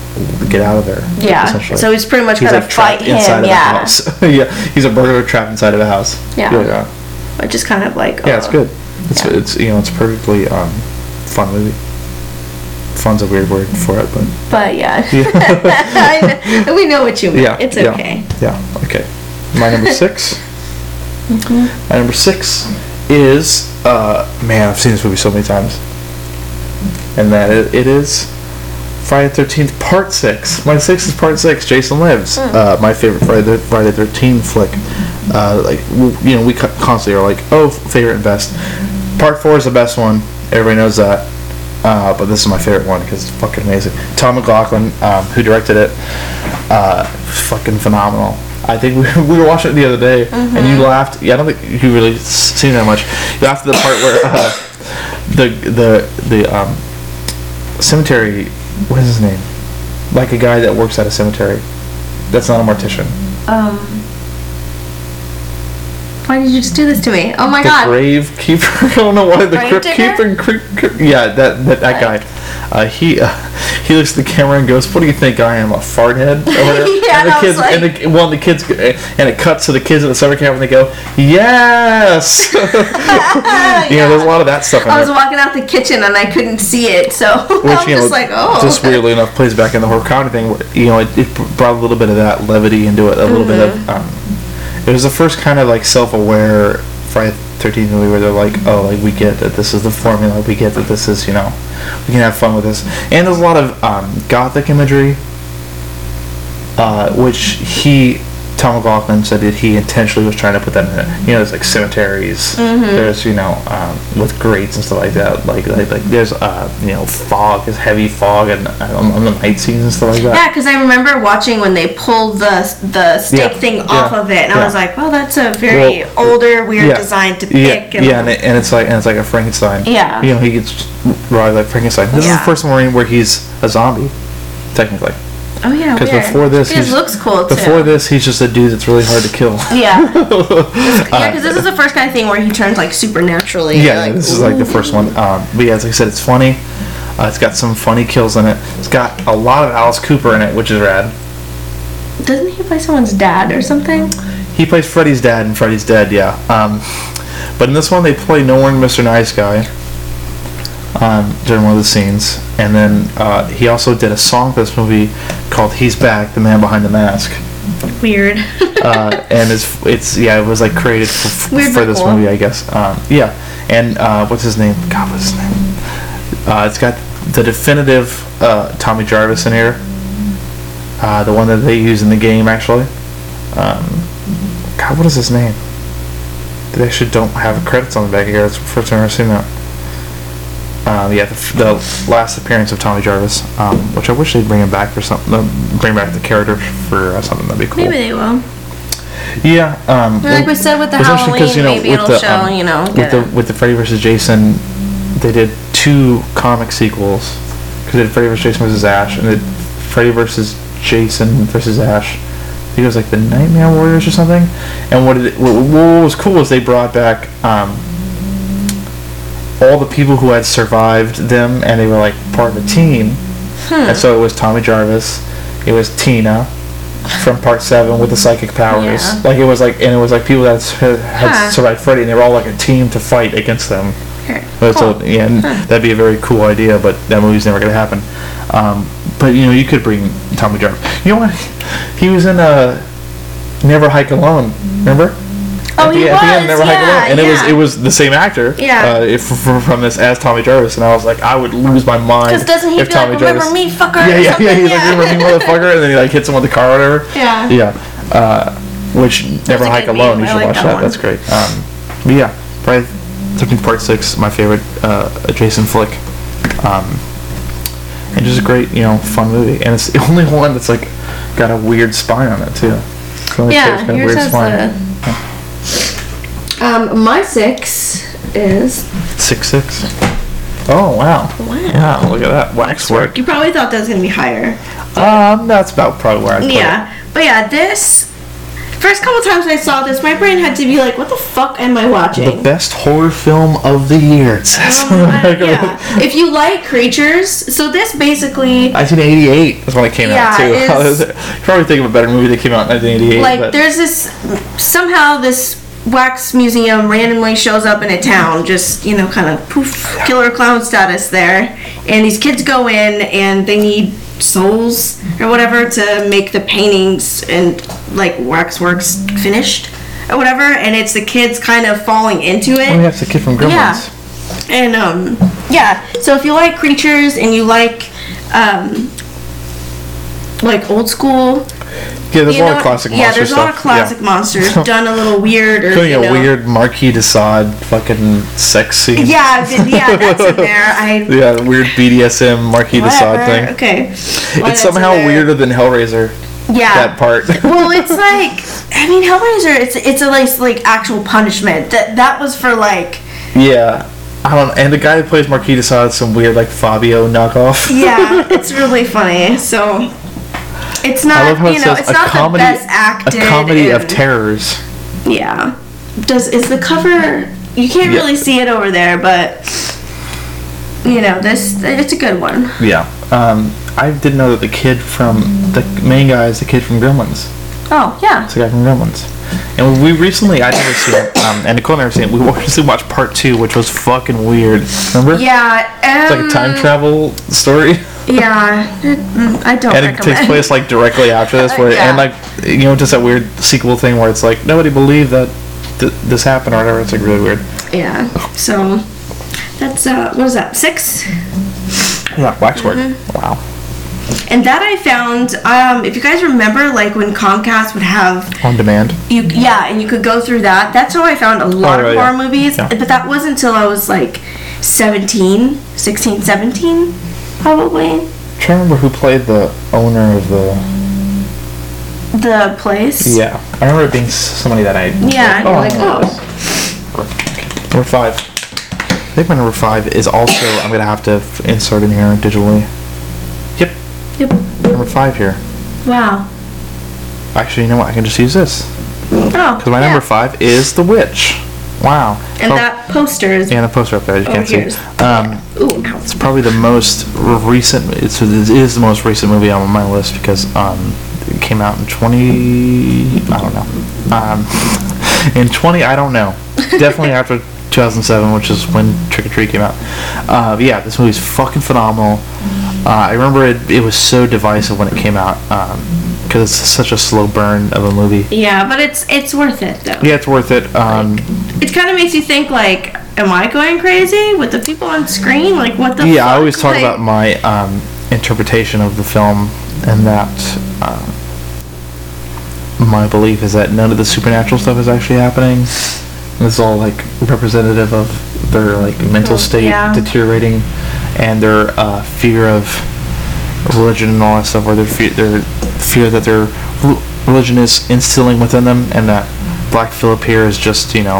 Speaker 4: get out of there.
Speaker 7: yeah,
Speaker 4: essentially.
Speaker 7: so he's pretty much
Speaker 4: He's
Speaker 7: gotta
Speaker 4: like
Speaker 7: fight
Speaker 4: trapped
Speaker 7: him.
Speaker 4: inside
Speaker 7: yeah,
Speaker 4: of the house. yeah, he's a burglar trapped inside of a house.
Speaker 7: Yeah.
Speaker 4: yeah, yeah.
Speaker 7: but just kind of like
Speaker 4: Yeah, it's
Speaker 7: uh,
Speaker 4: good. It's
Speaker 7: Yeah.
Speaker 4: it's you know it's perfectly um, fun movie. Fun's a weird word for it, but
Speaker 7: But yeah,
Speaker 4: yeah,
Speaker 7: I know- we know what you mean.
Speaker 4: yeah
Speaker 7: it's
Speaker 4: yeah,
Speaker 7: okay.
Speaker 4: yeah, okay. My number 6
Speaker 7: Mm-hmm.
Speaker 4: My number six is uh, man, I've seen this movie so many times, and that it, it is Friday Thirteenth Part Six. My six is Part Six. Jason Lives. Uh, my favorite Friday the Friday Thirteenth flick. Uh, like w- you know, we co- constantly are like, oh, favorite and best. Part Four is the best one. Everybody knows that. Uh, but this is my favorite one because it's fucking amazing. Tom McLaughlin, um, who directed it, uh, fucking phenomenal. I think we, we were watching it the other day, and you laughed. Yeah, I don't think you really s- seen that much. You laughed at the part where uh, the the the um, cemetery. What is his name? Like a guy that works at a cemetery. That's not a mortician.
Speaker 7: Why did you just do this to me? Oh my
Speaker 4: the
Speaker 7: god.
Speaker 4: grave keeper. I don't know why the
Speaker 7: Grave
Speaker 4: crypt keeper.
Speaker 7: digger?
Speaker 4: Crypt, crypt- yeah, that that, that guy. Uh, he uh, he looks at the camera and goes, "What do you think I am, a fart head?" Or whatever. and
Speaker 7: Yeah, and
Speaker 4: the
Speaker 7: I
Speaker 4: kids
Speaker 7: was
Speaker 4: and the, one of the kids eh, and it cuts to the kids at the summer camp and they go, "Yes." You know, there's a lot of that stuff in
Speaker 7: I was
Speaker 4: there.
Speaker 7: walking out the kitchen and I couldn't see it, so
Speaker 4: Which
Speaker 7: I'm
Speaker 4: you know,
Speaker 7: just like, oh.
Speaker 4: just weirdly enough, plays back in the horror comedy thing. Where, you know, it, it brought a little bit of that levity into it, a little bit of.
Speaker 7: Mm-hmm.
Speaker 4: Um, it was the first kind of like self-aware Friday Thirteenth movie where they're like, oh, like we get that this is the formula, we get that this is you know, we can have fun with this, and there's a lot of um, gothic imagery, uh, which he. Tom McLaughlin said that he intentionally was trying to put that in it. You know, there's like cemeteries.
Speaker 7: Mm-hmm.
Speaker 4: There's you know um, with grates and stuff like that. Like like, like there's uh, you know fog, there's heavy fog, and uh, on, on the night scenes and stuff like that.
Speaker 7: Yeah, because I remember watching when they pulled the the stake
Speaker 4: Yeah,
Speaker 7: thing
Speaker 4: yeah,
Speaker 7: off of it, and I
Speaker 4: yeah.
Speaker 7: was like, well, that's a very
Speaker 4: Well,
Speaker 7: older, weird design to
Speaker 4: yeah,
Speaker 7: pick. And
Speaker 4: yeah, and, it, and it's like and it's like a Frankenstein.
Speaker 7: Yeah.
Speaker 4: you know he gets right like Frankenstein. This is
Speaker 7: Yeah.
Speaker 4: the first one where he's a zombie, technically.
Speaker 7: oh yeah,
Speaker 4: Because
Speaker 7: weird.
Speaker 4: before this,
Speaker 7: Because
Speaker 4: he's,
Speaker 7: it looks cool too.
Speaker 4: Before this, he's just a dude that's really hard to kill.
Speaker 7: yeah, yeah, because this is the first kind of thing where he turns like supernaturally. and you're
Speaker 4: Uh, Yeah,
Speaker 7: like,
Speaker 4: this is like the first one. Um, but yeah, as I said, it's funny. Uh, it's got some funny kills in it. It's got a lot of Alice Cooper in it, which is rad.
Speaker 7: doesn't he play someone's dad or something?
Speaker 4: He plays Freddy's dad in Freddy's Dead, yeah. Um, but in this one, they play No One Mr. Nice Guy um, during one of the scenes. And then uh, he also did a song for this movie called He's Back, The Man Behind the Mask.
Speaker 7: Weird.
Speaker 4: uh, and it's it's yeah, it was like created for,
Speaker 7: Weird
Speaker 4: for
Speaker 7: but
Speaker 4: this
Speaker 7: cool.
Speaker 4: movie, I guess. Um, yeah, and uh, what's his name? God, what's his name? Uh, it's got the definitive uh, Tommy Jarvis in here, uh, the one that they use in the game actually. Um, God, what is his name? They actually don't have credits on the back here. It's the first time I've ever seen that. Um, yeah, the, f- the last appearance of Tommy Jarvis, um, which I wish they'd bring him back for something. uh, Bring back the character for uh, something that'd be cool.
Speaker 7: Maybe they will.
Speaker 4: Yeah. Um,
Speaker 7: Like we said with the
Speaker 4: it was interesting 'cause,
Speaker 7: Halloween, maybe it'll show, you know,
Speaker 4: um, With
Speaker 7: get
Speaker 4: the
Speaker 7: it.
Speaker 4: with the Freddy vs. Jason, they did two comic sequels. Because they did Freddy vs. Jason vs. Ash, and then Freddy vs. Jason vs. Ash. I think it was like the Nightmare Warriors or something. And what, it, what, what was cool is they brought back um, all the people who had survived them, and they were like part of a team.
Speaker 7: Hmm.
Speaker 4: And so it was Tommy Jarvis, it was Tina from Part Seven with the psychic powers.
Speaker 7: Yeah.
Speaker 4: Like it was like, and it was like people that s- had had
Speaker 7: Huh.
Speaker 4: survived Freddy, and they were all like a team to fight against them.
Speaker 7: Okay,
Speaker 4: But it's a- yeah, and that'd be a very cool idea, but that movie's never gonna happen. Um, but you know, you could bring Tommy Jarvis. You know what? He was in a Never Hike Alone. Remember?
Speaker 7: Oh,
Speaker 4: at
Speaker 7: he
Speaker 4: the, at the end,
Speaker 7: was,
Speaker 4: Never Hike
Speaker 7: yeah,
Speaker 4: Alone, and it was
Speaker 7: yeah.
Speaker 4: it was the same actor.
Speaker 7: Yeah.
Speaker 4: Uh, if, from, from this as Tommy Jarvis, and I was like, I would lose my mind.
Speaker 7: Because doesn't he
Speaker 4: if
Speaker 7: be
Speaker 4: Tommy
Speaker 7: like,
Speaker 4: Jarvis-
Speaker 7: remember me, fucker?
Speaker 4: yeah, yeah,
Speaker 7: or
Speaker 4: yeah.
Speaker 7: something?
Speaker 4: He's like, remember me, motherfucker? And then he like hits him with the car or whatever.
Speaker 7: Yeah.
Speaker 4: Yeah. Uh, which Never
Speaker 7: a
Speaker 4: Hike
Speaker 7: good
Speaker 4: Alone. You
Speaker 7: meme. I
Speaker 4: should
Speaker 7: like
Speaker 4: watch
Speaker 7: that
Speaker 4: that.
Speaker 7: one.
Speaker 4: That's great. Um, but yeah, probably something part six. My favorite uh, Jason flick. Um, and just a great, you know, fun movie. And it's the only one that's like got a weird spine on it too. It's the only two that's
Speaker 7: Yeah,
Speaker 4: got a
Speaker 7: yours
Speaker 4: weird
Speaker 7: has
Speaker 4: spine.
Speaker 7: the. Um, my six is.
Speaker 4: Six six. Oh wow! Wow! Look at that waxwork.
Speaker 7: You probably thought that was gonna be higher.
Speaker 4: Um, that's about probably where I put it.
Speaker 7: Yeah, but yeah, this. First couple times I saw this, my brain had to be like, "What the fuck am I
Speaker 4: The
Speaker 7: watching?"
Speaker 4: best horror film of the year. It says.
Speaker 7: Um, I- yeah. If you like creatures, so this basically
Speaker 4: 1988 is when it came out
Speaker 7: Yeah,
Speaker 4: too.
Speaker 7: it is.
Speaker 4: You probably think of a better movie that came out in 1988.
Speaker 7: like
Speaker 4: but
Speaker 7: there's this somehow this wax museum randomly shows up in a town just you know kind of poof killer clown status there and these kids go in and they need souls or whatever to make the paintings and like waxworks finished or whatever and it's the kids kind of falling into it
Speaker 4: oh, yeah, it's the kid from Gremlins.
Speaker 7: and um, yeah. So if you like creatures and you like um, like old school,
Speaker 4: Yeah, there's
Speaker 7: you
Speaker 4: a lot
Speaker 7: know-
Speaker 4: of classic
Speaker 7: yeah,
Speaker 4: monster
Speaker 7: there's a lot
Speaker 4: stuff,
Speaker 7: of
Speaker 4: yeah.
Speaker 7: classic monsters done a little weird or
Speaker 4: Doing
Speaker 7: you
Speaker 4: a
Speaker 7: know,
Speaker 4: weird Marquis de Sade fucking sex scene.
Speaker 7: Yeah, th- yeah, that's in there. I
Speaker 4: Yeah, the weird BDSM Marquis de Sade thing.
Speaker 7: whatever. Okay, Why
Speaker 4: It's
Speaker 7: that's in
Speaker 4: somehow
Speaker 7: there.
Speaker 4: weirder than Hellraiser.
Speaker 7: Yeah.
Speaker 4: That part.
Speaker 7: well, it's like I mean, Hellraiser. It's it's a nice like actual punishment. That that was for like
Speaker 4: yeah. I don't. And the guy who plays Marquis de Sade is some weird like Fabio knockoff.
Speaker 7: yeah. it's really funny. So it's not
Speaker 4: I love how
Speaker 7: you
Speaker 4: it
Speaker 7: know
Speaker 4: says
Speaker 7: it's
Speaker 4: a
Speaker 7: not
Speaker 4: comedy,
Speaker 7: the best acted.
Speaker 4: a comedy of
Speaker 7: and-
Speaker 4: terrors.
Speaker 7: Yeah. Does is the cover? You can't
Speaker 4: Yeah.
Speaker 7: really see it over there, but you know this. It's a good one.
Speaker 4: Yeah. Um, I didn't know that the kid from the main guy is the kid from Gremlins.
Speaker 7: Oh yeah.
Speaker 4: It's the guy from Gremlins. And we recently, I never seen it, um, and Nicole never seen it. We recently watched part two, which was fucking weird. Remember?
Speaker 7: Yeah.
Speaker 4: It's
Speaker 7: Um,
Speaker 4: like a time travel story,
Speaker 7: yeah. it- mm, I don't
Speaker 4: and it
Speaker 7: recommend.
Speaker 4: takes place like directly after this, where
Speaker 7: Yeah.
Speaker 4: and like you know just that weird sequel thing where it's like nobody believed that th- this happened or whatever. It's like really weird.
Speaker 7: yeah. So that's uh, what is that? Six.
Speaker 4: Yeah, waxwork.
Speaker 7: Mm-hmm.
Speaker 4: Wow.
Speaker 7: And that I found. Um, if you guys remember, like when Comcast would have
Speaker 4: On demand.
Speaker 7: you yeah and you could go through that that's how i found a lot
Speaker 4: Oh,
Speaker 7: of
Speaker 4: yeah,
Speaker 7: horror
Speaker 4: yeah.
Speaker 7: movies
Speaker 4: Yeah.
Speaker 7: but that wasn't until i was like 17 16 17 probably
Speaker 4: I'm trying to remember who played the owner of the.
Speaker 7: the place
Speaker 4: Yeah, I remember it being s- somebody that I.
Speaker 7: yeah and you're like
Speaker 4: I know
Speaker 7: oh
Speaker 4: this. Number five. I think my number five is also. I'm gonna have to f- insert in here digitally. Yep,
Speaker 7: yep.
Speaker 4: number five here.
Speaker 7: wow
Speaker 4: Actually, you know what? I can just use this
Speaker 7: oh
Speaker 4: because my number five is the witch. Wow.
Speaker 7: and
Speaker 4: Oh,
Speaker 7: that poster is
Speaker 4: and a poster up there as you
Speaker 7: Oh,
Speaker 4: can't
Speaker 7: here's-
Speaker 4: see. Um,
Speaker 7: ooh ow.
Speaker 4: probably the most recent. It's it is the most recent movie on my list because um, it came out in twenty. I don't know. Um, in twenty, I don't know. Definitely after two thousand seven, which is when Trick or Treat came out. Uh, but yeah, this movie's fucking phenomenal. Uh, I remember it. It was so divisive when it came out because it's such a slow burn of a movie.
Speaker 7: yeah but it's it's worth it though
Speaker 4: Yeah, it's worth it. Um,
Speaker 7: it kind of makes you think like
Speaker 5: am I going crazy with the people on screen? Like, what the
Speaker 4: yeah, I
Speaker 5: fuck?
Speaker 4: always talk
Speaker 5: Like,
Speaker 4: about my um, interpretation of the film, and that um, my belief is that none of the supernatural stuff is actually happening. And It's all like representative of their like mental state
Speaker 5: yeah.
Speaker 4: deteriorating, and their uh, fear of religion and all that stuff, or their fear, their fear that their re- religion is instilling within them, and that Black Phillip here is just you know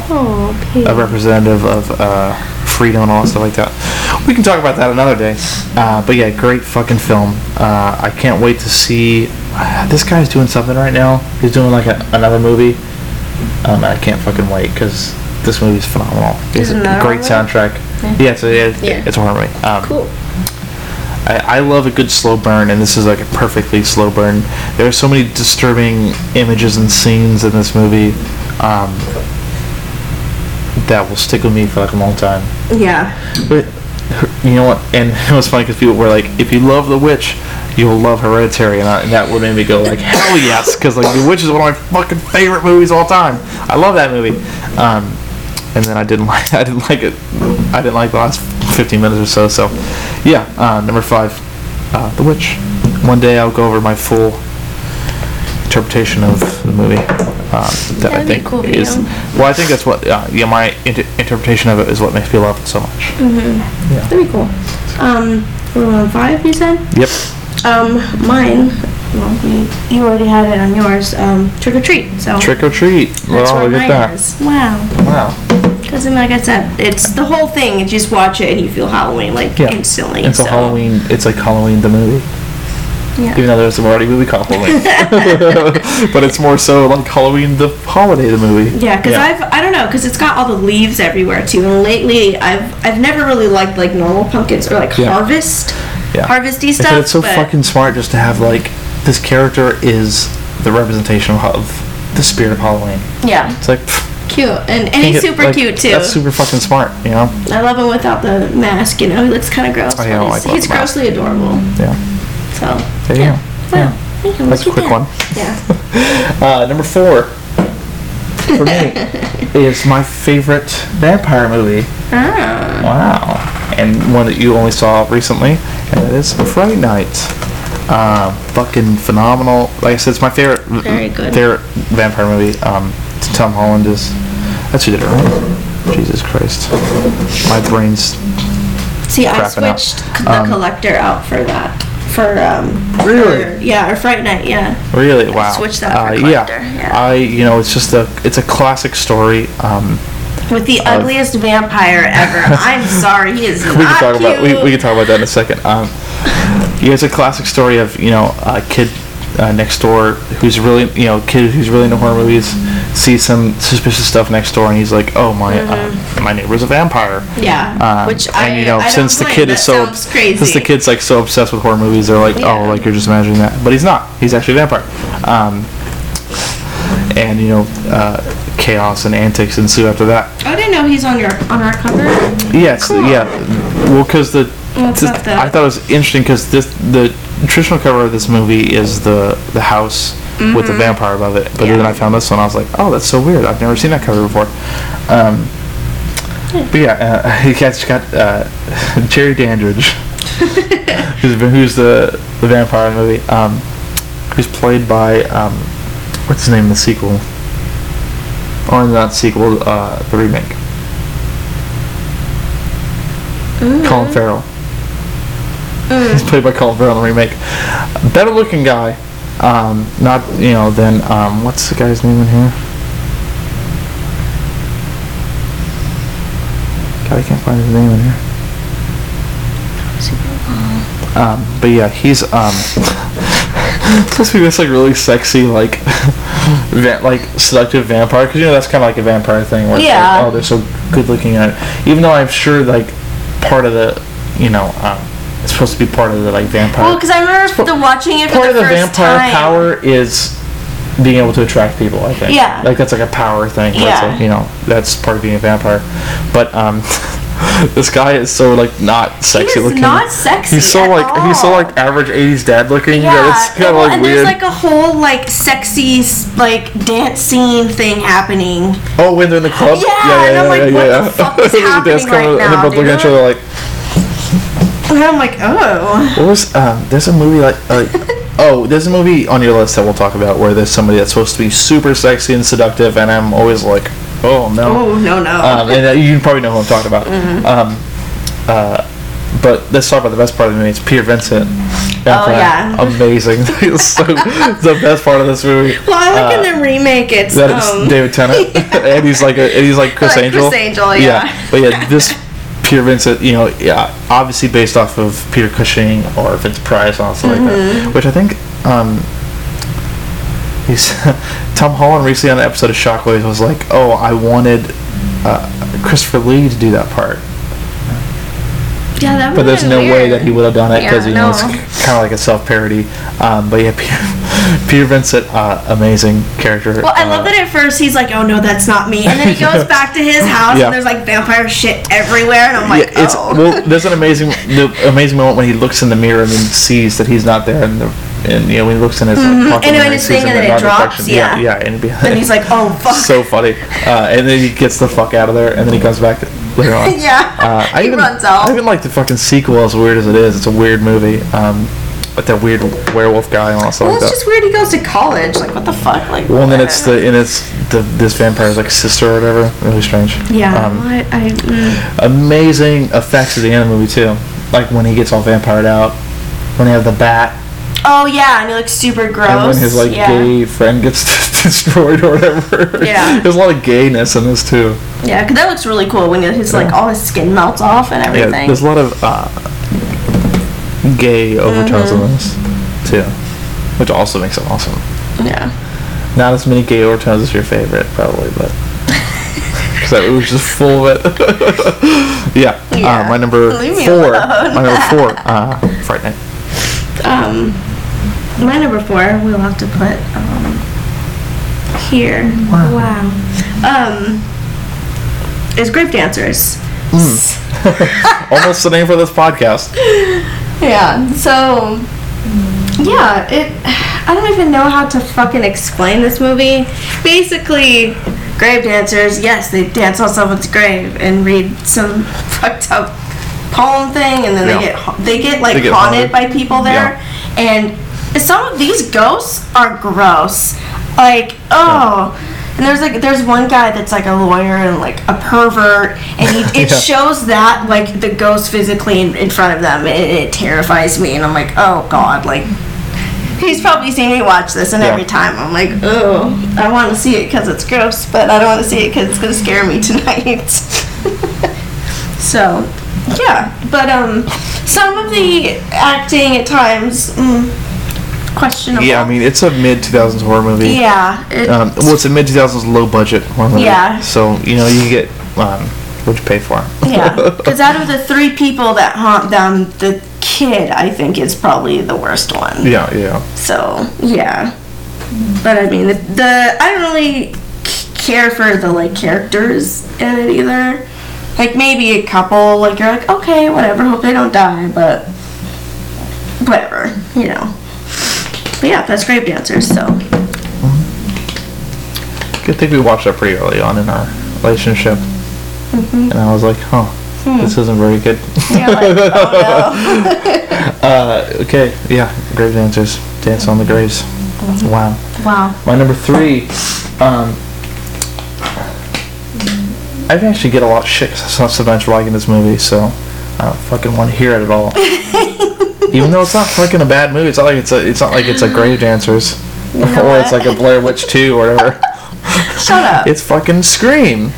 Speaker 4: a representative of uh, freedom and all that stuff like that. We can talk about that another day. Uh, but yeah, great fucking film. Uh, I can't wait to see. uh, this guy's doing something right now. He's doing like a, another movie. Um, and I can't fucking wait because this movie's phenomenal. It's a
Speaker 5: another
Speaker 4: great
Speaker 5: horror
Speaker 4: soundtrack. Yeah, it's a, it, it's a horror movie. Um,
Speaker 5: Cool.
Speaker 4: I, I love a good slow burn, and this is like a perfectly slow burn. There are so many disturbing images and scenes in this movie um, that will stick with me for like a long time.
Speaker 5: Yeah.
Speaker 4: But you know what? And it was funny because people were like, "If you love The Witch, you'll love Hereditary," and, I, and that would make me go like, "Hell yes!" Because like The Witch is one of my fucking favorite movies of all time. I love that movie. Um, and then I didn't like I didn't like it. I didn't like the last 15 minutes or so. So, yeah, uh, number five, uh, The Witch. One day I'll go over my full interpretation of the movie. Um, that I
Speaker 6: That'd be
Speaker 4: think
Speaker 6: cool
Speaker 4: is
Speaker 6: video.
Speaker 4: well. I think that's what uh, yeah. My inter- interpretation of it is what makes me love it so much.
Speaker 7: That'd be cool. Um, we were on five, you said?
Speaker 4: Yep.
Speaker 7: Um, mine, well, you, you already had it on yours, um, trick or treat, so.
Speaker 4: Trick or treat.
Speaker 7: That's
Speaker 4: well,
Speaker 7: where
Speaker 4: look at
Speaker 7: mine
Speaker 4: that.
Speaker 7: is. Wow.
Speaker 4: Wow.
Speaker 5: Doesn't like I said, it's the whole thing. You just watch it and you feel Halloween like
Speaker 4: Yeah.
Speaker 5: instantly.
Speaker 4: It's
Speaker 5: so.
Speaker 4: a Halloween. It's like Halloween the movie.
Speaker 7: Yeah.
Speaker 4: Even though there's a already movie called Halloween, but it's more so like Halloween the holiday the movie.
Speaker 5: Yeah, because I've I don't know because it's got all the leaves everywhere too. And lately, I've I've never really liked like normal pumpkins or like
Speaker 4: Yeah.
Speaker 5: harvest
Speaker 4: yeah.
Speaker 5: harvesty
Speaker 4: I said
Speaker 5: stuff.
Speaker 4: it's so
Speaker 5: but
Speaker 4: fucking smart just to have like this character is the representation of, of the spirit of Halloween.
Speaker 5: yeah,
Speaker 4: It's like pfft,
Speaker 5: cute and, and he's
Speaker 4: can't get-
Speaker 5: super
Speaker 4: like,
Speaker 5: cute too.
Speaker 4: That's super fucking smart. You know.
Speaker 5: I love him without the mask. You know, he looks kind of gross.
Speaker 4: Oh, I
Speaker 5: but
Speaker 4: don't
Speaker 5: he's
Speaker 4: like without
Speaker 5: he's
Speaker 4: the mask.
Speaker 5: grossly adorable.
Speaker 4: Yeah.
Speaker 5: So
Speaker 4: There you go. Yeah.
Speaker 5: yeah, look
Speaker 4: That's a
Speaker 5: at
Speaker 4: quick one.
Speaker 5: that. Yeah,
Speaker 4: Uh, number four for me is my favorite vampire movie.
Speaker 5: Ah.
Speaker 4: Wow. And one that you only saw recently, and that is Fright Night. Uh, fucking phenomenal. Like I said, it's my favorite v-
Speaker 5: Very good.
Speaker 4: favorite vampire movie. Um, Tom Holland is. That's who did it, right? Jesus Christ. My brain's.
Speaker 5: see, I
Speaker 4: Crapping out.
Speaker 5: switched c- the collector out for that for um
Speaker 4: Um, Really?
Speaker 5: for- yeah or Fright Night yeah
Speaker 4: Really? Wow.
Speaker 5: switched that for
Speaker 4: Uh,
Speaker 5: Collector,
Speaker 4: yeah.
Speaker 5: yeah.
Speaker 4: I, you know, it's just a, it's a classic story. Um,
Speaker 5: with the ugliest vampire ever. I'm sorry, he is
Speaker 4: we
Speaker 5: not
Speaker 4: Uh, can talk
Speaker 5: cute.
Speaker 4: about we, we can talk about that in a second. Um, yeah, it's a classic story of you know a kid uh, next door who's really you know kid who's really into horror movies sees some suspicious stuff next door and he's like, oh my uh, my neighbor's a vampire.
Speaker 5: Mm-hmm. Yeah,
Speaker 4: Um,
Speaker 5: which
Speaker 4: and
Speaker 5: I
Speaker 4: you know
Speaker 5: I don't
Speaker 4: since the
Speaker 5: blame,
Speaker 4: kid
Speaker 5: that
Speaker 4: is so
Speaker 5: sounds crazy.
Speaker 4: since the kid's like so obsessed with horror movies, they're like,
Speaker 5: Yeah.
Speaker 4: oh, like you're just imagining that, but he's not. He's actually a vampire. Um, and you know, uh, chaos and antics ensue after that.
Speaker 5: Oh, I didn't know he's on your on our cover.
Speaker 4: Yes, yeah. Well, because the,
Speaker 5: it's
Speaker 4: this-
Speaker 5: not that.
Speaker 4: I thought it was interesting because this the traditional cover of this movie is the the house with the vampire above it, but then
Speaker 5: Mm-hmm. Yeah.
Speaker 4: I found this one, I was like, oh, that's so weird. I've never seen that cover before. Um, But yeah, uh, you guys got uh, Jerry Dandridge, who's been- who's the the vampire in the movie, um, who's played by um, what's his name in the sequel. Or not sequel, uh, the remake. Colin Farrell. He's played by Colin Farrell in the remake. Better looking guy. Um, not you know than um, what's the guy's name in here? God, I can't find his name in here. Um, but yeah, he's um, supposed to be this like really sexy like, va- like seductive vampire because you know that's kind of like a vampire thing where it's like,
Speaker 5: Yeah.
Speaker 4: oh they're so good looking at it. Even though I'm sure like part of the you know um, it's supposed to be part of the like vampire
Speaker 5: Well, because I remember the watching it for
Speaker 4: part
Speaker 5: the,
Speaker 4: of the
Speaker 5: first
Speaker 4: vampire
Speaker 5: time.
Speaker 4: power is being able to attract people. I think.
Speaker 5: Yeah.
Speaker 4: Like that's like a power thing. where it's
Speaker 5: Yeah.
Speaker 4: like, you know, that's part of being a vampire. But um, this guy is so like not sexy
Speaker 7: is
Speaker 4: looking.
Speaker 7: not sexy
Speaker 4: He's so
Speaker 7: at
Speaker 4: like he's so
Speaker 7: all.
Speaker 4: like average '80s dad looking. Yeah,
Speaker 7: Yeah,
Speaker 4: it's kind of
Speaker 7: well,
Speaker 4: like
Speaker 7: and
Speaker 4: weird.
Speaker 7: there's like a whole like sexy s- like dance scene thing happening.
Speaker 4: oh, when they're in the club.
Speaker 7: Yeah, and I'm like, what the fuck is
Speaker 4: There's a
Speaker 7: happening
Speaker 4: dance combo, And
Speaker 7: right
Speaker 4: they're
Speaker 7: now,
Speaker 4: both looking at each
Speaker 7: dude?
Speaker 4: other like,
Speaker 7: And I'm like, oh,
Speaker 4: what was? Um, there's a movie like like. Oh, there's a movie on your list that we'll talk about where there's somebody that's supposed to be super sexy and seductive, and I'm always like, oh no.
Speaker 7: oh Mm-hmm. no no.
Speaker 4: um, and uh, you probably know who I'm talking about. Um, uh, but let's talk about the best part of the movie. It's Peter Vincent.
Speaker 7: Oh, yeah.
Speaker 4: amazing. It's so, the best part of this movie.
Speaker 7: well, I
Speaker 4: uh,
Speaker 7: like in the remake, it's
Speaker 4: That is
Speaker 7: um,
Speaker 4: David Tennant, and he's like a, and he's like Chris
Speaker 7: Like Chris
Speaker 4: Angel.
Speaker 7: Angel, yeah.
Speaker 4: But yeah, this Peter Vincent, you know, yeah, obviously based off of Peter Cushing or Vince Price and all stuff like
Speaker 7: Mm-hmm.
Speaker 4: that, which I think um, he's Tom Holland recently on an episode of Shockwaves was like, oh, I wanted uh, Christopher Lee to do that part.
Speaker 5: Yeah, that
Speaker 4: But there's no way that he would have done it because
Speaker 5: Yeah,
Speaker 4: you know
Speaker 5: no.
Speaker 4: it's kind of like a self-parody. Um, but yeah, Peter, Peter Vincent, uh, amazing character.
Speaker 7: Well, I love
Speaker 4: uh,
Speaker 7: that at first he's like, "Oh no, that's not me," and then he goes back to his house,
Speaker 4: Yeah.
Speaker 7: and there's like vampire shit everywhere, and I'm like,
Speaker 4: yeah, it's
Speaker 7: "Oh."
Speaker 4: well. There's an amazing, the amazing moment when he looks in the mirror and he sees that he's not there, and the, and you know when he looks in his like, pocket
Speaker 7: Mm-hmm. And when
Speaker 4: he
Speaker 7: his
Speaker 4: sees
Speaker 7: thing
Speaker 4: him
Speaker 7: and
Speaker 4: in
Speaker 7: it
Speaker 4: the dark
Speaker 7: drops,
Speaker 4: reflection.
Speaker 7: yeah.
Speaker 4: yeah, and, it'd be,
Speaker 7: and he's like, "Oh fuck."
Speaker 4: so funny. Uh, and then he gets the fuck out of there, and then he comes back later on.
Speaker 7: yeah.
Speaker 4: Uh, I
Speaker 7: he
Speaker 4: even
Speaker 7: runs out.
Speaker 4: I even like the fucking sequel, as weird as it is. It's a weird movie. Um, with that weird werewolf guy and all that stuff
Speaker 7: well,
Speaker 4: like
Speaker 7: it's
Speaker 4: that.
Speaker 7: just weird. He goes to college. Like, what the fuck? Like.
Speaker 4: Well, and then
Speaker 7: whatever.
Speaker 4: it's the and it's the this vampire's like sister or whatever. Really strange.
Speaker 7: Yeah.
Speaker 4: Um,
Speaker 7: I, I, mm.
Speaker 4: amazing effects at the end of the movie too. Like when he gets all vampired out, when they have the bat,
Speaker 7: Oh yeah, and he looks super gross.
Speaker 4: and when his like
Speaker 7: yeah.
Speaker 4: gay friend gets destroyed or whatever.
Speaker 7: Yeah.
Speaker 4: There's a lot of gayness in this too.
Speaker 7: Yeah, 'cause that looks really cool when his like all his skin melts off and
Speaker 4: Yeah.
Speaker 7: everything. Mm-hmm.
Speaker 4: There's a lot of uh, gay overtones in this too, which also makes it awesome.
Speaker 7: yeah.
Speaker 4: Not as many gay overtones as your favorite, probably, but. Because it was just full of it. yeah.
Speaker 7: Yeah.
Speaker 4: Uh, my number
Speaker 7: Leave me
Speaker 4: four. My number four. Uh, Fright Night.
Speaker 7: Um, my number four, we'll have to put um, here. Wow. Um, is Grave Dancers.
Speaker 4: Almost the name for this podcast.
Speaker 7: Yeah. So, yeah, it. I don't even know how to fucking explain this movie. Basically, grave dancers. Yes, they dance on someone's grave and read some fucked up poem thing, and then
Speaker 4: Yeah.
Speaker 7: they get ha- they get like
Speaker 4: They get
Speaker 7: haunted,
Speaker 4: haunted.
Speaker 7: by people there, and some of these ghosts are gross. Like, oh. And there's like there's one guy that's like a lawyer and like a pervert, and he, it
Speaker 4: Yeah.
Speaker 7: shows that like the ghost physically in, in front of them, and it, it terrifies me, and I'm like, oh god, like he's probably seen me watch this, and
Speaker 4: Yeah.
Speaker 7: every time I'm like, oh, I want to see it because it's gross, but I don't want to see it because it's gonna scare me tonight. so, yeah, but um, some of the acting at times mm, questionable.
Speaker 4: Yeah, I mean, it's a mid 2000s horror movie.
Speaker 7: yeah, it,
Speaker 4: Um, well, it's a mid 2000s low budget horror movie.
Speaker 7: Yeah.
Speaker 4: So, you know, you get um, what you pay for.
Speaker 7: Yeah, because out of the three people that haunt them, the kid I think is probably the worst one.
Speaker 4: yeah, yeah.
Speaker 7: So yeah, but I mean the, the I don't really c- care for the like characters in it either. Like maybe a couple, like you're like okay, whatever. Hope they don't die, but whatever, you know. But yeah, that's Grave Dancers. So
Speaker 4: Good thing we watched that pretty early on in our relationship.
Speaker 7: Mm-hmm.
Speaker 4: And I was like, huh,
Speaker 7: Hmm.
Speaker 4: this isn't very good.
Speaker 7: you're like, oh no.
Speaker 4: Uh, okay, yeah, grave dancers. Dance on the graves.
Speaker 7: Mm-hmm.
Speaker 4: Wow.
Speaker 7: Wow.
Speaker 4: My number three, um, I actually get a lot of shit 'cause I'm sometimes liking this movie, so I don't fucking want to hear it at all. Even though it's not fucking a bad movie, it's not like it's a, it's not like it's a Grave Dancers, or it's like a Blair Witch Two or whatever.
Speaker 7: Shut up.
Speaker 4: It's fucking Scream.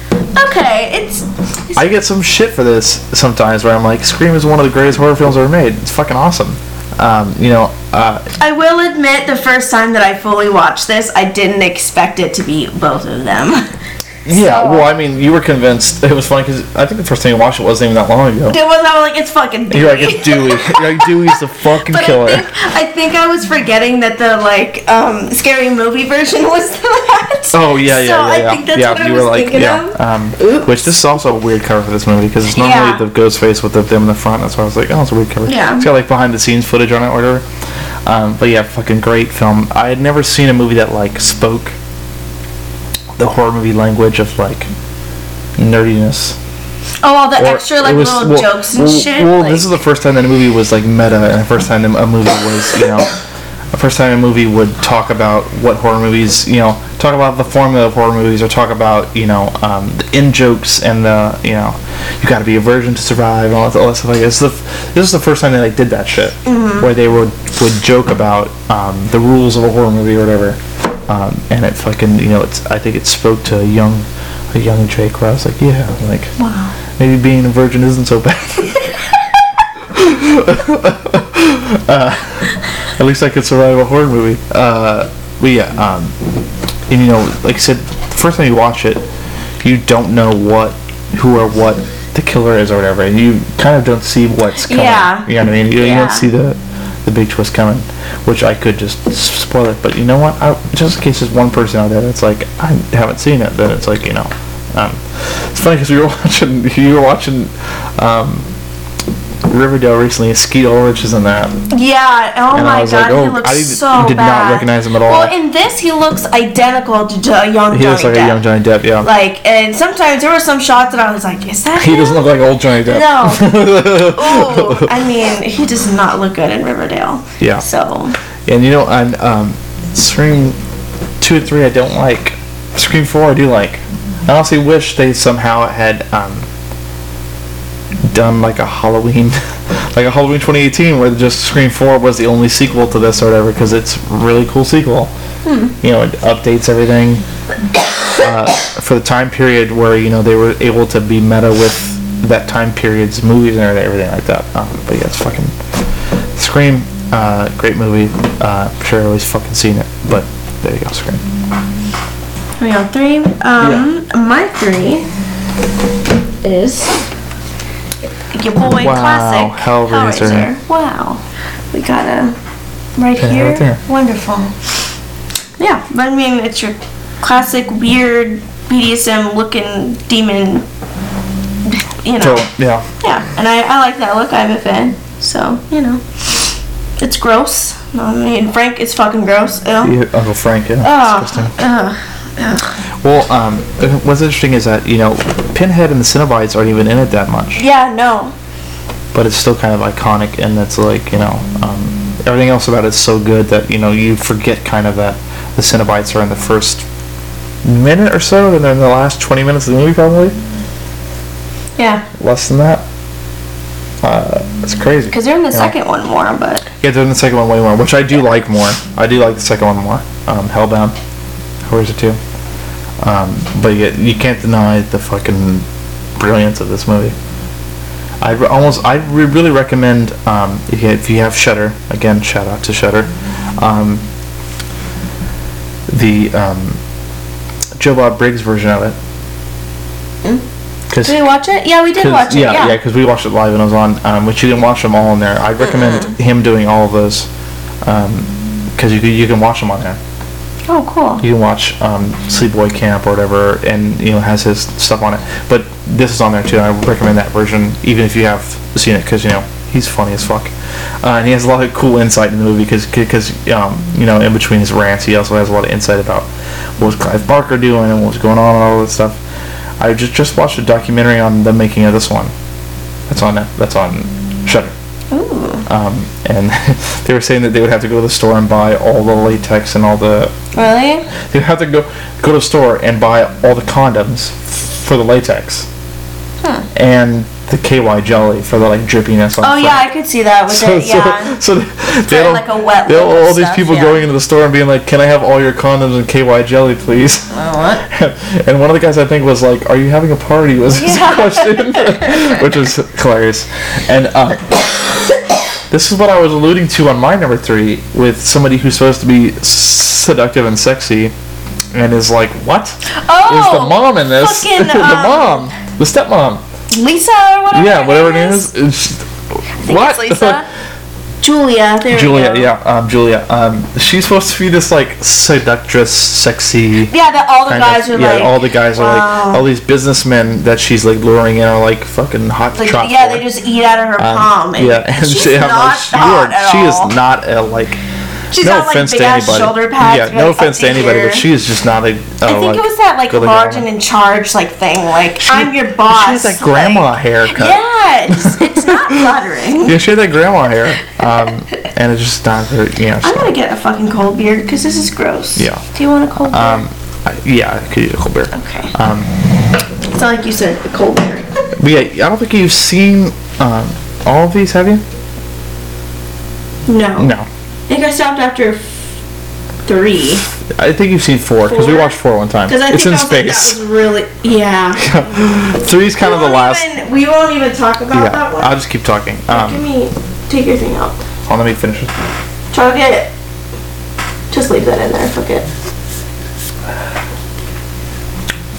Speaker 7: Okay, it's
Speaker 4: I get some shit for this sometimes, where I'm like, Scream is one of the greatest horror films ever made. It's fucking awesome. Um, you know, uh,
Speaker 7: I will admit, the first time that I fully watched this, I didn't expect it to be both of them.
Speaker 4: Yeah,
Speaker 7: So-
Speaker 4: well, I mean, you were convinced it was funny because I think the first time you watched it wasn't even that long ago.
Speaker 7: It was. I was like, it's fucking Dewey.
Speaker 4: You're like, it's Dewey. You're like, Dewey's the fucking
Speaker 7: But
Speaker 4: killer.
Speaker 7: I think, I think I was forgetting that the like um, scary movie version was that.
Speaker 4: Oh yeah, yeah,
Speaker 7: so
Speaker 4: yeah, yeah.
Speaker 7: I think that's
Speaker 4: yeah,
Speaker 7: what I
Speaker 4: you
Speaker 7: was
Speaker 4: were like,
Speaker 7: thinking
Speaker 4: yeah.
Speaker 7: of.
Speaker 4: Um,
Speaker 7: Oops.
Speaker 4: Which this is also a weird cover for this movie because it's normally
Speaker 7: Yeah.
Speaker 4: the ghost face with the, them in the front. That's why I was like, oh, it's a weird cover.
Speaker 7: Yeah.
Speaker 4: It's got like behind the scenes footage on it or whatever. Um, but yeah, fucking great film. I had never seen a movie that like spoke the horror movie language of like nerdiness.
Speaker 7: Oh, all the
Speaker 4: Or-
Speaker 7: extra like
Speaker 4: it was-
Speaker 7: little
Speaker 4: well-
Speaker 7: jokes and
Speaker 4: well-
Speaker 7: shit.
Speaker 4: Well,
Speaker 7: like,
Speaker 4: this is the first time that a movie was like meta, and the first time a movie was, you know, the first time a movie would talk about what horror movies, you know, talk about the formula of horror movies, or talk about, you know, um, the in jokes and the, you know, you got to be a virgin to survive and all that, all that stuff like this. Is the, f- this is the first time they like did that shit, where they would would joke about um, the rules of a horror movie or whatever, um, and it fucking, you know, it's I think it spoke to a young. A young Jake, where I was like, yeah, like, maybe being a virgin isn't so bad. At least I could survive a horror movie. Uh, but yeah, um, and you know, like I said, the first time you watch it, you don't know what, who or what the killer is or whatever, and you kind of don't see what's coming.
Speaker 7: Yeah.
Speaker 4: You know what I mean? You, you
Speaker 7: Yeah.
Speaker 4: don't see the the big twist coming, which I could just s- spoil it. But you know what? I, just in case there's one person out there that's like, I haven't seen it, then it's like you know, um, it's funny because we were watching, you were watching. Um, Riverdale recently, and Skeet Ulrich is in that.
Speaker 7: yeah. Oh
Speaker 4: And I
Speaker 7: my
Speaker 4: was like,
Speaker 7: god,
Speaker 4: oh,
Speaker 7: he looks
Speaker 4: I didn't-
Speaker 7: so
Speaker 4: did not
Speaker 7: bad.
Speaker 4: recognize him at all.
Speaker 7: Well, in this, he looks identical to Jo- young
Speaker 4: He
Speaker 7: Johnny
Speaker 4: looks like
Speaker 7: Depp.
Speaker 4: a young Johnny Depp, yeah.
Speaker 7: Like, and sometimes there were some shots that I was like, is that
Speaker 4: he
Speaker 7: him?
Speaker 4: doesn't look like old Johnny Depp.
Speaker 7: No. oh, I mean, he does not look good in Riverdale.
Speaker 4: Yeah.
Speaker 7: So
Speaker 4: And you know, on um, Scream 2 and 3, I don't like. Scream 4, I do like. I honestly wish they somehow had um, done like a Halloween, like a Halloween 2018, where just Scream 4 was the only sequel to this or whatever, because it's a really cool sequel. You know, it updates everything uh, for the time period where you know they were able to be meta with that time period's movies and everything like that. Um, but yeah, it's fucking Scream, uh, great movie. Uh, I'm sure everybody's fucking seen it, but there you go, Scream.
Speaker 7: we have three. Um, my three is your boy
Speaker 4: Wow,
Speaker 7: classic
Speaker 4: Hellraiser.
Speaker 7: Wow, we got a right
Speaker 4: right
Speaker 7: here.
Speaker 4: there.
Speaker 7: Wonderful. Yeah, but I mean, it's your classic weird BDSM looking demon. You
Speaker 4: So
Speaker 7: know.
Speaker 4: yeah,
Speaker 7: Yeah, and I, I like that look. I'm a fan. So, you know. It's gross. I mean, Frank is fucking gross. Ew. Oh,
Speaker 4: you- Uncle Frank. Yeah,
Speaker 7: Ugh.
Speaker 4: disgusting.
Speaker 7: Ugh.
Speaker 4: Uh, Well, um, what's interesting is that you know, Pinhead and the Cenobites aren't even in it that much,
Speaker 7: Yeah, no.
Speaker 4: but it's still kind of iconic, and it's like you know, um, everything else about it's so good that you know you forget kind of that the Cenobites are in the first minute or so, and they're in the last 20 minutes of the movie probably
Speaker 7: Yeah,
Speaker 4: less than that. Uh, it's crazy.
Speaker 7: because they're in the
Speaker 4: Yeah.
Speaker 7: second one more, but.
Speaker 4: Yeah, they're in the second one way more, which I do like more. I do like the second one more. Um, Hellbound, Hellraiser 2. Um, but yet you can't deny the fucking brilliance of this movie. I re- almost, I re- really recommend um, if, you, if you have Shutter. Again, shout out to Shutter. Um, the um, Joe Bob Briggs version of it. Because
Speaker 7: Did we watch it? Yeah, we did watch it. Yeah.
Speaker 4: yeah, because we watched it live and it was on. Um, which you can watch them all in there. I recommend him doing all of those, because you you can- you can watch them on there.
Speaker 7: Oh, cool.
Speaker 4: You can watch um, Sleepaway Camp or whatever, and you know has his stuff on it. But this is on there too. And I recommend that version, even if you have seen it, because you know he's funny as fuck, uh, and he has a lot of cool insight in the movie. Because um, you know in between his rants, he also has a lot of insight about what was Clive Barker doing and what was going on and all this stuff. I just just watched a documentary on the making of this one. That's on that's on Shutter. Um, and they were saying that they would have to go to the store and buy all the latex and all the
Speaker 7: Really?
Speaker 4: they have to go go to a store and buy all the condoms for the latex and the KY jelly for the like drippiness on.
Speaker 7: Oh,
Speaker 4: the
Speaker 7: yeah, I
Speaker 4: front.
Speaker 7: could see that with
Speaker 4: So,
Speaker 7: it. Yeah.
Speaker 4: so, so
Speaker 7: For,
Speaker 4: they
Speaker 7: like, a wet
Speaker 4: they
Speaker 7: lip
Speaker 4: all these
Speaker 7: stuff,
Speaker 4: people
Speaker 7: yeah.
Speaker 4: going into the store and being like, "Can I have all your condoms and KY jelly, please?"
Speaker 7: Uh,
Speaker 4: and one of the guys I think was like, "Are you having a party?" Was his question, which was hilarious. And uh, this is what I was alluding to on my number three with somebody who's supposed to be s- seductive and sexy, and is like, "What?
Speaker 6: Oh,
Speaker 4: Is the mom in this?
Speaker 6: fucking,
Speaker 4: the
Speaker 6: um,
Speaker 4: mom, the stepmom?
Speaker 7: oh
Speaker 6: Lisa or whatever.
Speaker 4: Yeah,
Speaker 6: her
Speaker 4: whatever it
Speaker 6: name
Speaker 4: is. It's,
Speaker 6: I think
Speaker 4: what?
Speaker 6: it's Lisa.
Speaker 7: Julia. There
Speaker 4: Julia,
Speaker 7: we go.
Speaker 4: yeah, um, Julia. Um, she's supposed to be this like seductress, sexy.
Speaker 7: Yeah, that all the
Speaker 4: kind
Speaker 7: guys
Speaker 4: of-
Speaker 7: are
Speaker 4: yeah,
Speaker 7: like.
Speaker 4: all the guys are
Speaker 7: wow.
Speaker 4: like all these businessmen that she's like luring in are like fucking hot to
Speaker 7: Like,
Speaker 4: trot
Speaker 7: yeah,
Speaker 4: for.
Speaker 7: they just eat out of her
Speaker 4: Um,
Speaker 7: palm. And
Speaker 4: yeah, and
Speaker 7: she's
Speaker 4: she, I'm
Speaker 7: not
Speaker 4: like, you
Speaker 7: hot
Speaker 4: are,
Speaker 7: at
Speaker 4: she
Speaker 7: all.
Speaker 4: is not a like.
Speaker 7: She's
Speaker 4: no
Speaker 7: got, like,
Speaker 4: offense to
Speaker 7: big-ass
Speaker 4: anybody.
Speaker 7: shoulder pads,
Speaker 4: yeah,
Speaker 7: like,
Speaker 4: no
Speaker 7: up
Speaker 4: offense
Speaker 7: to
Speaker 4: to anybody,
Speaker 7: here.
Speaker 4: but she is just not a.
Speaker 7: I think it was that like
Speaker 4: good-looking
Speaker 7: large
Speaker 4: woman.
Speaker 7: and in charge like thing. Like I'm your boss.
Speaker 4: She has that
Speaker 7: like-
Speaker 4: grandma haircut.
Speaker 7: yeah, it's, it's not flattering.
Speaker 4: Yeah, she had that grandma hair, um, and it's just not her. You know,
Speaker 7: I'm
Speaker 4: so,
Speaker 7: gonna get a fucking cold beer because this is gross.
Speaker 4: Yeah.
Speaker 7: Do you want a cold beer?
Speaker 4: um, I- yeah, I could use a cold beer.
Speaker 7: okay. Um. It's not like you said a cold beer.
Speaker 4: But yeah, I don't think you've seen um, all of these, have you?
Speaker 7: No.
Speaker 4: No,
Speaker 7: I think I stopped after f- three
Speaker 4: I think you've seen four because we
Speaker 7: Four?
Speaker 4: watched four one time.
Speaker 7: because I think
Speaker 4: It's in
Speaker 7: I was like,
Speaker 4: space.
Speaker 7: that was really yeah.
Speaker 4: Three's kind of the
Speaker 7: We won't
Speaker 4: last.
Speaker 7: even- we won't even talk about
Speaker 4: yeah,
Speaker 7: that one.
Speaker 4: I'll just keep talking. Um,
Speaker 7: Give me take your thing out.
Speaker 4: hold on, let me finish. this.
Speaker 7: Try to get it. Just leave that in there. Fuck it.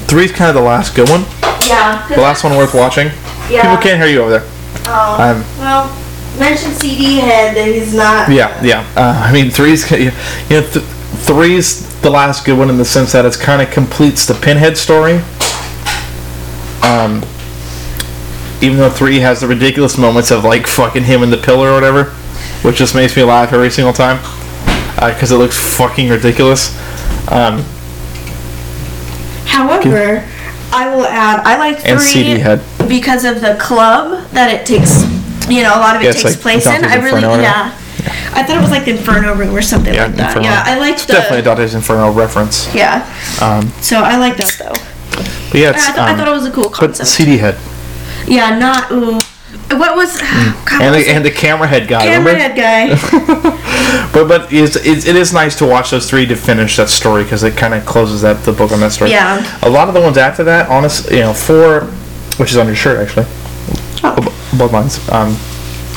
Speaker 4: Three's kind of the last good one.
Speaker 7: Yeah. 'cause-
Speaker 4: The last one worth watching.
Speaker 7: yeah.
Speaker 4: People can't hear you over there.
Speaker 7: Oh,
Speaker 4: Um,
Speaker 7: well, mention CD head that he's not.
Speaker 4: Yeah, yeah. Uh, I mean, three's you know th- three's the last good one in the sense that it's kind of completes the Pinhead story. Um, even though three has the ridiculous moments of like fucking him in the pillar or whatever, which just makes me laugh every single time because it looks fucking ridiculous. Um,
Speaker 7: However, I will add, I like three
Speaker 4: And CD head.
Speaker 7: because of the club that it takes. You know, a lot of it
Speaker 4: Yeah, it's
Speaker 7: takes
Speaker 4: like
Speaker 7: place in.
Speaker 4: Dante's
Speaker 7: I really,
Speaker 4: Inferno,
Speaker 7: yeah. I thought it was like the Inferno Room or something
Speaker 4: yeah,
Speaker 7: like that.
Speaker 4: Inferno.
Speaker 7: Yeah, I
Speaker 4: It's
Speaker 7: liked the.
Speaker 4: definitely a Dante's Inferno reference.
Speaker 7: yeah.
Speaker 4: Um,
Speaker 7: So I like that though.
Speaker 4: but yeah, it's,
Speaker 7: I, th- I
Speaker 4: um,
Speaker 7: thought it was a cool
Speaker 4: but
Speaker 7: concept.
Speaker 4: CD head
Speaker 7: yeah, not ooh. What was? God,
Speaker 4: and
Speaker 7: what
Speaker 4: the,
Speaker 7: was
Speaker 4: and the camera head guy.
Speaker 7: camera
Speaker 4: remember?
Speaker 7: head guy.
Speaker 4: But but it's, it's, it is nice to watch those three to finish that story because it kind of closes that the book on that story.
Speaker 7: Yeah.
Speaker 4: A lot of the ones after that, honest, you know, four, which is on your shirt actually,
Speaker 7: Oh,
Speaker 4: bloodlines. Um,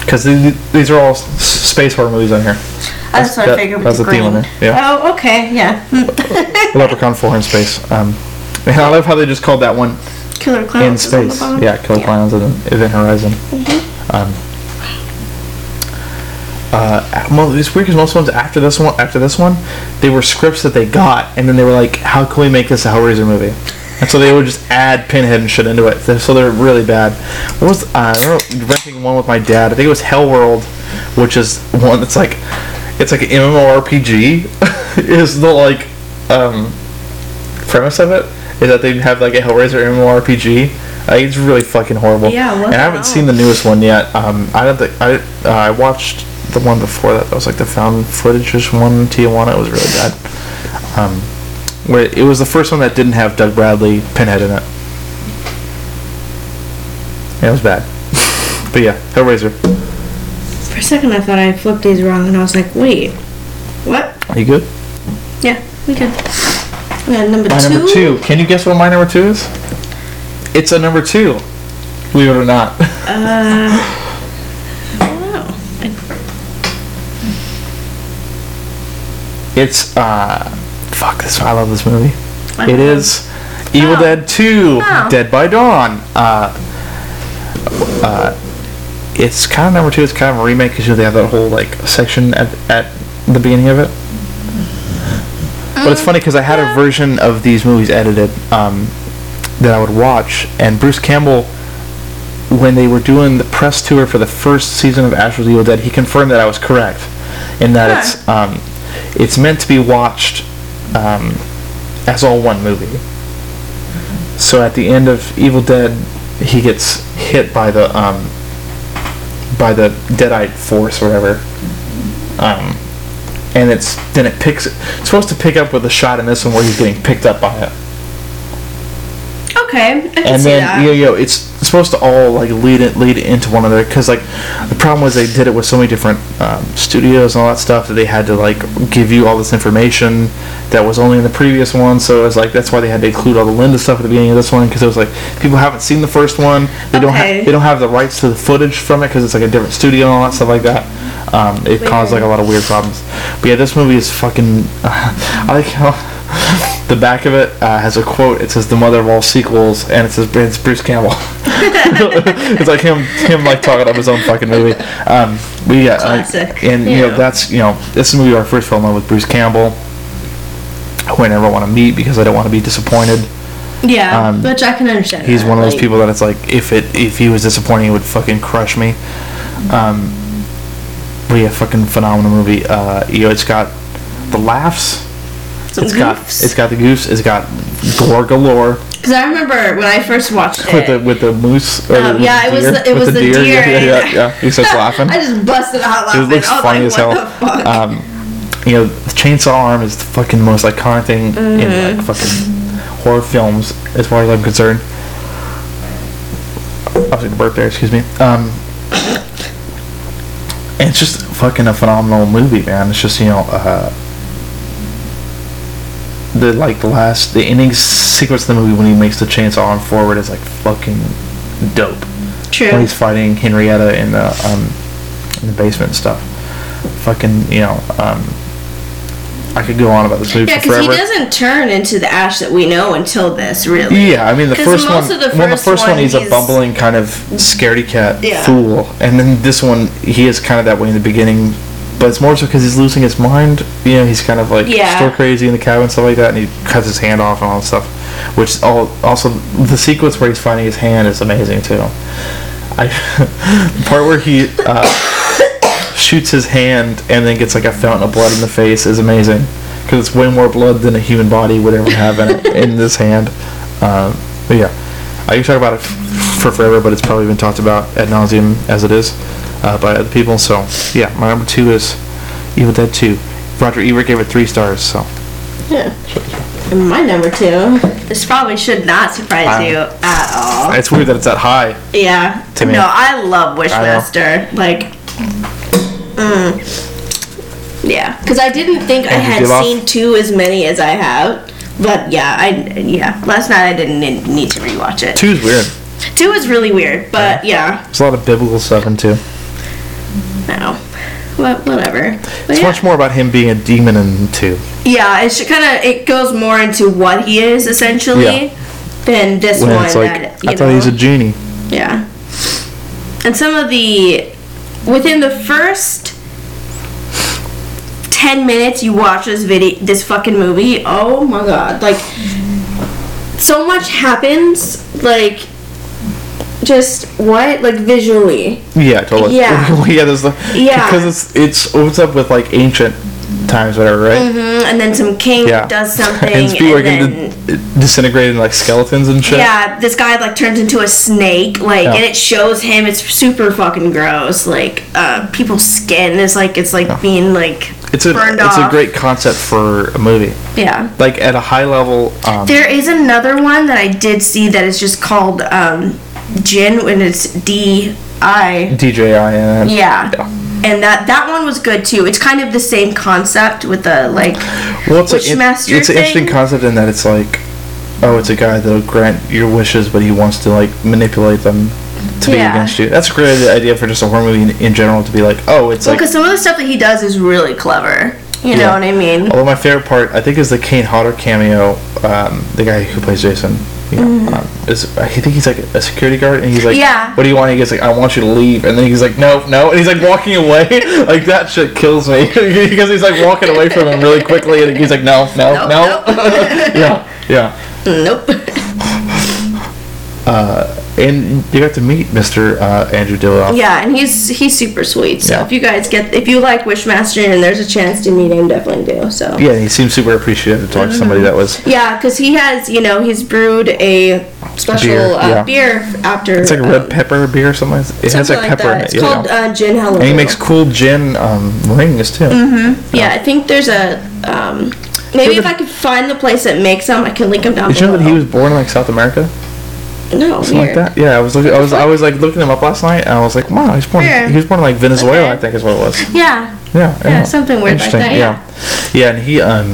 Speaker 4: because these, these are all s- space horror movies on here.
Speaker 7: that's what I
Speaker 4: that-
Speaker 7: figured with
Speaker 4: that's
Speaker 7: the
Speaker 4: the theme
Speaker 7: green.
Speaker 4: on there, yeah.
Speaker 7: Oh, okay, yeah. Hmm,
Speaker 4: Leprechaun four in space. Um, and I love how they just called that one
Speaker 7: Killer clowns
Speaker 4: in
Speaker 7: is on the
Speaker 4: space.
Speaker 7: bottom. Mm-hmm.
Speaker 4: Yeah, Killer Clowns and Event Horizon. Um, uh, well, it's weird because most ones after this one, after this one, they were scripts that they got, and then they were like, "How can we make this a Hellraiser movie?" And so they would just add Pinhead and shit into it. They're- So they're really bad. What was uh, I remember renting one with my dad? I think it was Hellworld, which is one that's like, it's like an MMORPG. is the like, um, premise of it is that they have like a Hellraiser MMORPG. Like, Uh, it's really fucking horrible.
Speaker 7: Yeah, look
Speaker 4: and I haven't
Speaker 7: out.
Speaker 4: seen the newest one yet. Um, I don't think I uh, I watched the one before that. That was like the found footage one in Tijuana. It was really bad. Um, where it was the first one that didn't have Doug Bradley Pinhead in it. Yeah, it was bad. but yeah, Hellraiser.
Speaker 7: For a second, I thought I flipped these wrong, and I was like, wait, what?
Speaker 4: Are you good?
Speaker 7: Yeah, we good. We got number
Speaker 4: My
Speaker 7: two.
Speaker 4: number two. Can you guess what my number two is? It's a number two. Believe it or not.
Speaker 7: Wow.
Speaker 4: It's uh, fuck this. I love this movie. It is Evil Dead Two: Dead by Dawn. Uh, uh, it's kind of number two. It's kind of a remake because you know, they have that whole like section at at the beginning of it. But it's funny because I had a version of these movies edited um, that I would watch, and Bruce Campbell when they were doing the press tour for the first season of Ash vs. Evil Dead, he confirmed that I was correct, in that it's um, it's meant to be watched um, as all one movie. So at the end of Evil Dead, he gets hit by the um, by the Deadite force, or whatever. Um, and it's then it picks it's supposed to pick up with a shot in this one where he's getting picked up by it
Speaker 7: Okay, I can
Speaker 4: and
Speaker 7: see
Speaker 4: then
Speaker 7: that.
Speaker 4: yo yo, it's supposed to all like lead it lead into one another because like the problem was they did it with so many different um, studios and all that stuff that they had to like give you all this information that was only in the previous one so it was like that's why they had to include all the Linda stuff at the beginning of this one because it was like people haven't seen the first one they don't
Speaker 7: Okay.
Speaker 4: ha- they don't have the rights to the footage from it because it's like a different studio and all that stuff like that. Um, it caused like a lot of weird problems. But yeah, this movie is fucking. I like how The back of it uh, has a quote. It says the mother of all sequels, and it says it's Bruce Campbell. it's like him, him like talking up his own fucking movie. Um, we got like,
Speaker 7: Classic.
Speaker 4: and you know that's you know this is the movie where I first fell in love with Bruce Campbell, who I never want to meet because I don't want to be disappointed.
Speaker 7: Yeah,
Speaker 4: Um,
Speaker 7: which I can understand.
Speaker 4: He's
Speaker 7: that,
Speaker 4: one of those
Speaker 7: like-
Speaker 4: people that it's like if it if he was disappointing, it would fucking crush me. Um, but yeah, fucking phenomenal movie. Uh, you know, it's got the laughs.
Speaker 7: Some
Speaker 4: it's got
Speaker 7: goofs.
Speaker 4: it's got the goose. It's got gore galore
Speaker 7: Because I remember when I first watched it.
Speaker 4: with the with the moose. Or
Speaker 7: Um,
Speaker 4: the,
Speaker 7: yeah, it was
Speaker 4: deer-
Speaker 7: the- it
Speaker 4: with
Speaker 7: was the deer
Speaker 4: Yeah,
Speaker 7: and-
Speaker 4: yeah, yeah, yeah. He starts laughing.
Speaker 7: I just busted out laughing.
Speaker 4: It looks
Speaker 7: I was
Speaker 4: funny
Speaker 7: like,
Speaker 4: as
Speaker 7: what
Speaker 4: hell.
Speaker 7: the fuck?
Speaker 4: Um, you know, the chainsaw arm is the fucking most iconic thing in like fucking horror films, as far as I'm concerned. I was gonna burp there. Excuse me. Um, and it's just fucking a phenomenal movie, man. It's just you know, uh, the like the last the ending sequence of the movie when he makes the chainsaw arm forward is like fucking dope when
Speaker 7: True.
Speaker 4: he's fighting Henrietta in the um, in the basement and stuff. Fucking, you know, um, I could go on about this movie
Speaker 7: Yeah,
Speaker 4: for
Speaker 7: because he
Speaker 4: forever.
Speaker 7: doesn't turn into the Ash that we know until this, really.
Speaker 4: yeah, I mean the
Speaker 7: 'Cause
Speaker 4: first one.
Speaker 7: most of the
Speaker 4: well, the
Speaker 7: first
Speaker 4: first one,
Speaker 7: one,
Speaker 4: he's, a
Speaker 7: he's-
Speaker 4: bumbling kind of scaredy cat
Speaker 7: Yeah.
Speaker 4: fool, and then this one, he is kind of that way in the beginning, but it's more so because he's losing his mind. You know, he's kind of like
Speaker 7: Yeah.
Speaker 4: store crazy in the cabin and stuff like that, and he cuts his hand off and all that stuff. Which all also the sequence where he's finding his hand is amazing too. I the part where he uh, shoots his hand and then gets like a fountain of blood in the face is amazing because it's way more blood than a human body would ever have in, it, in this hand. Um, but yeah, I can talk about it f- for forever, but it's probably been talked about ad nauseum as it is uh, by other people. So yeah, my number two is Evil Dead Two. Roger Ebert gave it three stars, so
Speaker 7: And my number two. This probably should not surprise
Speaker 4: Wow.
Speaker 7: you at all.
Speaker 4: it's weird that it's that high.
Speaker 7: Yeah.
Speaker 4: To me.
Speaker 7: No, I love Wishmaster. like, mm, yeah, because I didn't think I
Speaker 4: Andrew
Speaker 7: had
Speaker 4: Diloff?
Speaker 7: seen two as many as I have. But yeah, I yeah. Last night I didn't need- need to rewatch it.
Speaker 4: Two's weird.
Speaker 7: Two is really weird, but yeah,
Speaker 4: There's a lot of biblical stuff in two.
Speaker 7: no, but whatever. But
Speaker 4: It's
Speaker 7: yeah.
Speaker 4: much more about him being a demon in two.
Speaker 7: Yeah, it should kind of it goes more into what he is essentially
Speaker 4: Yeah.
Speaker 7: than this
Speaker 4: When
Speaker 7: one.
Speaker 4: it's like,
Speaker 7: that, you
Speaker 4: I thought he was a
Speaker 7: know.
Speaker 4: genie.
Speaker 7: yeah. And some of the within the first ten minutes you watch this video, this fucking movie. Oh my god! Like so much happens. Like just what? Like visually.
Speaker 4: Yeah, totally.
Speaker 7: Yeah.
Speaker 4: yeah, there's the,
Speaker 7: Yeah.
Speaker 4: Because it's it's opens up with like ancient times, whatever, right?
Speaker 7: Mm, And then some king
Speaker 4: Yeah.
Speaker 7: does something,
Speaker 4: and
Speaker 7: and,
Speaker 4: Spielberg
Speaker 7: then
Speaker 4: and di- disintegrating like skeletons and shit.
Speaker 7: Yeah, this guy like turns into a snake, like,
Speaker 4: Yeah.
Speaker 7: and it shows him. It's super fucking gross. Like, uh, people's skin is like it's like being like
Speaker 4: It's a
Speaker 7: burned
Speaker 4: it's
Speaker 7: off.
Speaker 4: a great concept for a movie.
Speaker 7: yeah.
Speaker 4: Like at a high level, um,
Speaker 7: There is another one that I did see that is just called um, Jin, and it's D I.
Speaker 4: DJI and
Speaker 7: Yeah.
Speaker 4: Yeah.
Speaker 7: And that, that one was good too. It's kind of the same concept with the like
Speaker 4: Well, it's, a, it's,
Speaker 7: Wishmaster
Speaker 4: it's an interesting
Speaker 7: thing?
Speaker 4: concept in that it's like, oh, it's a guy that'll grant your wishes, but he wants to like manipulate them to be
Speaker 7: Yeah.
Speaker 4: against you. That's a great idea for just a horror movie in, in general to be like, oh, it's like.
Speaker 7: because some of the stuff that he does is really clever. You know
Speaker 4: Yeah.
Speaker 7: what I mean?
Speaker 4: Although my favorite part, I think, is the Kane Hodder cameo. Um, the guy who plays Jason, you know, um, is I think he's like a security guard, and he's like,
Speaker 7: Mm-hmm. Yeah.
Speaker 4: what do you want?" He goes like, "I want you to leave," and then he's like, "No, no," and he's like walking away. like that shit kills me because he's like walking away from him really quickly, and he's like, "No, Oh, no, no." yeah, yeah.
Speaker 7: Nope.
Speaker 4: And you got to meet Mr. Uh, Andrew Diloff.
Speaker 7: Yeah, and he's he's super sweet. So
Speaker 4: Yeah.
Speaker 7: if you guys get if you like Wishmaster and there's a chance to meet him, definitely do. So
Speaker 4: Yeah, and he seemed super appreciative to talk to somebody that was.
Speaker 7: yeah, because he has you know he's brewed a special
Speaker 4: Beer,
Speaker 7: uh,
Speaker 4: yeah.
Speaker 7: beer after
Speaker 4: It's like
Speaker 7: um,
Speaker 4: red pepper beer or something. It has
Speaker 7: something
Speaker 4: like
Speaker 7: like
Speaker 4: pepper
Speaker 7: that.
Speaker 4: in it.
Speaker 7: It's
Speaker 4: yeah.
Speaker 7: called uh, gin hello.
Speaker 4: and he makes cool gin um, rings too.
Speaker 7: Mm-hmm. yeah, I think there's a um, maybe if I could find the place that makes them, I can link them down
Speaker 4: Did you know
Speaker 7: below.
Speaker 4: that he was born in like South America,
Speaker 7: no
Speaker 4: something
Speaker 7: weird.
Speaker 4: like that? Yeah, I was looking, I was, I was like looking him up last night, and I was like, wow, he's born,
Speaker 7: Where?
Speaker 4: he was born in like Venezuela,
Speaker 7: Okay.
Speaker 4: I think is what it was.
Speaker 7: Yeah,
Speaker 4: Yeah,
Speaker 7: Yeah, something weird like
Speaker 4: interesting.
Speaker 7: that,
Speaker 4: Yeah. yeah, and he um,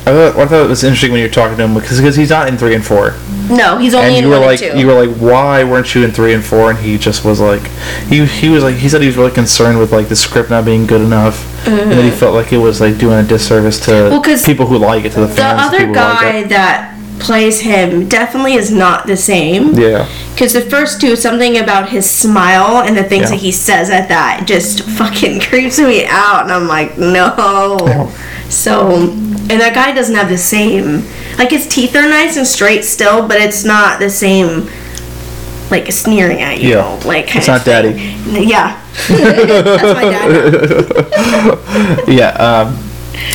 Speaker 4: I thought, I thought it was interesting when you're talking to him because because he's not in three and four.
Speaker 7: No, he's only
Speaker 4: and you
Speaker 7: in
Speaker 4: were
Speaker 7: one
Speaker 4: like,
Speaker 7: and two.
Speaker 4: you were like, why weren't you in three and four? And he just was like, he he was like, he said he was really concerned with like the script not being good enough, and that he felt like it was like doing a disservice to
Speaker 7: Mm-hmm. Well, 'cause
Speaker 4: people who like it, to the
Speaker 7: the
Speaker 4: fans.
Speaker 7: other
Speaker 4: people who like
Speaker 7: guy
Speaker 4: it.
Speaker 7: that plays him definitely is not the same.
Speaker 4: yeah,
Speaker 7: Because the first two, something about his smile and the things
Speaker 4: Yeah.
Speaker 7: that he says at that just fucking creeps me out. And I'm like, no. So, and that guy doesn't have the same. Like, his teeth are nice and straight still, but it's not the same, like, sneering at you.
Speaker 4: Yeah.
Speaker 7: Like, kind
Speaker 4: It's not daddy.
Speaker 7: Yeah. That's my dad.
Speaker 4: yeah, um,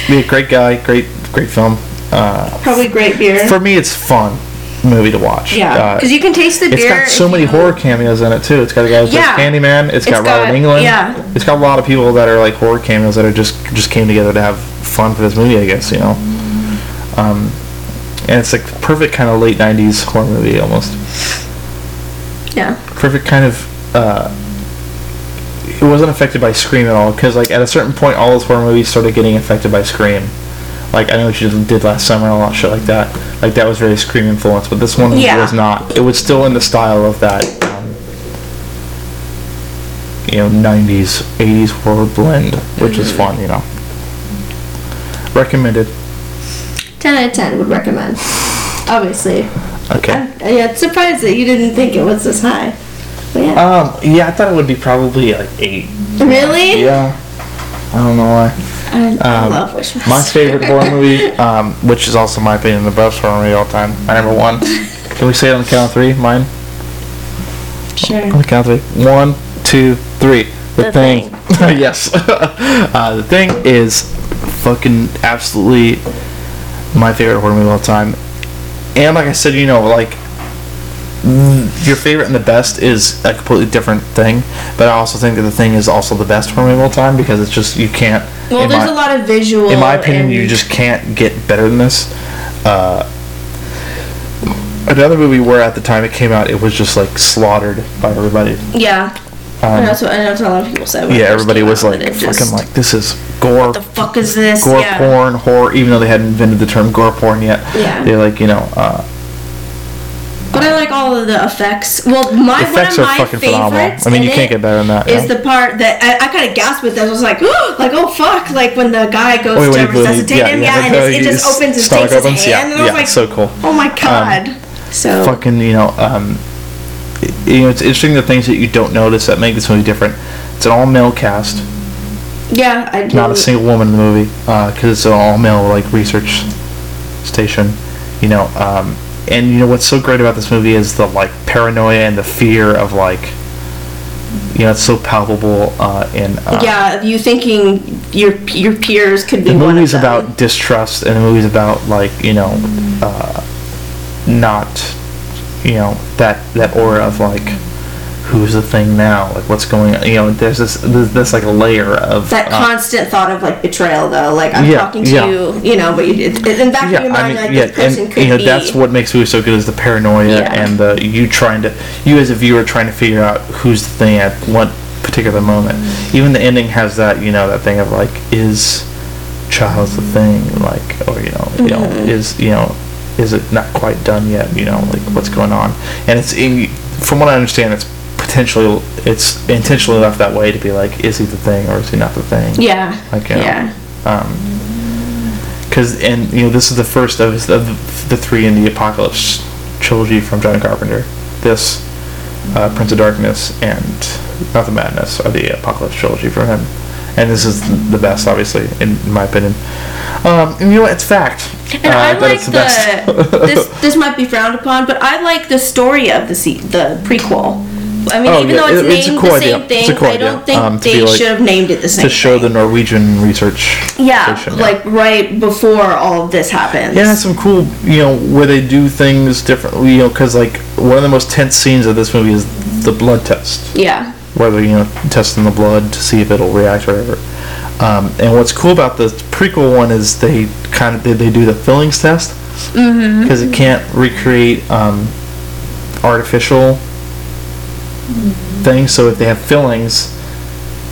Speaker 4: yeah, great guy, great great film. Uh,
Speaker 7: Probably great beer.
Speaker 4: for me, it's fun movie to watch.
Speaker 7: yeah.
Speaker 4: Uh,
Speaker 7: Because you can taste the
Speaker 4: it's
Speaker 7: beer.
Speaker 4: got so
Speaker 7: if
Speaker 4: many
Speaker 7: you-
Speaker 4: horror cameos in it too. It's got a guy who plays
Speaker 7: Yeah.
Speaker 4: Candyman. it's got
Speaker 7: It's
Speaker 4: Robert
Speaker 7: got-
Speaker 4: England.
Speaker 7: yeah.
Speaker 4: It's got a lot of people that are like horror cameos that are just just came together to have fun for this movie. I guess you know. Um, and it's like the perfect kind of late '90s horror movie almost.
Speaker 7: Yeah.
Speaker 4: Perfect kind of. Uh, it wasn't affected by Scream at all because like at a certain point, all those horror movies started getting affected by Scream. Like I know what you did last summer and all that shit like that. Like that was very Scream influence, but this one
Speaker 7: Yeah.
Speaker 4: was not. It was still in the style of that. Um, you know, 90s, 80s horror blend, which is fun, you know. Recommended.
Speaker 7: 10 out of 10 would recommend. Obviously.
Speaker 4: Okay.
Speaker 7: Uh, Yeah, it's surprised that you didn't think it was this high. But yeah.
Speaker 4: Um, yeah, I thought it would be probably like eight.
Speaker 7: really?
Speaker 4: Yeah. I don't know why.
Speaker 7: I, I love Wishmaster.
Speaker 4: My favorite horror movie, um, which is also my opinion the best horror movie of all time. My number one. Can we say it on the count of three? Mine?
Speaker 7: Sure.
Speaker 4: On the count of three. One, two, three. The,
Speaker 7: The
Speaker 4: thing. yes. uh, the thing is fucking absolutely my favorite horror movie of all time. And like I said, you know, like mm, your favorite and the best is a completely different thing. But I also think that the thing is also the best horror movie of all time because it's just you can't.
Speaker 7: Well,
Speaker 4: in
Speaker 7: there's
Speaker 4: my-
Speaker 7: a lot of visual.
Speaker 4: in my opinion,
Speaker 7: and-
Speaker 4: you just can't get better than this. Uh, another movie where at the time it came out, it was just like slaughtered by everybody.
Speaker 7: Yeah. and that's what I know that's what a lot of people said. when it
Speaker 4: um, Yeah,
Speaker 7: first
Speaker 4: everybody
Speaker 7: came
Speaker 4: was
Speaker 7: out,
Speaker 4: like,
Speaker 7: that it
Speaker 4: fucking
Speaker 7: just-
Speaker 4: like, this is gore,
Speaker 7: The fuck is this?
Speaker 4: gore
Speaker 7: yeah.
Speaker 4: porn, horror. Even though they hadn't invented the term gore porn yet,
Speaker 7: Yeah.
Speaker 4: they're like, you know, uh,
Speaker 7: But I like all of the effects. Well, my
Speaker 4: effects
Speaker 7: one
Speaker 4: are
Speaker 7: of my
Speaker 4: fucking phenomenal.
Speaker 7: favorites
Speaker 4: I mean, you
Speaker 7: in
Speaker 4: can't
Speaker 7: it
Speaker 4: get better than that.
Speaker 7: Is
Speaker 4: yeah.
Speaker 7: the part that I, I kind of gasped with this. I was like, like oh fuck! Like when the guy goes
Speaker 4: Wait,
Speaker 7: to
Speaker 4: wait, wait,
Speaker 7: resuscitate him, yeah,
Speaker 4: like,
Speaker 7: and
Speaker 4: uh,
Speaker 7: it's, it just
Speaker 4: his
Speaker 7: opens and
Speaker 4: stomach
Speaker 7: takes his
Speaker 4: opens,
Speaker 7: hand,
Speaker 4: yeah,
Speaker 7: and I was
Speaker 4: yeah,
Speaker 7: like,
Speaker 4: so cool. Um,
Speaker 7: oh my god! so
Speaker 4: fucking you know um it- you know it's interesting the things that you don't notice that make this movie different it's an all male cast
Speaker 7: yeah, I
Speaker 4: not a
Speaker 7: didn't-
Speaker 4: single woman in the movie because it's an all male like research station you know um and you know what's so great about this movie is the like paranoia and the fear of like you know it's so palpable uh and uh,
Speaker 7: yeah, you thinking your your peers could be
Speaker 4: the
Speaker 7: one of
Speaker 4: movie's
Speaker 7: them.
Speaker 4: about distrust and the movie's about like you know uh, not you know that that aura of like who's the thing now like what's going on you know there's this there's, this like a layer of
Speaker 7: that
Speaker 4: uh,
Speaker 7: constant thought of like betrayal, though. Like I'm
Speaker 4: Yeah,
Speaker 7: talking to
Speaker 4: yeah.
Speaker 7: you, you know, but you, it, it- in the back
Speaker 4: yeah,
Speaker 7: of your mind,
Speaker 4: I mean,
Speaker 7: like
Speaker 4: yeah,
Speaker 7: this person
Speaker 4: and
Speaker 7: could
Speaker 4: you know
Speaker 7: be.
Speaker 4: that's what makes movies so good is the paranoia
Speaker 7: Yeah.
Speaker 4: and the you trying to you as a viewer trying to figure out who's the thing at what particular moment.
Speaker 7: Mm-hmm.
Speaker 4: Even the ending has that you know that thing of like is Charles the thing like or you know you know
Speaker 7: Mm-hmm.
Speaker 4: is you know is it not quite done yet you know like what's going on and it's in, from what I understand it's potentially it's intentionally left that way to be like is he the thing or is he not the thing
Speaker 7: yeah,
Speaker 4: like you know,
Speaker 7: yeah,
Speaker 4: because and you know this is the first of, his- of the three in the apocalypse trilogy from John Carpenter. This, uh, Prince of Darkness, and not the Madness are the apocalypse trilogy from him, and this is the best, obviously, in my opinion. Um, and you know what? It's fact
Speaker 7: and
Speaker 4: Uh,
Speaker 7: I like the, this. This might be frowned upon, but I like the story of the se- the prequel. I mean,
Speaker 4: Oh,
Speaker 7: even
Speaker 4: yeah,
Speaker 7: though
Speaker 4: it- it's
Speaker 7: it's
Speaker 4: a
Speaker 7: named
Speaker 4: cool
Speaker 7: the
Speaker 4: idea.
Speaker 7: same
Speaker 4: It's a
Speaker 7: thing,
Speaker 4: cool
Speaker 7: I
Speaker 4: idea,
Speaker 7: don't think
Speaker 4: um, to be,
Speaker 7: they
Speaker 4: like-
Speaker 7: should have named it the same.
Speaker 4: to show the
Speaker 7: thing.
Speaker 4: Norwegian research.
Speaker 7: yeah,
Speaker 4: station,
Speaker 7: like right before all of this happens.
Speaker 4: Yeah, some cool, you know, where they do things differently, you know, because, like, one of the most tense scenes of this movie is the blood test.
Speaker 7: yeah,
Speaker 4: whether you know testing the blood to see if it'll react or whatever. Um, and what's cool about the prequel one is they kind of they, they do the fillings test because
Speaker 7: Mm-hmm.
Speaker 4: it can't recreate um, artificial things. So if they have fillings,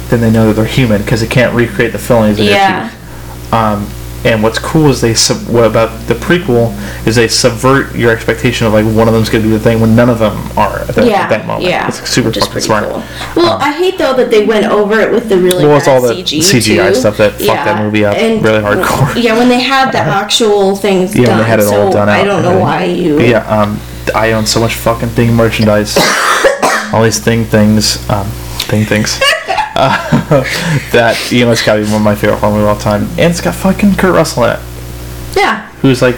Speaker 4: then they know that they're human because it can't recreate the fillings. in your
Speaker 7: yeah.
Speaker 4: teeth. Um, And what's cool is they sub- what about the prequel is they subvert your expectation of like one of them's gonna be the thing when none of them are at that,
Speaker 7: yeah,
Speaker 4: at that moment.
Speaker 7: yeah,
Speaker 4: it's super
Speaker 7: which is
Speaker 4: fucking
Speaker 7: pretty
Speaker 4: smart. Uh,
Speaker 7: cool. Well, I hate though that they went over it with the really
Speaker 4: Well,
Speaker 7: well,
Speaker 4: it's all the
Speaker 7: CG
Speaker 4: CGI
Speaker 7: too.
Speaker 4: stuff that fucked that movie up really hardcore.
Speaker 7: Yeah, when they had the actual things
Speaker 4: Yeah,
Speaker 7: done,
Speaker 4: and they had it
Speaker 7: so
Speaker 4: all done out.
Speaker 7: I
Speaker 4: and
Speaker 7: don't know
Speaker 4: everything.
Speaker 7: why you.
Speaker 4: But yeah, um, I own so much fucking thing merchandise. all these thing things, um, thing things. uh, that you know, it's gotta be one of my favorite horror movies of all time, and it's got fucking Kurt Russell in it,
Speaker 7: yeah,
Speaker 4: who's like,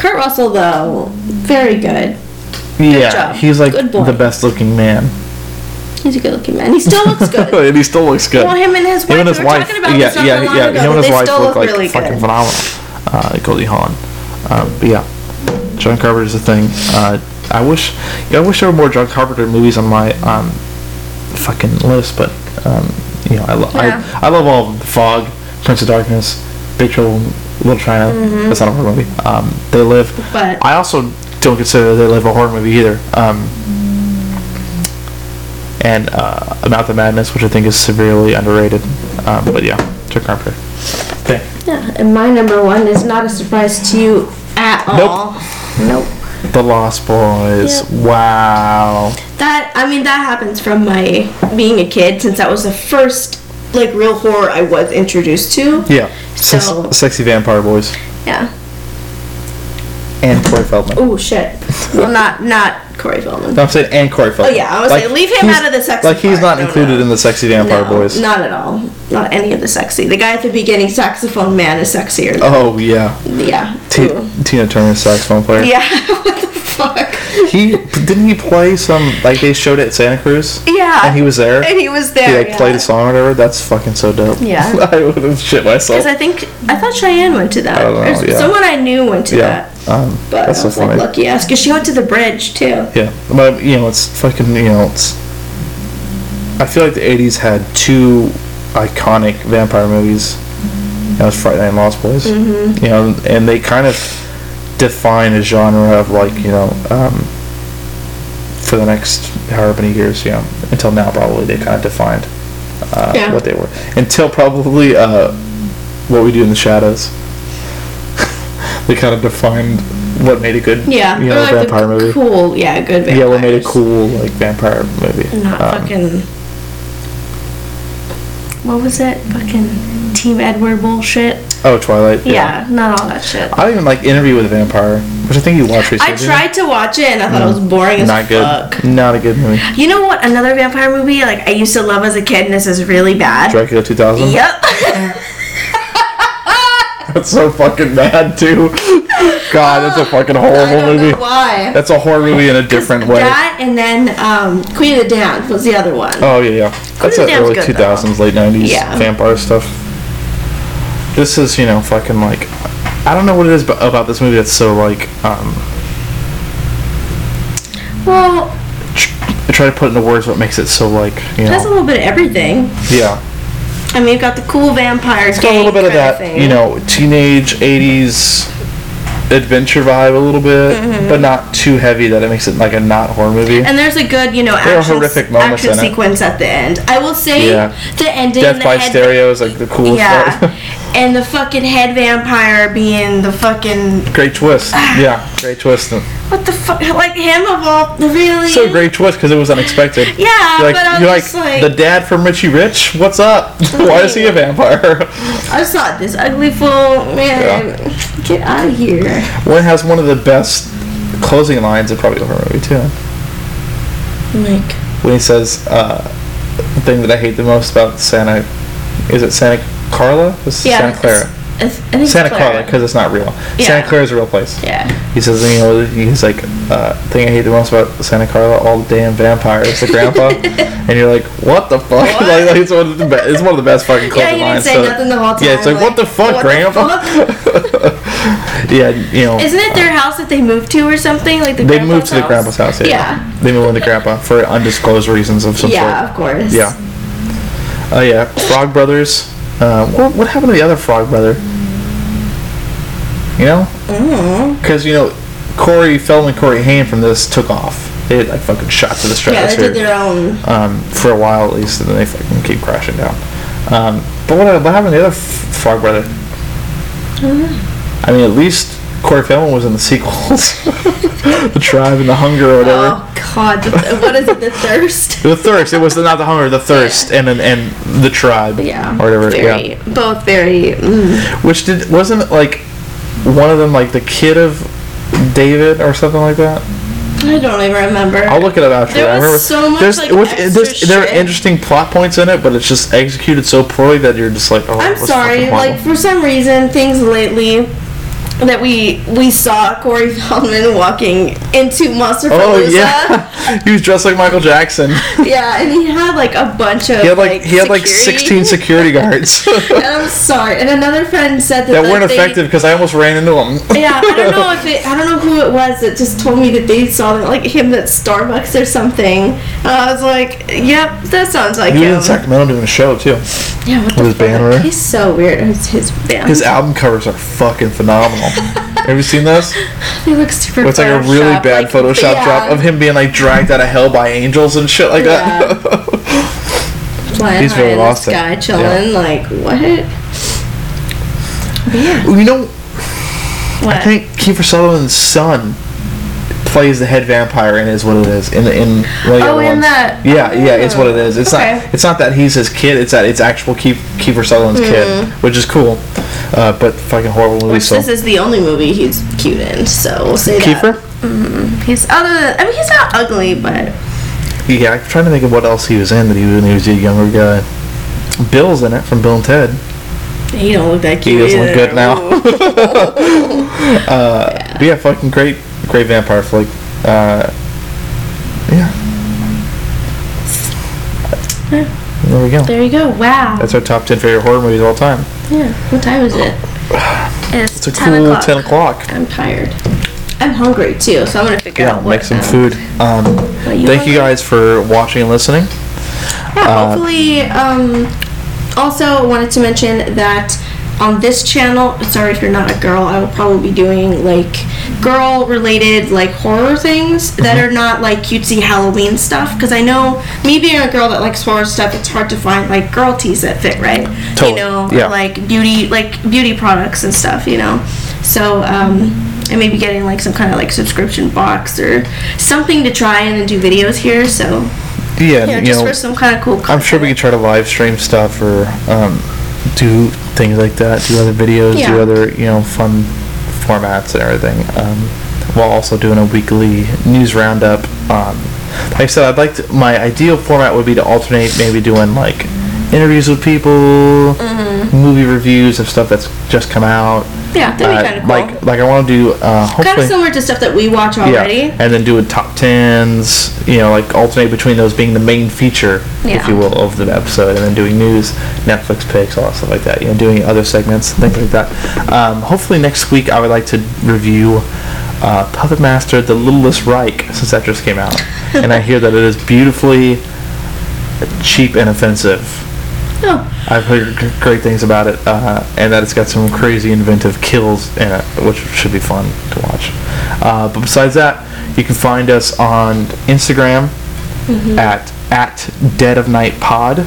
Speaker 7: Kurt Russell though, very good.
Speaker 4: yeah,
Speaker 7: job.
Speaker 4: he's like
Speaker 7: Good boy.
Speaker 4: the best looking man,
Speaker 7: He's a good-looking man. He still looks good.
Speaker 4: and he still looks good.
Speaker 7: Well, him and his wife.
Speaker 4: him and his
Speaker 7: we were
Speaker 4: wife,
Speaker 7: talking about
Speaker 4: yeah,
Speaker 7: this not
Speaker 4: yeah,
Speaker 7: that long
Speaker 4: yeah,
Speaker 7: ago,
Speaker 4: him and
Speaker 7: but
Speaker 4: his
Speaker 7: they
Speaker 4: wife
Speaker 7: still
Speaker 4: look like
Speaker 7: really
Speaker 4: fucking
Speaker 7: good.
Speaker 4: phenomenal. Uh, Goldie Hawn, um, but yeah, John Carpenter's the thing. Uh, I wish, yeah, I wish there were more John Carpenter movies on my um, fucking list, but um, you know, I, lo-
Speaker 7: Yeah.
Speaker 4: I, I love all of them. The Fog, Prince of Darkness, Big Trouble, in Little China.
Speaker 7: Mm-hmm.
Speaker 4: That's not a horror movie. Um, they live.
Speaker 7: But-
Speaker 4: I also don't consider They Live a horror movie either. Um, and uh, About the Madness, which I think is severely underrated. Um, but yeah, John Carpenter. Okay.
Speaker 7: Yeah, and my number one is not a surprise to you at all. Nope.
Speaker 4: The Lost Boys.
Speaker 7: Yep.
Speaker 4: Wow.
Speaker 7: That I mean that happens from my being a kid since that was the first like real horror I was introduced to.
Speaker 4: Yeah.
Speaker 7: So-
Speaker 4: Se- sexy Vampire Boys.
Speaker 7: Yeah.
Speaker 4: And Corey Feldman.
Speaker 7: Oh shit. Well, not not Corey Feldman.
Speaker 4: No, I'm saying and Corey Feldman.
Speaker 7: Oh, yeah, I was saying, leave him
Speaker 4: he's-
Speaker 7: out of the sexy
Speaker 4: Like he's
Speaker 7: part.
Speaker 4: not
Speaker 7: No,
Speaker 4: included
Speaker 7: no.
Speaker 4: in the sexy vampire
Speaker 7: no,
Speaker 4: boys.
Speaker 7: Not at all. Not any of the sexy. The guy at the beginning, saxophone man, is sexier.
Speaker 4: Oh yeah,
Speaker 7: Yeah.
Speaker 4: T-
Speaker 7: Ooh.
Speaker 4: Tina Turner's saxophone player.
Speaker 7: Yeah. what the fuck?
Speaker 4: He didn't he play some like they showed it at Santa Cruz.
Speaker 7: Yeah.
Speaker 4: And he was there.
Speaker 7: And he was
Speaker 4: He
Speaker 7: there.
Speaker 4: like played a song or whatever. That's fucking so dope.
Speaker 7: Yeah.
Speaker 4: I would have shit myself.
Speaker 7: Because I think I thought Cheyenne went to that.
Speaker 4: I don't know,
Speaker 7: Or s-
Speaker 4: yeah.
Speaker 7: Someone I knew went to
Speaker 4: yeah.
Speaker 7: that.
Speaker 4: Um,
Speaker 7: But
Speaker 4: that's
Speaker 7: I
Speaker 4: so
Speaker 7: was
Speaker 4: funny.
Speaker 7: like lucky ass because she went to the bridge too.
Speaker 4: Yeah, but you know, it's fucking you know, it's. I feel like the '80s had two iconic vampire movies. That was Friday Night and Lost Boys. Mm-hmm. You know, and they kind of define a genre of like you know, um, for the next however many years, you know, until now probably they kind of defined uh,
Speaker 7: Yeah.
Speaker 4: what they were until probably uh, what we do in the shadows. they kind of defined what made a good
Speaker 7: Yeah.
Speaker 4: you
Speaker 7: or
Speaker 4: know
Speaker 7: like
Speaker 4: vampire
Speaker 7: a
Speaker 4: movie.
Speaker 7: Cool. Yeah. Good vampire.
Speaker 4: Yeah, we made a cool like vampire movie.
Speaker 7: Not
Speaker 4: Um,
Speaker 7: fucking. What was it? Fucking Team Edward bullshit.
Speaker 4: oh, Twilight.
Speaker 7: Yeah. Not all that shit.
Speaker 4: I don't even like Interview with a Vampire, which I think you watched recently.
Speaker 7: I tried to watch it and I thought it was boring as
Speaker 4: Mm, Not good.
Speaker 7: fuck.
Speaker 4: Not a good movie.
Speaker 7: You know what? Another vampire movie like I used to love as a kid and this is really bad.
Speaker 4: Dracula 2000.
Speaker 7: Yep.
Speaker 4: That's so fucking bad too. God, that's a fucking
Speaker 7: I
Speaker 4: horrible
Speaker 7: don't know
Speaker 4: movie.
Speaker 7: why.
Speaker 4: That's a horror movie in a different way.
Speaker 7: That and then um, Queen of the Damned was the other one.
Speaker 4: Oh yeah, yeah. That's
Speaker 7: Queen of
Speaker 4: that
Speaker 7: the Dam's
Speaker 4: early
Speaker 7: good, though.
Speaker 4: 2000s, late 90s
Speaker 7: Yeah.
Speaker 4: vampire stuff. This is, you know, fucking like, I don't know what it is but about this movie that's so like, um, Oh.
Speaker 7: Well,
Speaker 4: tr- try to put into words what makes it so like, you
Speaker 7: that's a
Speaker 4: know,
Speaker 7: little bit of everything.
Speaker 4: yeah.
Speaker 7: I mean, you've got the cool vampires.
Speaker 4: It's got a little bit of that, you know, teenage '80s adventure vibe a little bit, but not too heavy that it makes it like a not horror movie.
Speaker 7: Mm-hmm. And there's a good, you know,
Speaker 4: There are
Speaker 7: action,
Speaker 4: horrific moments in
Speaker 7: action
Speaker 4: it.
Speaker 7: sequence at the end. I will say
Speaker 4: Yeah.
Speaker 7: the ending.
Speaker 4: Death
Speaker 7: the
Speaker 4: by
Speaker 7: head,
Speaker 4: Stereo is like the coolest.
Speaker 7: Yeah.
Speaker 4: part.
Speaker 7: and the fucking head vampire being the fucking
Speaker 4: great twist. Yeah, great twist.
Speaker 7: what the fuck like him of all really
Speaker 4: So great twist because it was unexpected.
Speaker 7: Yeah,
Speaker 4: You're like,
Speaker 7: Uh, but I was
Speaker 4: you're
Speaker 7: just like-
Speaker 4: the dad from Richie Rich. What's up? Why is he a vampire?
Speaker 7: I just thought this ugly fool man get out of here.
Speaker 4: One has one of the best closing lines in probably a horror movie too.
Speaker 7: Like
Speaker 4: when he says uh, the thing that I hate the most about Santa is it Santa Carla? This is
Speaker 7: yeah,
Speaker 4: Santa Clara.
Speaker 7: it's- it's- I think it's
Speaker 4: Santa
Speaker 7: Clara.
Speaker 4: Carla, because it's not real.
Speaker 7: Yeah.
Speaker 4: Santa Clara is a real place.
Speaker 7: Yeah.
Speaker 4: He says, you know, he's like, uh, thing I hate the most about Santa Carla, all the damn vampires, the grandpa. and you're like, what the fuck? like, like, it's, one of the be- it's one of the best fucking
Speaker 7: Yeah,
Speaker 4: closing
Speaker 7: he didn't
Speaker 4: lines.
Speaker 7: say
Speaker 4: so-
Speaker 7: nothing the whole time.
Speaker 4: Yeah, it's like, what the fuck,
Speaker 7: what the
Speaker 4: grandpa? yeah, you know.
Speaker 7: Isn't it their house that they moved to or something? Like the
Speaker 4: they
Speaker 7: grandpa's
Speaker 4: moved to the
Speaker 7: house?
Speaker 4: grandpa's house. Yeah,
Speaker 7: Yeah.
Speaker 4: they moved to grandpa for undisclosed reasons of some sort.
Speaker 7: Yeah, of course.
Speaker 4: Yeah. Oh yeah, Frog Brothers. Uh, what, what happened to the other Frog Brother? You know?
Speaker 7: Mm-hmm.
Speaker 4: Because you know, Corey Feldman, Corey Haim from this took off. They had like fucking shot to the
Speaker 7: Yeah, they
Speaker 4: stratosphere
Speaker 7: did their own.
Speaker 4: um, for a while at least, and then they fucking keep crashing down. Um, but what, what happened to the other f- Frog Brother?
Speaker 5: Mm-hmm.
Speaker 4: I mean, at least Corey Feldman was in the sequels, The Tribe and The Hunger or whatever.
Speaker 5: Oh God! The th- what is it? The thirst.
Speaker 4: The Thirst. It was the, not The Hunger, The Thirst, and and and The Tribe.
Speaker 5: Yeah.
Speaker 4: Or whatever.
Speaker 5: Very,
Speaker 4: Yeah.
Speaker 5: both very. Mm,
Speaker 4: Which did wasn't it, like one of them like the kid of David or something like that.
Speaker 5: I don't even remember.
Speaker 4: I'll look it up after.
Speaker 5: There
Speaker 4: I
Speaker 5: was
Speaker 4: remember
Speaker 5: so much,
Speaker 4: there's,
Speaker 5: like,
Speaker 4: it was-
Speaker 5: extra
Speaker 4: there's- there are
Speaker 5: shit.
Speaker 4: interesting plot points in it, but it's just executed so poorly that you're just like, oh,
Speaker 7: I'm
Speaker 4: what's the
Speaker 7: sorry,
Speaker 4: fucking point?
Speaker 7: like for some reason things lately that we we saw Corey Feldman walking into Monster
Speaker 4: Oh yeah, he was dressed like Michael Jackson.
Speaker 7: yeah, and he had like a bunch of
Speaker 4: He had like, he had like 16
Speaker 7: security.
Speaker 4: security guards that
Speaker 7: And I'm sorry. And another friend said that, like,
Speaker 4: weren't
Speaker 7: they-
Speaker 4: effective because I almost ran into them.
Speaker 7: Yeah, I don't know if it. I don't know who it was that just told me that they saw like him at Starbucks or something. And I was like, "Yep, that sounds like
Speaker 4: He was
Speaker 7: him."
Speaker 4: in Sacramento doing a show too.
Speaker 7: yeah, what the
Speaker 4: his band
Speaker 7: fuck?
Speaker 4: were.
Speaker 7: He's so weird. It's his band.
Speaker 4: His album covers are fucking phenomenal. Have you seen this?
Speaker 7: he looks super.
Speaker 4: It's like a really
Speaker 7: photoshopped,
Speaker 4: bad
Speaker 7: like,
Speaker 4: Photoshop
Speaker 7: yeah,
Speaker 4: job of him being like dragged out of hell by angels and shit like that.
Speaker 7: flying
Speaker 4: He's
Speaker 7: high
Speaker 4: very
Speaker 7: in
Speaker 4: lost
Speaker 7: the
Speaker 4: it.
Speaker 7: sky, chilling. Like what?
Speaker 4: you know, I
Speaker 7: What?
Speaker 4: think Kiefer Sutherland's son plays the head vampire and is what it is in the in one of the
Speaker 7: Oh,
Speaker 4: other
Speaker 7: in
Speaker 4: ones.
Speaker 7: that-
Speaker 4: yeah yeah it's what it is it's
Speaker 7: Okay.
Speaker 4: not it's not that he's his kid it's that it's actual Kiefer, Kiefer Sutherland's kid which is cool uh, but fucking horrible movie so
Speaker 7: Hmm. This is the only movie he's cute in, so we'll say
Speaker 4: Kiefer
Speaker 7: that. He's other than I mean, he's not ugly, but
Speaker 4: yeah I'm trying to think of what else he was in that he was when he was a younger guy Bill's in it from Bill and Ted
Speaker 7: he don't look that
Speaker 4: he
Speaker 7: cute.
Speaker 4: doesn't look
Speaker 7: either.
Speaker 4: good now uh, but yeah fucking great great vampire flick uh, yeah there we go
Speaker 7: There you go. Wow.
Speaker 4: That's our top 10 favorite horror movies of all time.
Speaker 7: Yeah. What time is it?
Speaker 4: It's
Speaker 7: It's,
Speaker 4: a cool 10 o'clock.
Speaker 7: I'm tired. I'm hungry too, so I'm gonna figure
Speaker 4: Yeah,
Speaker 7: out what.
Speaker 4: make some
Speaker 7: um,
Speaker 4: food. Um,
Speaker 7: you
Speaker 4: thank you
Speaker 7: hungry?
Speaker 4: guys for watching and listening.
Speaker 7: Yeah,
Speaker 4: Uh,
Speaker 7: hopefully. Um, also wanted to mention that on this channel, sorry if you're not a girl, I will probably be doing like girl-related like horror things that
Speaker 4: Mm-hmm.
Speaker 7: are not like cutesy Halloween stuff. Because I know me being a girl that likes horror stuff, it's hard to find like girl tees that fit right.
Speaker 4: Totally,
Speaker 7: You know,
Speaker 4: yeah.
Speaker 7: like beauty, like beauty products and stuff. You know, so um. I may be getting like some kind of like subscription box or something to try and then do videos here. So
Speaker 4: Yeah,
Speaker 7: yeah,
Speaker 4: you
Speaker 7: just
Speaker 4: know,
Speaker 7: for some kind of cool.
Speaker 4: I'm sure we could try to live stream stuff or um, do things like that, do other videos, do
Speaker 7: Yeah.
Speaker 4: other, you know, fun formats and everything. Um, while also doing a weekly news roundup. Um, like I said, I'd like to, my ideal format would be to alternate maybe doing like interviews with people, movie reviews of stuff that's just come out.
Speaker 7: Yeah, Mm-hmm. that'd be
Speaker 4: Uh,
Speaker 7: kind of cool.
Speaker 4: Like, like I want to do uh,
Speaker 7: kind
Speaker 4: hopefully,
Speaker 7: of similar to stuff that we watch already.
Speaker 4: yeah, and then do a top tens. You know, like alternate between those being the main feature, if
Speaker 7: Yeah.
Speaker 4: you will, of the episode, and then doing news, Netflix picks, all that stuff like that. You know, doing other segments, things like that. Um, hopefully next week, I would like to review uh, Puppet Master: The Littlest Reich, since that just came out, and I hear that it is beautifully cheap and offensive.
Speaker 7: Oh,
Speaker 4: I've heard g- great things about it, uh, and that it's got some crazy inventive kills in it, which should be fun to watch. Uh, but besides that, you can find us on Instagram at at Dead of Night Pod.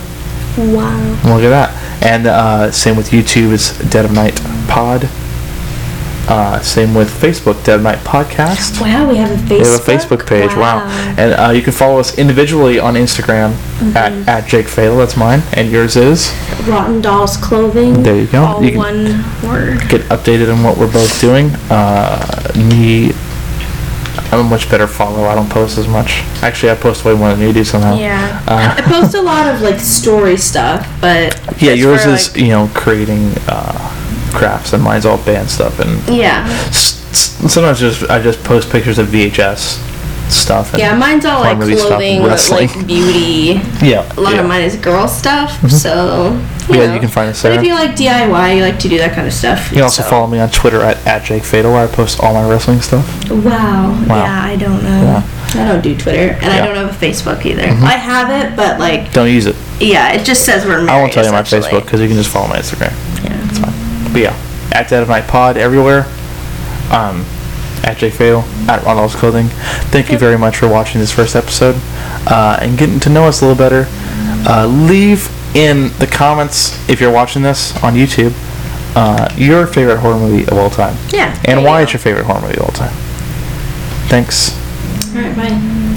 Speaker 7: wow.
Speaker 4: Look at that. And uh, same with YouTube, it's Dead of Night Pod. Uh, same with Facebook, Dead of Night Podcast.
Speaker 7: Wow, we have a Facebook.
Speaker 4: We have a Facebook page. Wow. Mm-hmm. And uh, you can follow us individually on Instagram at, at Jake Fatal. That's mine. And yours is?
Speaker 7: Rotten Dolls Clothing.
Speaker 4: There you go.
Speaker 7: All
Speaker 4: You can-
Speaker 7: one word.
Speaker 4: get updated on what we're both doing. Uh, me, I'm a much better follow. I don't post as much. Actually, I post way more than you do somehow.
Speaker 7: Yeah. I post a lot of like story stuff, but
Speaker 4: Uh. Yeah,
Speaker 7: it's
Speaker 4: yours
Speaker 7: for,
Speaker 4: is
Speaker 7: like-
Speaker 4: you know creating uh, crafts, and mine's all band stuff. And
Speaker 7: yeah,
Speaker 4: s- s- sometimes just I just post pictures of VHS stuff. And
Speaker 7: yeah. Mine's all
Speaker 4: horror
Speaker 7: like
Speaker 4: movie stuff and
Speaker 7: clothing, but
Speaker 4: wrestling.
Speaker 7: like beauty.
Speaker 4: yeah,
Speaker 7: A lot
Speaker 4: yeah. Mm-hmm.
Speaker 7: of mine is girl stuff. So
Speaker 4: Yeah, you can find us
Speaker 7: But
Speaker 4: there.
Speaker 7: if you like DIY, you like to do that kind of stuff.
Speaker 4: You can also follow me on Twitter at, at Jake Fatal, where I post all my wrestling stuff.
Speaker 7: Wow.
Speaker 4: Wow.
Speaker 7: Yeah, I don't know. I don't do Twitter, and
Speaker 4: Yeah.
Speaker 7: I don't have a Facebook either. I have it, but like,
Speaker 4: Don't use it.
Speaker 7: yeah, it just says we're married.
Speaker 4: I won't tell you my
Speaker 7: essentially.
Speaker 4: Facebook because you can just follow my Instagram.
Speaker 7: Yeah.
Speaker 4: it's fine. But yeah, at Dead of Night Pod everywhere. Um, at Jay Fail, at Ronald's Clothing. Thank you very much for watching this first episode uh, and getting to know us a little better. Uh, leave in the comments if you're watching this on YouTube uh, your favorite horror movie of all time.
Speaker 7: Yeah.
Speaker 4: And why it's your favorite horror movie of all time. Thanks.
Speaker 7: All right, bye.